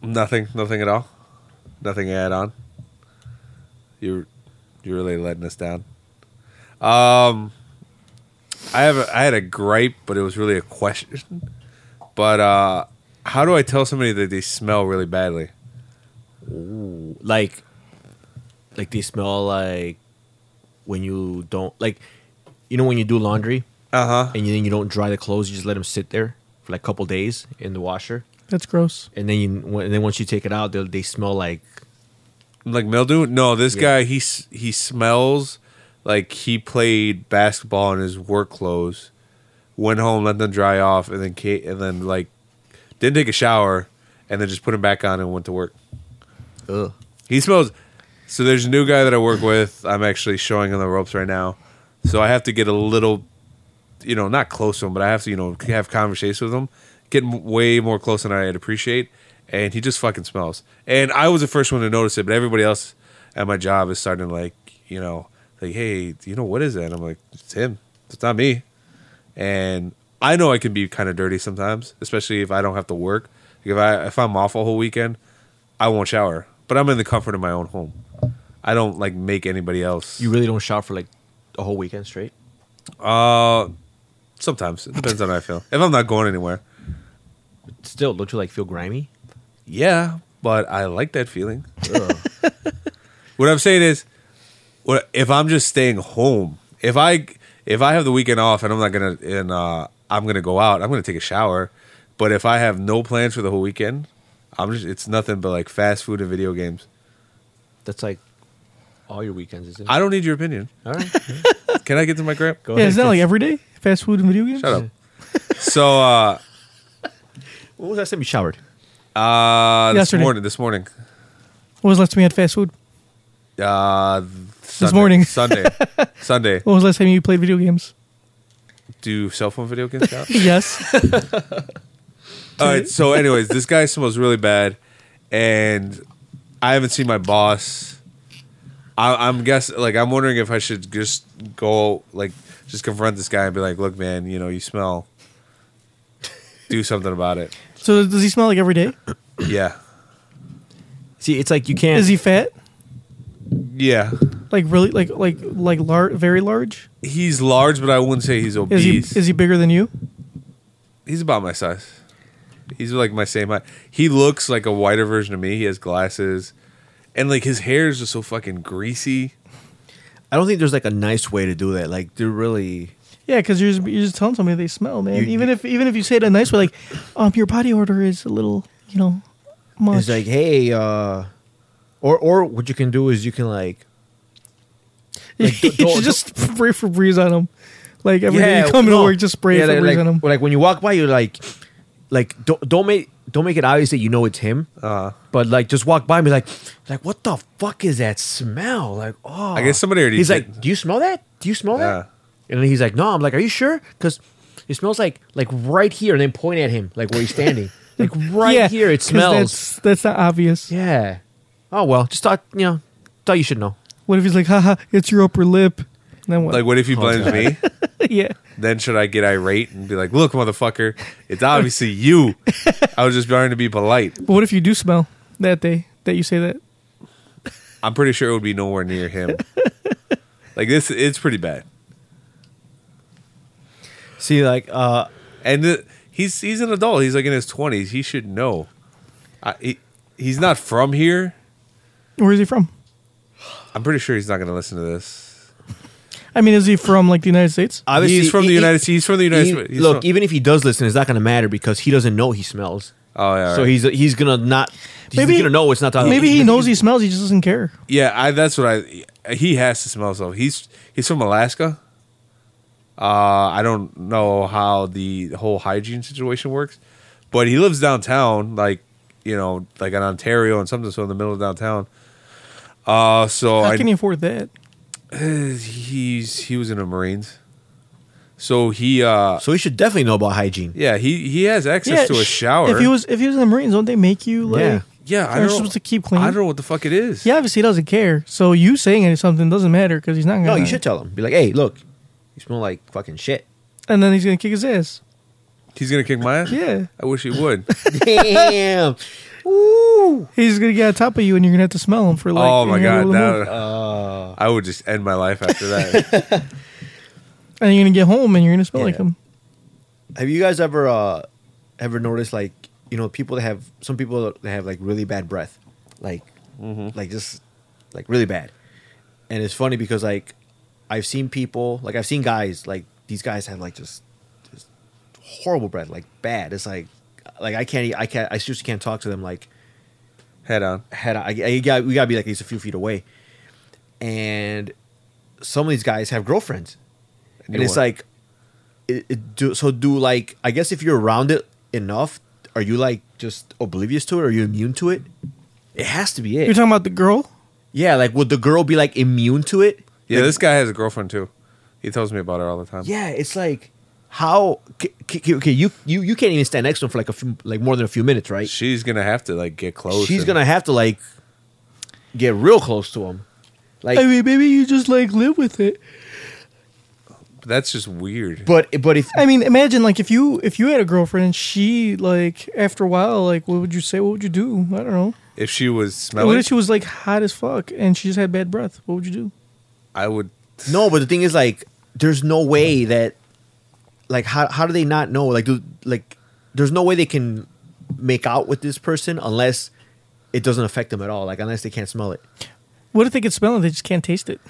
Speaker 3: Nothing. Nothing at all. Nothing to add on. You're you're really letting us down. Um, I have a, I had a gripe, but it was really a question. But uh, how do I tell somebody that they smell really badly?
Speaker 4: Like, like they smell like when you don't like, you know, when you do laundry
Speaker 3: Uh huh.
Speaker 4: and you, then you don't dry the clothes, you just let them sit there for like a couple days in the washer.
Speaker 2: That's gross.
Speaker 4: and then you, when- and then once you take it out, they they smell like
Speaker 3: Like mildew? No, this
Speaker 4: Yeah.
Speaker 3: guy he s- he smells like he played basketball in his work clothes, went home, let them dry off, and then ca- and then like didn't take a shower, and then just put them back on and went to work.
Speaker 4: ugh.
Speaker 3: He smells. So there's a new guy that I work with. I'm actually showing him the ropes right now. So I have to get a little, you know, not close to him, but I have to, you know, have conversations with him. Get m- way more close than I'd appreciate. And he just fucking smells. And I was the first one to notice it, but everybody else at my job is starting to like, you know, like, hey, you know, what is that? And I'm like, it's him. It's not me. And I know I can be kind of dirty sometimes, especially if I don't have to work. Like if I if I'm off a whole weekend, I won't shower, but I'm in the comfort of my own home. I don't like make anybody else.
Speaker 4: You really don't shower for like a whole weekend straight.
Speaker 3: Sometimes it depends on how I feel. If I'm not going anywhere,
Speaker 4: Still, don't you like feel grimy?
Speaker 3: yeah, but I like that feeling. <laughs> what I'm saying is, what if I'm just staying home? If I if I have the weekend off and I'm not gonna and uh, I'm gonna go out, I'm gonna take a shower. But if I have no plans for the whole weekend, I'm just it's nothing but like fast food and video games.
Speaker 4: That's like all your weekends, isn't it?
Speaker 3: I don't need your opinion. <laughs>
Speaker 4: All right,
Speaker 3: Can I get to my grip?
Speaker 4: go
Speaker 2: Yeah,
Speaker 4: ahead.
Speaker 2: is that like every day? Fast food and video games.
Speaker 3: <laughs> Shut up. So uh,
Speaker 4: What was that time you showered?
Speaker 3: uh this
Speaker 2: Yesterday.
Speaker 3: morning, this morning.
Speaker 2: What was the last time you had fast food?
Speaker 3: Uh, Sunday,
Speaker 2: morning.
Speaker 3: Sunday,
Speaker 2: <laughs>
Speaker 3: Sunday.
Speaker 2: What was the last time you played video games?
Speaker 3: Do cell phone video games count?
Speaker 2: Yes.
Speaker 3: All right. So, anyways, this guy smells really bad, and I haven't seen my boss. I, I'm guess like I'm wondering if I should just go like just confront this guy and be like, "Look, man, you know you smell. Do something
Speaker 2: <coughs>
Speaker 3: about it."
Speaker 2: So does he smell like every day?
Speaker 3: Yeah,
Speaker 4: See, it's like you can't.
Speaker 2: Is he fat?
Speaker 3: yeah.
Speaker 2: Like really? Like like like lar- very large?
Speaker 3: He's large, but I wouldn't say he's
Speaker 2: Is he
Speaker 3: obese.
Speaker 2: is he bigger than you?
Speaker 3: He's about my size. He's like my same height. He looks like a whiter version of me. He has glasses, and like his hair is just so fucking greasy.
Speaker 4: I don't think there's like a nice way to do that. Like, they're really.
Speaker 2: Yeah, because you're just, you're just telling somebody they smell, man.
Speaker 4: You-
Speaker 2: even if even if you say it a nice way, like, um, your body odor is a little, you know, much.
Speaker 4: It's
Speaker 2: <laughs>
Speaker 4: like, hey, uh, or or what you can do is you can like like,
Speaker 2: you
Speaker 4: don't- don't-
Speaker 2: should just spray Febreze on them. Like every day you come
Speaker 4: no.
Speaker 2: to work, just spray
Speaker 4: Yeah, like-
Speaker 2: Febreze
Speaker 4: like,
Speaker 2: on them.
Speaker 4: Like when you walk by, you're like, like don't don't make don't make it obvious that you know it's him. Uh, but like just walk by and be like, like what the fuck is that smell? Like oh,
Speaker 3: I guess somebody already
Speaker 4: He's
Speaker 3: did-
Speaker 4: like, do you smell that? Do you smell
Speaker 3: Yeah.
Speaker 4: that? And then he's like, no. I'm like, are you sure? Because it smells like like right here, and then point at him like where he's
Speaker 2: <laughs>
Speaker 4: standing, like right
Speaker 2: yeah,
Speaker 4: here. It
Speaker 2: 'cause
Speaker 4: smells.
Speaker 2: That's that's not obvious.
Speaker 4: Yeah. Oh well, just thought you know, thought you should know.
Speaker 2: What if he's like, haha, it's your upper lip? And then what?
Speaker 3: Like, what if he blames me?
Speaker 2: <laughs> yeah.
Speaker 3: Then should I get irate and be like, "Look, motherfucker, it's obviously you." I was just trying to be polite.
Speaker 2: But what if you do smell that day that you say that?
Speaker 3: I'm pretty sure it would be nowhere near him. Like this, it's pretty bad.
Speaker 4: See, like uh,
Speaker 3: And th- he's he's an adult. He's like in his 20s. He should know. I, he, he's not from here.
Speaker 2: Where is he from?
Speaker 3: I'm pretty sure he's not going to listen to this.
Speaker 2: I mean, is he from like the United States?
Speaker 4: obviously
Speaker 3: he's from the
Speaker 4: e- e-
Speaker 3: United States. He's from the United
Speaker 4: e-
Speaker 3: States. He's
Speaker 4: look,
Speaker 3: from-
Speaker 4: even if he does listen, it's not going to matter because he doesn't know he smells.
Speaker 3: Oh, yeah,
Speaker 4: So
Speaker 3: right.
Speaker 4: he's he's gonna not. He's
Speaker 2: Maybe-
Speaker 4: gonna know it's not. Talking,
Speaker 2: Maybe he knows he smells. He just doesn't care.
Speaker 3: yeah, I, that's what I. He has to smell something. He's he's from Alaska. Uh, I don't know how the whole hygiene situation works, but he lives downtown, like you know, like in Ontario and something. So in the middle of downtown. Uh, so
Speaker 2: How
Speaker 3: I,
Speaker 2: can he afford that?
Speaker 3: he's he was in the Marines, so he uh
Speaker 4: So he should definitely know about hygiene.
Speaker 3: yeah he he has access to a
Speaker 2: sh-
Speaker 3: shower.
Speaker 2: If he was if he was in the Marines, don't they make you like?
Speaker 4: Yeah.
Speaker 3: yeah, I
Speaker 2: you're
Speaker 3: don't
Speaker 2: supposed to keep clean.
Speaker 3: I don't know what the fuck it is.
Speaker 2: Yeah, obviously he doesn't care. So you saying it is something doesn't matter because he's not gonna.
Speaker 4: No, you should tell him. Be like, hey, look, you smell like fucking shit. <laughs>
Speaker 2: And then he's gonna kick his ass.
Speaker 3: he's gonna kick my ass.
Speaker 2: Yeah,
Speaker 3: I wish he would.
Speaker 4: Damn.
Speaker 2: he's gonna get on top of you, and you're gonna have to smell him for like.
Speaker 3: oh
Speaker 2: and
Speaker 3: my
Speaker 2: you're gonna
Speaker 3: god,
Speaker 2: be <laughs> able to
Speaker 3: that,
Speaker 2: move.
Speaker 3: I would just end my life after that.
Speaker 2: And you're gonna get home, and you're gonna smell like
Speaker 4: Yeah.
Speaker 2: him.
Speaker 4: Have you guys ever uh ever noticed like you know people that have some people that have like really bad breath, like like just like really bad, and it's funny because like I've seen people like I've seen guys like these guys have like just just horrible breath like bad. It's like like I can't e, I can't I seriously can't talk to them like
Speaker 3: Head on.
Speaker 4: had I, I got we gotta be like at least a few feet away. And some of these guys have girlfriends, and,
Speaker 3: you
Speaker 4: it's
Speaker 3: what?
Speaker 4: like, it, it do, so do like I guess if you're around it enough, are you like just oblivious to it? Are you immune to it? It has to be it.
Speaker 2: You're talking about the girl.
Speaker 4: yeah, like would the girl be like immune to it?
Speaker 3: Yeah, this guy has a girlfriend too. He tells me about her all the time.
Speaker 4: Yeah, it's like how c- c- c- okay you you you can't even stand next to him for like a few, like more than a few minutes, right?
Speaker 3: She's gonna have to like get
Speaker 2: Oh,
Speaker 3: close.
Speaker 4: She's
Speaker 3: and-
Speaker 4: gonna have to like get real close to him. Like
Speaker 2: I mean, maybe you just like live with it.
Speaker 3: That's just weird.
Speaker 4: but but if
Speaker 2: I mean, imagine like if you if you had a girlfriend and she like after a while like what would you say? What would you do? I don't know.
Speaker 3: If she was
Speaker 2: What
Speaker 3: smelling,
Speaker 2: if she was like hot as fuck and she just had bad breath? What would you do?
Speaker 3: I would.
Speaker 4: No, but the thing is, like, there's no way that, like, how how do they not know? Like, do, like, there's no way they can make out with this person unless it doesn't affect them at all. Like, unless they can't smell it.
Speaker 2: What if they could smell it? They just can't taste it.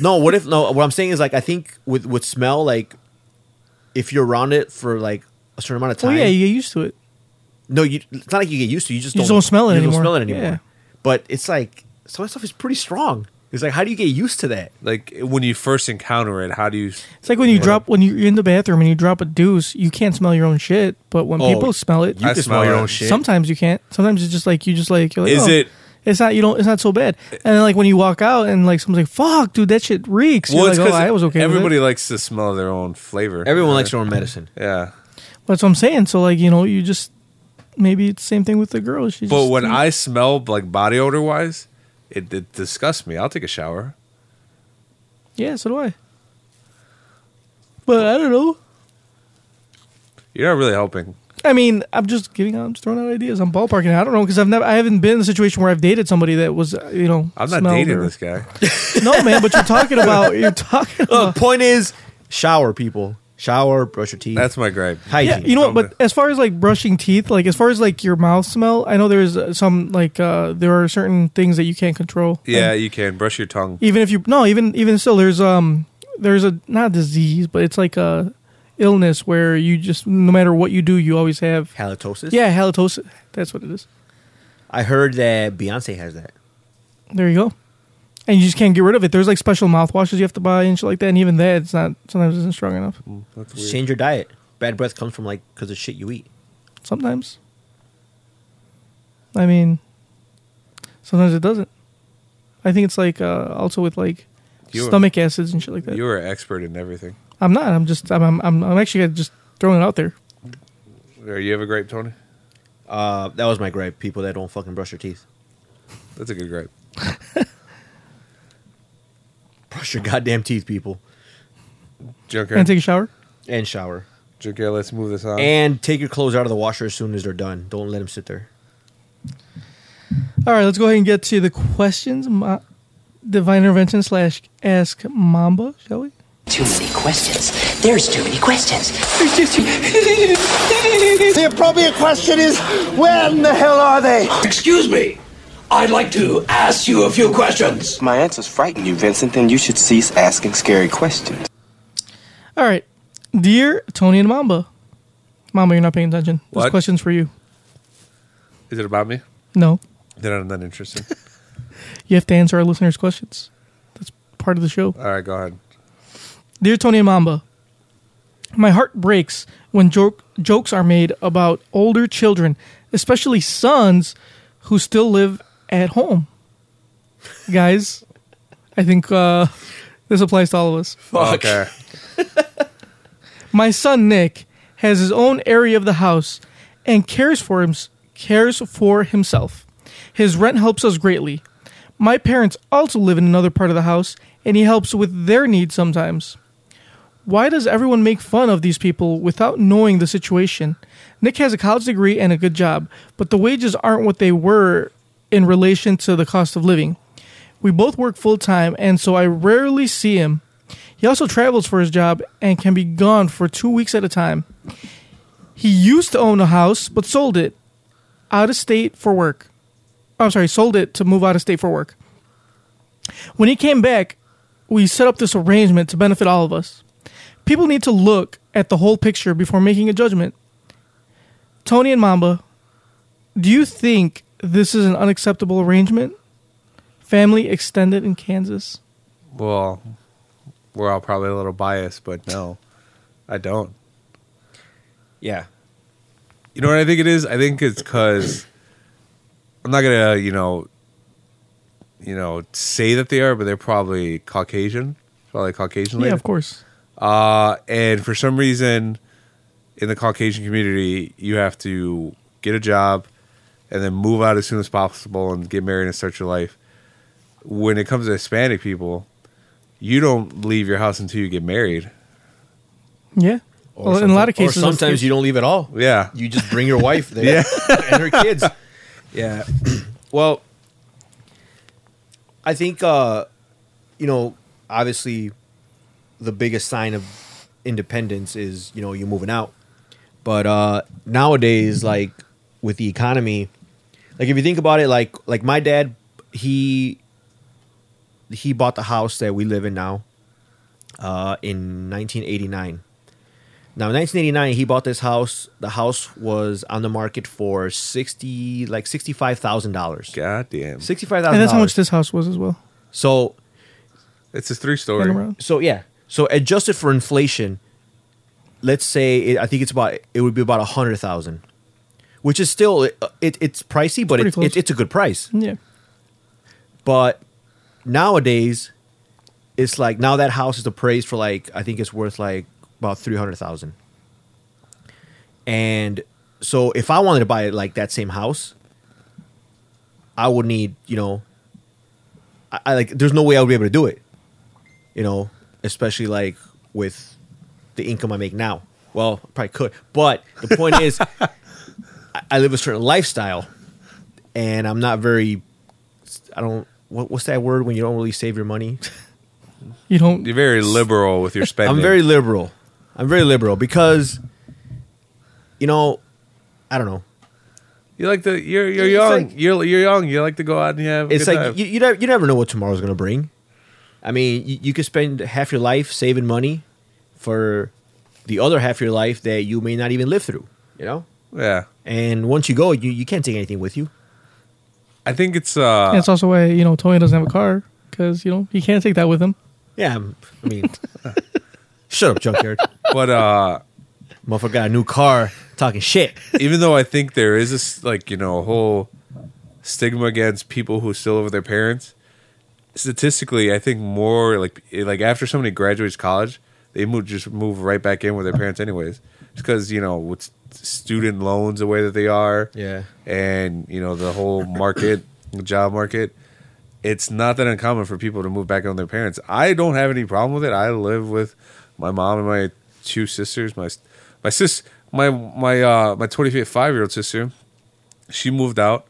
Speaker 4: No, what if? No, what I'm saying is, like, I think with with smell, like, if you're around it for like a certain amount of
Speaker 2: Oh
Speaker 4: time,
Speaker 2: yeah, you get used to it.
Speaker 4: no, you, it's not like you get used to. it, You just
Speaker 2: You
Speaker 4: don't,
Speaker 2: just don't smell it
Speaker 4: you
Speaker 2: anymore.
Speaker 4: Don't smell it anymore.
Speaker 2: Yeah.
Speaker 4: But it's like some of that stuff is pretty strong. It's like, how do you get used to that?
Speaker 3: Like when you first encounter it, how do you?
Speaker 2: It's like when you drop when you- you're in the bathroom and you drop a deuce, you can't smell your own shit. But when
Speaker 4: Oh,
Speaker 2: people smell it,
Speaker 4: You
Speaker 3: I
Speaker 4: can
Speaker 3: smell
Speaker 4: smell
Speaker 3: your
Speaker 4: it.
Speaker 3: own shit.
Speaker 2: sometimes you can't. Sometimes it's just like you just like. You're like
Speaker 3: Is
Speaker 2: oh,
Speaker 3: it-
Speaker 2: It's not you don't. It's not so bad. And then like when you walk out and like someone's like, "Fuck, dude, that shit reeks." You're
Speaker 3: Well, it's
Speaker 2: like, oh,
Speaker 3: 'cause
Speaker 2: I was okay.
Speaker 3: Everybody
Speaker 2: With
Speaker 3: likes to smell their own flavor.
Speaker 4: Everyone likes their own medicine.
Speaker 3: Yeah.
Speaker 2: it. That's what I'm saying. So like you know you just maybe it's the same thing with the girl. She
Speaker 3: But
Speaker 2: just,
Speaker 3: when I smell like body odor wise, it, it disgusts me. I'll take a shower.
Speaker 2: yeah, so do I. But I don't know.
Speaker 3: You're not really helping.
Speaker 2: I mean, I'm just giving out, I'm just throwing out ideas. I'm ballparking. I don't know because I've never, I haven't been in a situation where I've dated somebody that was, uh, you know,
Speaker 3: I'm not
Speaker 2: smelled
Speaker 3: dating
Speaker 2: or-
Speaker 3: this guy. Oh,
Speaker 2: No, man, but you're
Speaker 3: <laughs>
Speaker 2: talking about, you're talking about.
Speaker 4: Look, point is, shower people, shower, brush your teeth.
Speaker 3: That's my gripe.
Speaker 4: hygiene.
Speaker 2: Yeah, you know what?
Speaker 3: Don't
Speaker 2: But as far as like brushing teeth, like as far as like your mouth smell, I know there's uh, some like uh there are certain things that you can't control.
Speaker 3: Yeah,
Speaker 2: And
Speaker 3: you can brush your tongue.
Speaker 2: even if you no, even even still, there's um there's a not disease, but it's like a illness where you just no matter what you do, you always have
Speaker 4: halitosis.
Speaker 2: yeah halitosis. That's what it is.
Speaker 4: I heard that Beyonce has that.
Speaker 2: There you go. And you just can't get rid of it. There's like special mouthwashes you have to buy and shit like that. And even that, it's not sometimes isn't strong enough.
Speaker 4: Just change your diet. Bad breath comes from like because of shit you eat.
Speaker 2: Sometimes. I mean, sometimes it doesn't. I think it's like uh, also with like
Speaker 3: You-
Speaker 2: stomach acids and shit like that.
Speaker 3: You're an expert in everything.
Speaker 2: I'm not. I'm just. I'm. I'm. I'm, I'm actually just throwing it out there.
Speaker 3: Are you have a gripe, Tony?
Speaker 4: Uh, that was my gripe. People that don't fucking brush their teeth.
Speaker 3: That's a good gripe.
Speaker 4: Brush your goddamn teeth, people,
Speaker 3: Junker,
Speaker 2: And take a shower.
Speaker 4: and shower.
Speaker 3: Junker, let's move this on.
Speaker 4: And take your clothes out of the washer as soon as they're done. Don't let them sit there.
Speaker 2: All right. Let's go ahead and get to the questions. Ma- Divine intervention slash ask Mamba, shall we?
Speaker 9: Too many questions. There's too many questions.
Speaker 10: <laughs> The appropriate question is when the hell are they?
Speaker 11: Excuse me. I'd like to ask you a few questions.
Speaker 10: My answers frighten you, Vincent, then you should cease asking scary questions.
Speaker 2: All right, dear Tony and Mamba. Mamba, you're not paying attention. This
Speaker 3: What?
Speaker 2: question's for you.
Speaker 3: Is it about me?
Speaker 2: No,
Speaker 3: Then I'm
Speaker 2: <laughs>
Speaker 3: not interested.
Speaker 2: you have to answer our listeners' questions. That's part of the show.
Speaker 3: All right, go ahead.
Speaker 2: Dear Tony and Mamba, my heart breaks when joke, jokes are made about older children, especially sons who still live at home. Guys, I think uh, this applies to all of us.
Speaker 3: Okay.
Speaker 2: My son Nick has his own area of the house and cares for him cares for himself. His rent helps us greatly. My parents also live in another part of the house and he helps with their needs sometimes. Why does everyone make fun of these people without knowing the situation? Nick has a college degree and a good job, but the wages aren't what they were in relation to the cost of living. We both work full time, and so I rarely see him. He also travels for his job and can be gone for two weeks at a time. He used to own a house, but sold it out of state for work. I'm sorry, sold it to move out of state for work. When he came back, we set up this arrangement to benefit all of us. People need to look at the whole picture before making a judgment. Tony and Mamba, do you think this is an unacceptable arrangement? Family extended in Kansas.
Speaker 3: Well, we're all probably a little biased, but no, I don't.
Speaker 4: Yeah,
Speaker 3: You know what I think it is? I think it's because I'm not gonna, you know, you know, say that they are, but they're probably Caucasian, probably Caucasian.
Speaker 2: Yeah,
Speaker 3: lady.
Speaker 2: of course.
Speaker 3: Uh, and for some reason, in the Caucasian community, you have to get a job and then move out as soon as possible and get married and start your life. When it comes to Hispanic people, you don't leave your house until you get married.
Speaker 2: Yeah. Well, in a lot of
Speaker 4: Or
Speaker 2: cases, that's the
Speaker 4: sometimes
Speaker 2: case.
Speaker 4: you don't leave at all.
Speaker 3: Yeah.
Speaker 4: you just bring your wife there and her kids. Yeah. <clears throat> Well, I think uh, you know, obviously, the biggest sign of independence is you know you moving out. But uh, nowadays, like with the economy, like if you think about it, like like my dad, he he bought the house that we live in now uh, in 1989. Now, in 1989, he bought this house. The house was on the market for sixty, like sixty-five thousand dollars.
Speaker 3: God damn.
Speaker 4: Sixty-five
Speaker 2: And
Speaker 4: thousand.
Speaker 2: that's how much this house was as well.
Speaker 4: So,
Speaker 3: It's a three
Speaker 2: Turn
Speaker 3: story.
Speaker 2: around.
Speaker 4: so yeah. So adjusted for inflation, let's say it, I think it's about it would be about a hundred thousand, which is still it, it, it's pricey, but
Speaker 2: pretty
Speaker 4: it's it's
Speaker 2: close.
Speaker 4: it's a good price.
Speaker 2: Yeah.
Speaker 4: But nowadays, it's like now that house is appraised for like I think it's worth like about three hundred thousand. And so if I wanted to buy like that same house, I would need you know. I, I like there's no way I would be able to do it, you know, especially like with the income I make now. Well, I probably could, but the point is, I, I live a certain lifestyle, and I'm not very. I don't. What, what's that word when you don't really save your money?
Speaker 2: You don't.
Speaker 3: You're very liberal with your spending.
Speaker 4: <laughs> I'm very liberal. I'm very liberal because, you know, I don't know.
Speaker 3: You like to. You're you're
Speaker 4: It's
Speaker 3: young.
Speaker 4: like-
Speaker 3: you're you're young. You like to go out and you have. a
Speaker 4: It's
Speaker 3: good
Speaker 4: like
Speaker 3: time.
Speaker 4: you, you, never, you never know what tomorrow's going to bring. I mean, you, you could spend half your life saving money for the other half of your life that you may not even live through, you know?
Speaker 3: yeah.
Speaker 4: And once you go, you, you can't take anything with you.
Speaker 3: I think it's uh.
Speaker 4: <laughs>
Speaker 2: And it's also why you know Tony doesn't have a car because you know he can't take that with him.
Speaker 4: Yeah, I'm- I <laughs> mean, shut up, junkyard.
Speaker 3: but uh,
Speaker 4: motherfucker got a new car. Talking shit.
Speaker 3: Even though I think there is this like you know a whole stigma against people who still live with their parents. Statistically, I think more like eh, like after somebody graduates college, they move just move right back in with their parents anyways, because you know with student loans the way that they are,
Speaker 4: Yeah.
Speaker 3: and you know the whole market, the job market. It's not that uncommon for people to move back in with their parents. I don't have any problem with it. I live with my mom and my two sisters. My my sis my my uh my twenty five year old sister, she moved out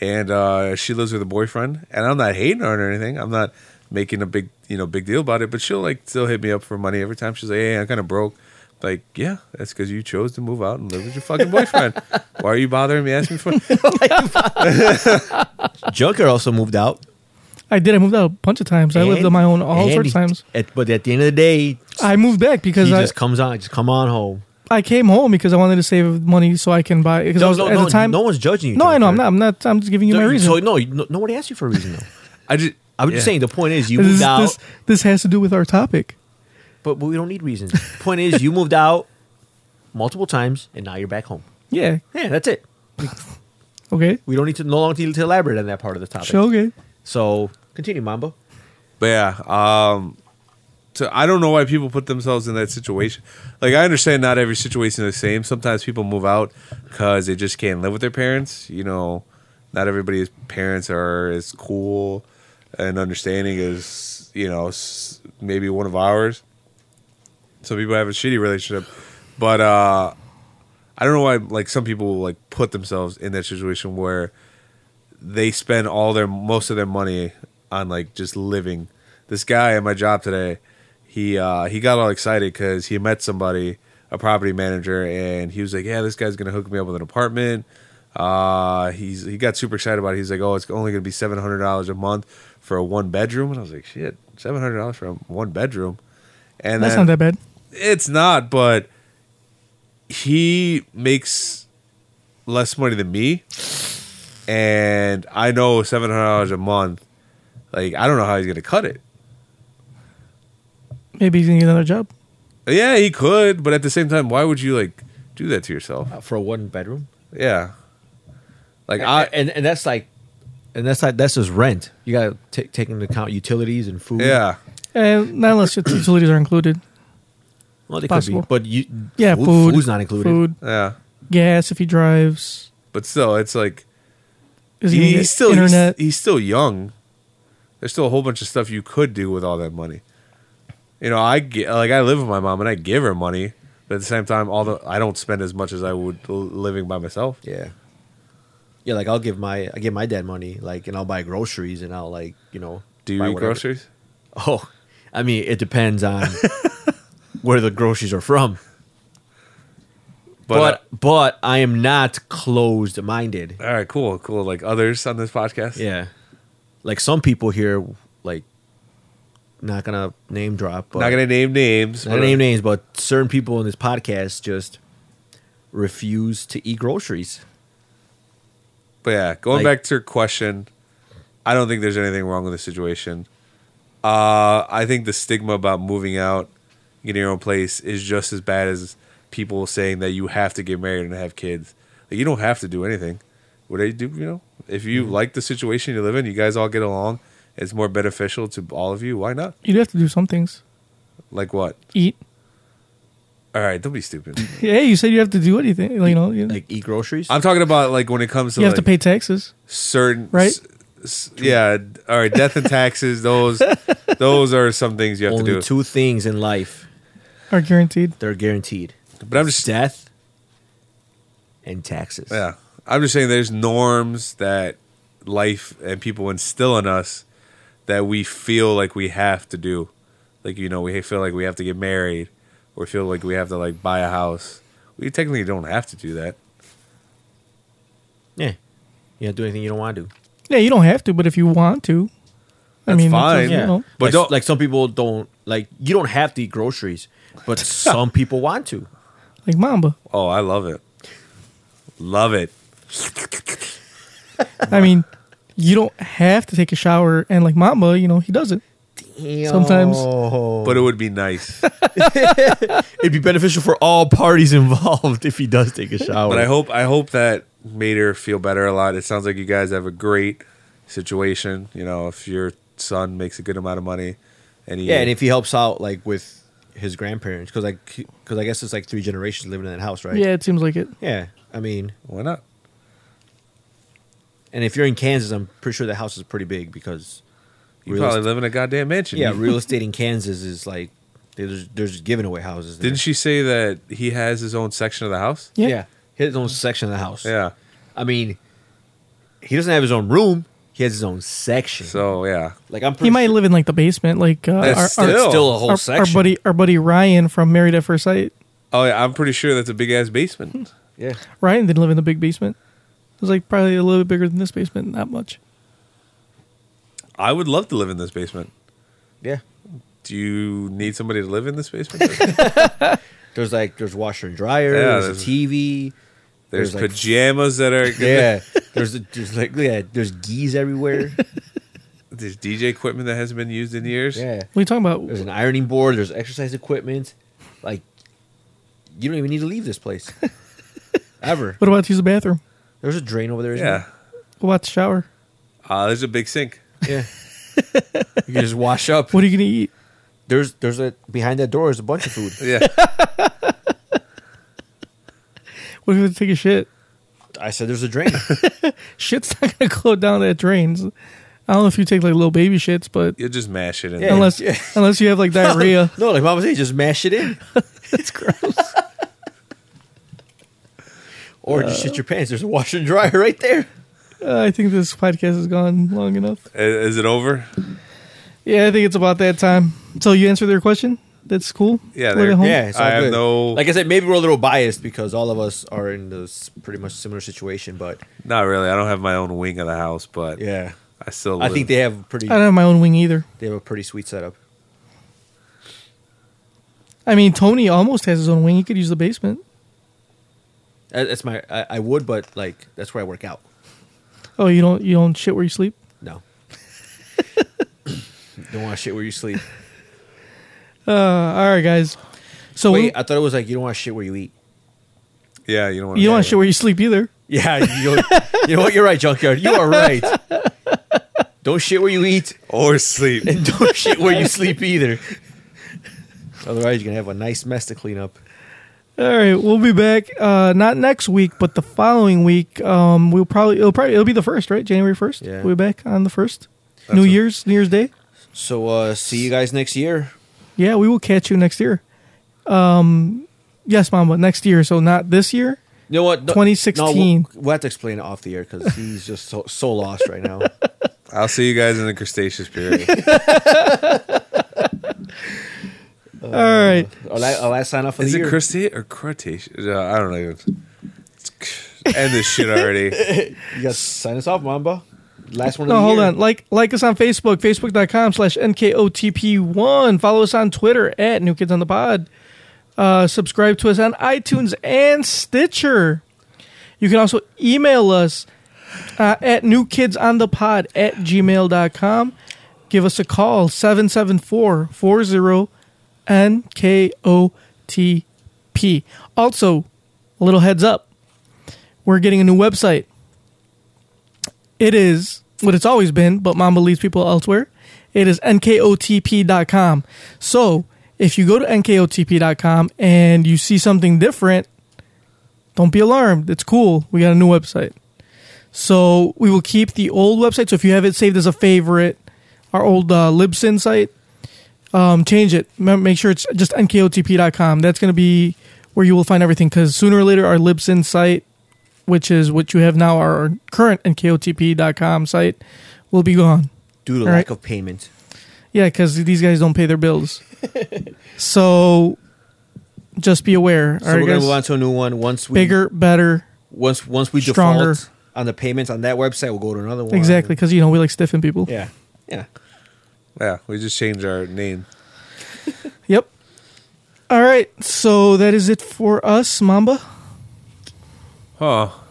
Speaker 3: and uh she lives with a boyfriend. And I'm not hating on her or anything. I'm not making a big you know big deal about it. But she'll like still hit me up for money every time. She's like, hey, I'm kind of broke. Like, yeah, that's because you chose to move out and live with your fucking boyfriend. Why are you bothering me asking for?
Speaker 4: Junkyard also moved out.
Speaker 2: I did. I moved out a bunch of times. I lived on my own all
Speaker 4: and
Speaker 2: sorts of
Speaker 4: he-
Speaker 2: times.
Speaker 4: at- but at the end of the day,
Speaker 2: I moved back because
Speaker 4: he
Speaker 2: I,
Speaker 4: just comes on, just come on home.
Speaker 2: I came home because I wanted to save money so I can buy. Because I
Speaker 4: No,
Speaker 2: was
Speaker 4: no,
Speaker 2: at
Speaker 4: no,
Speaker 2: the time.
Speaker 4: no one's judging you,
Speaker 2: No, I know. I'm not. I'm not. I'm just giving you
Speaker 4: No,
Speaker 2: my
Speaker 4: you-
Speaker 2: reason.
Speaker 4: So no, you- no, nobody asked you for a reason though.
Speaker 3: I just,
Speaker 4: I'm just saying. The point is, you
Speaker 2: this,
Speaker 4: moved
Speaker 2: is-
Speaker 4: out,
Speaker 2: this, this has to do with our topic.
Speaker 4: but, but we don't need reasons. point is, you moved out multiple times, and now you're back home.
Speaker 2: Yeah.
Speaker 4: Yeah, that's it.
Speaker 2: Okay.
Speaker 4: We don't need to no longer need to elaborate on that part of the topic.
Speaker 2: Sure, okay.
Speaker 4: So continue, Mambo.
Speaker 3: But yeah, um, so I don't know why people put themselves in that situation. Like I understand not every situation is the same. Sometimes people move out because they just can't live with their parents. You know, not everybody's parents are as cool and understanding as you know s- maybe one of ours. Some people have a shitty relationship, but uh, I don't know why. Like some people will like put themselves in that situation where they spend all their most of their money on like just living. This guy at my job today, he uh, he got all excited because he met somebody, a property manager, and he was like, "Yeah, this guy's gonna hook me up with an apartment." Uh, he's he got super excited about it. He's like, "Oh, it's only gonna be seven hundred dollars a month for a one bedroom," and I was like, "Shit, seven hundred dollars for a one bedroom." And
Speaker 2: That's
Speaker 3: then-
Speaker 2: not that bad.
Speaker 3: it's not, but he makes less money than me, and I know seven hundred dollars a month. Like I don't know how he's gonna cut it.
Speaker 2: Maybe he's gonna get another job.
Speaker 3: Yeah, he could, but at the same time, why would you like do that to yourself?
Speaker 4: Uh, for a one bedroom.
Speaker 3: Yeah, like
Speaker 4: I,
Speaker 3: I
Speaker 4: and and that's like, and that's like that's just rent. You gotta ta- take into account utilities and food.
Speaker 3: yeah.
Speaker 2: And Eh, not unless your utilities are included.
Speaker 4: well, they
Speaker 2: possible.
Speaker 4: could be, but you
Speaker 2: Yeah,
Speaker 4: food,
Speaker 2: food.
Speaker 4: food's not included.
Speaker 2: Food,
Speaker 3: Yeah,
Speaker 2: gas if he drives.
Speaker 3: but still, it's like
Speaker 2: Is
Speaker 3: he-
Speaker 2: he,
Speaker 3: he's still he's-
Speaker 2: internet?
Speaker 3: He's, still young. There's still a whole bunch of stuff you could do with all that money. You know, I get, like I live with my mom and I give her money, but at the same time, all the I don't spend as much as I would l- living by myself.
Speaker 4: Yeah. Yeah, like I'll give my I give my dad money, like, and I'll buy groceries, and I'll like, you know,
Speaker 3: Do you
Speaker 4: buy
Speaker 3: eat
Speaker 4: whatever.
Speaker 3: groceries?
Speaker 4: <laughs> Oh, I mean, it
Speaker 3: <laughs>
Speaker 4: depends on where the groceries are from. But
Speaker 3: But- uh,
Speaker 4: but, I am not closed minded.
Speaker 3: All right, cool, cool. Like others on this podcast,
Speaker 4: Yeah, like some people here, like, not gonna name drop, but
Speaker 3: Not gonna name names.
Speaker 4: not gonna
Speaker 3: but, uh,
Speaker 4: name names, but certain people in this podcast just refuse to eat groceries.
Speaker 3: But yeah, going
Speaker 4: Like-
Speaker 3: back to your question, I don't think there's anything wrong with the situation. Uh, I think the stigma about moving out, getting your own place, is just as bad as people saying that you have to get married and have kids. Like, you don't have to do anything. What do you do? You know, if you like the situation you live in, you guys all get along. It's more beneficial to all of you. Why not?
Speaker 2: You'd have to do some things.
Speaker 3: Like what?
Speaker 2: Eat.
Speaker 3: All right, don't be stupid.
Speaker 2: Hey, you said you have to do anything. Like, you know, you,
Speaker 4: Like eat groceries.
Speaker 3: I'm talking about like when it comes to
Speaker 2: you have
Speaker 3: like,
Speaker 2: to pay taxes.
Speaker 3: certain
Speaker 2: Right?
Speaker 3: s- s- yeah. All right, <laughs> death and taxes. Those those are some things you have to
Speaker 4: Only
Speaker 3: do.
Speaker 4: two things in life:
Speaker 2: Are guaranteed.
Speaker 4: They're guaranteed.
Speaker 3: But I'm just
Speaker 4: death and taxes.
Speaker 3: Yeah. I'm just saying there's norms that life and people instill in us that we feel like we have to do. Like, you know, we feel like we have to get married or feel like we have to like buy a house. We technically don't have to do that.
Speaker 4: Yeah. You don't do anything you don't want to do.
Speaker 2: Yeah, you don't have to, but if you want to, I mean, it doesn't- you know.
Speaker 4: But like, don't, like some people don't like you don't have to eat groceries,
Speaker 3: <laughs>
Speaker 4: but some people want to.
Speaker 2: like Mamba.
Speaker 3: Oh, I love it. Love it.
Speaker 2: I mean, you don't have to take a shower, and like Mamba, you know, he does it. Sometimes.
Speaker 3: But it would be nice.
Speaker 4: It'd be beneficial for all parties <laughs> involved if he does take a shower.
Speaker 3: But I hope I hope that made her feel better a lot. It sounds like you guys have a great situation. You know, if your son makes a good amount of money, and he,
Speaker 4: Yeah, and if he helps out like with his grandparents, because like because I guess it's like three generations living in that house, right?
Speaker 2: Yeah, it seems like it.
Speaker 4: Yeah, I mean,
Speaker 3: why not?
Speaker 4: And if you're in Kansas, I'm pretty sure the house is pretty big because
Speaker 3: you
Speaker 4: real
Speaker 3: probably
Speaker 4: est-
Speaker 3: live in a goddamn mansion.
Speaker 4: yeah, real estate in Kansas is like there's there's giving away houses. there.
Speaker 3: Didn't she say that he has his own section of the house?
Speaker 4: Yeah. his own section of the house.
Speaker 3: Yeah.
Speaker 4: I mean, he doesn't have his own room. He has his own section.
Speaker 3: So yeah,
Speaker 4: like I'm.
Speaker 2: He
Speaker 4: Pretty
Speaker 2: might live in like the basement, like uh,
Speaker 3: That's
Speaker 2: our,
Speaker 3: still-
Speaker 2: our,
Speaker 3: that's still a
Speaker 4: whole
Speaker 2: our,
Speaker 4: section.
Speaker 2: Our buddy, our buddy Ryan from Married at First Sight.
Speaker 3: Oh, yeah, I'm pretty sure that's a big ass
Speaker 4: <laughs>
Speaker 3: basement.
Speaker 4: Yeah.
Speaker 2: Ryan didn't live in the big basement. It was like probably a little bit bigger than this basement, not much.
Speaker 3: I would love to live in this basement.
Speaker 4: Yeah.
Speaker 3: Do you need somebody to live in this
Speaker 4: <laughs>
Speaker 3: basement?
Speaker 4: There's like there's washer and dryer.
Speaker 3: Yeah,
Speaker 4: there's,
Speaker 3: there's- <laughs>
Speaker 4: a TV.
Speaker 3: There's,
Speaker 4: like,
Speaker 3: pajamas that are
Speaker 4: yeah. There's there's like yeah. There's
Speaker 2: <laughs>
Speaker 4: geese everywhere.
Speaker 3: There's DJ equipment that hasn't been used in years.
Speaker 4: Yeah.
Speaker 2: What are you talking about?
Speaker 4: There's an ironing board. There's exercise equipment. Like, you don't even need to leave
Speaker 2: <laughs>
Speaker 4: this place ever.
Speaker 2: What about to use the bathroom?
Speaker 4: There's a drain over there. Isn't
Speaker 3: Yeah.
Speaker 2: What about the shower?
Speaker 3: Uh, there's a big sink.
Speaker 4: there? Yeah. you can just wash up.
Speaker 2: What are you gonna eat?
Speaker 4: There's there's a behind that door is a bunch of food. <laughs>
Speaker 3: Yeah.
Speaker 2: What if you have to take a shit?
Speaker 4: I said there's a drain.
Speaker 2: Shit's <laughs> not gonna go down that drains. I don't know if you take like little baby shits, but
Speaker 3: You'll just mash it in.
Speaker 4: Yeah.
Speaker 2: unless
Speaker 4: Yeah.
Speaker 2: <laughs> unless you have
Speaker 4: <laughs>
Speaker 2: like diarrhea,
Speaker 4: no, like Mama said, just mash it in.
Speaker 2: it's gross.
Speaker 4: Or just shit your pants. There's a washer and dryer right there.
Speaker 2: Uh, I think this podcast has gone long enough.
Speaker 3: I- Uh, Is it over?
Speaker 2: Yeah, I think it's about that time. So you answered their question. That's cool.
Speaker 3: Yeah,
Speaker 2: Let it
Speaker 3: there-
Speaker 2: home?
Speaker 4: Yeah, it's all
Speaker 3: I have
Speaker 4: good.
Speaker 3: no-
Speaker 4: Like I said, maybe we're a little biased because all of us are in this pretty much similar situation. But
Speaker 3: Not really. I don't have my own wing of the house, but
Speaker 4: yeah,
Speaker 3: I still.
Speaker 4: I
Speaker 3: Live.
Speaker 4: think they have pretty.
Speaker 2: I don't have my own wing either.
Speaker 4: They have a pretty sweet setup.
Speaker 2: I mean, Tony almost has his own wing. He could use the basement.
Speaker 4: That- That's my. I, I would, but like that's where I work out.
Speaker 2: Oh, you don't you don't shit where you sleep.
Speaker 4: No. don't want to shit where you sleep.
Speaker 2: Uh, all right, guys. So
Speaker 4: Wait,
Speaker 2: we,
Speaker 4: I thought it was like you don't want to shit where you eat.
Speaker 3: Yeah, you don't want.
Speaker 2: you don't want shit where you sleep either.
Speaker 4: Yeah, you, don't- you know what? You're right, junkyard. You are right. Don't shit where you eat, <laughs>
Speaker 3: or sleep.
Speaker 4: and don't shit where you sleep either. Otherwise, you're gonna have a nice mess to clean up.
Speaker 2: All right, we'll be back. Uh, not next week, but the following week. Um, we'll probably it'll probably it'll be the first, right? January first.
Speaker 4: Yeah.
Speaker 2: We'll be back on the first. New Year's, New Year's Day.
Speaker 4: So, uh, see you guys next year.
Speaker 2: Yeah, we will catch you next year. Um, yes, Mama, next year. So not this year.
Speaker 4: You know what? No-
Speaker 2: 2016.
Speaker 4: No, we'll, we'll have to explain it off the air because he's just so, so lost
Speaker 2: <laughs>
Speaker 4: right now.
Speaker 3: I'll see you guys in the Cretaceous
Speaker 4: <laughs>
Speaker 3: period.
Speaker 2: All right.
Speaker 4: Our la- our last sign off of
Speaker 3: Is
Speaker 4: the
Speaker 3: it
Speaker 4: year.
Speaker 3: Cretaceous or Cretaceous? Uh, I don't know. <laughs> End this shit
Speaker 4: <laughs>
Speaker 3: already.
Speaker 4: you guys sign us off, Mamba. Last one.
Speaker 2: No,
Speaker 4: Of the
Speaker 2: hold
Speaker 4: year.
Speaker 2: on. Like like us on Facebook, facebook.com slash NKOTP1. Follow us on Twitter at New Kids on the Pod. Uh, subscribe to us on iTunes and Stitcher. You can also email us uh, at newkidsonthepod at gmail.com. Give us a call, 774-40-NKOTP. Also, a little heads up. We're getting a new website. It is what it's always been, but Mamba leads people elsewhere. It is nkotp.com. So if you go to nkotp.com and you see something different, don't be alarmed. It's cool. We got a new website. So we will keep the old website. So if you have it saved as a favorite, our old uh, Libsyn site, um, change it. Ma- Make sure it's just nkotp.com. That's going to be where you will find everything because sooner or later our Libsyn site, which is what you have now, our current nkotp.com site, will be gone.
Speaker 4: due to
Speaker 2: All
Speaker 4: lack
Speaker 2: right?
Speaker 4: of payment.
Speaker 2: Yeah, because these guys don't pay their
Speaker 4: <laughs>
Speaker 2: bills. so just be aware.
Speaker 4: So
Speaker 2: all right,
Speaker 4: we're gonna
Speaker 2: guys?
Speaker 4: move on to a new one once we
Speaker 2: Bigger, better.
Speaker 4: Once once we
Speaker 2: stronger.
Speaker 4: default on the payments on that website, we'll go to another one.
Speaker 2: Exactly, because you know we like stiffing people.
Speaker 4: Yeah. Yeah.
Speaker 3: Yeah, we just changed our name.
Speaker 2: Yep. All right, so that is it for us, Mamba.
Speaker 3: Oh,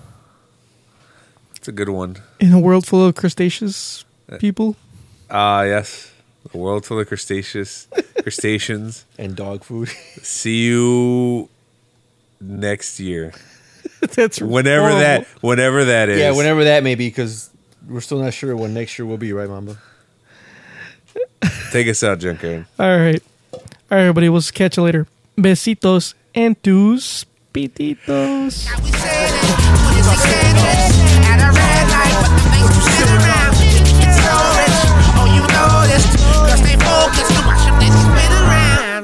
Speaker 3: it's a good one.
Speaker 2: In a world full of crustaceous
Speaker 4: Uh, <laughs>
Speaker 2: people,
Speaker 3: Ah, yes. The world full of
Speaker 4: <laughs>
Speaker 3: crustaceous crustaceans
Speaker 4: and dog food. <laughs>
Speaker 3: See you next year.
Speaker 2: that's
Speaker 3: Whenever
Speaker 4: horrible.
Speaker 3: that whenever that is.
Speaker 4: Yeah, whenever that may be, because we're still not sure when next year will be, right, Mamba?
Speaker 3: Take us out, Junker.
Speaker 2: All right. All right, everybody. We'll catch you later. Besitos and tus pititos.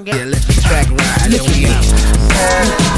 Speaker 1: Yeah, let me track ride and we out.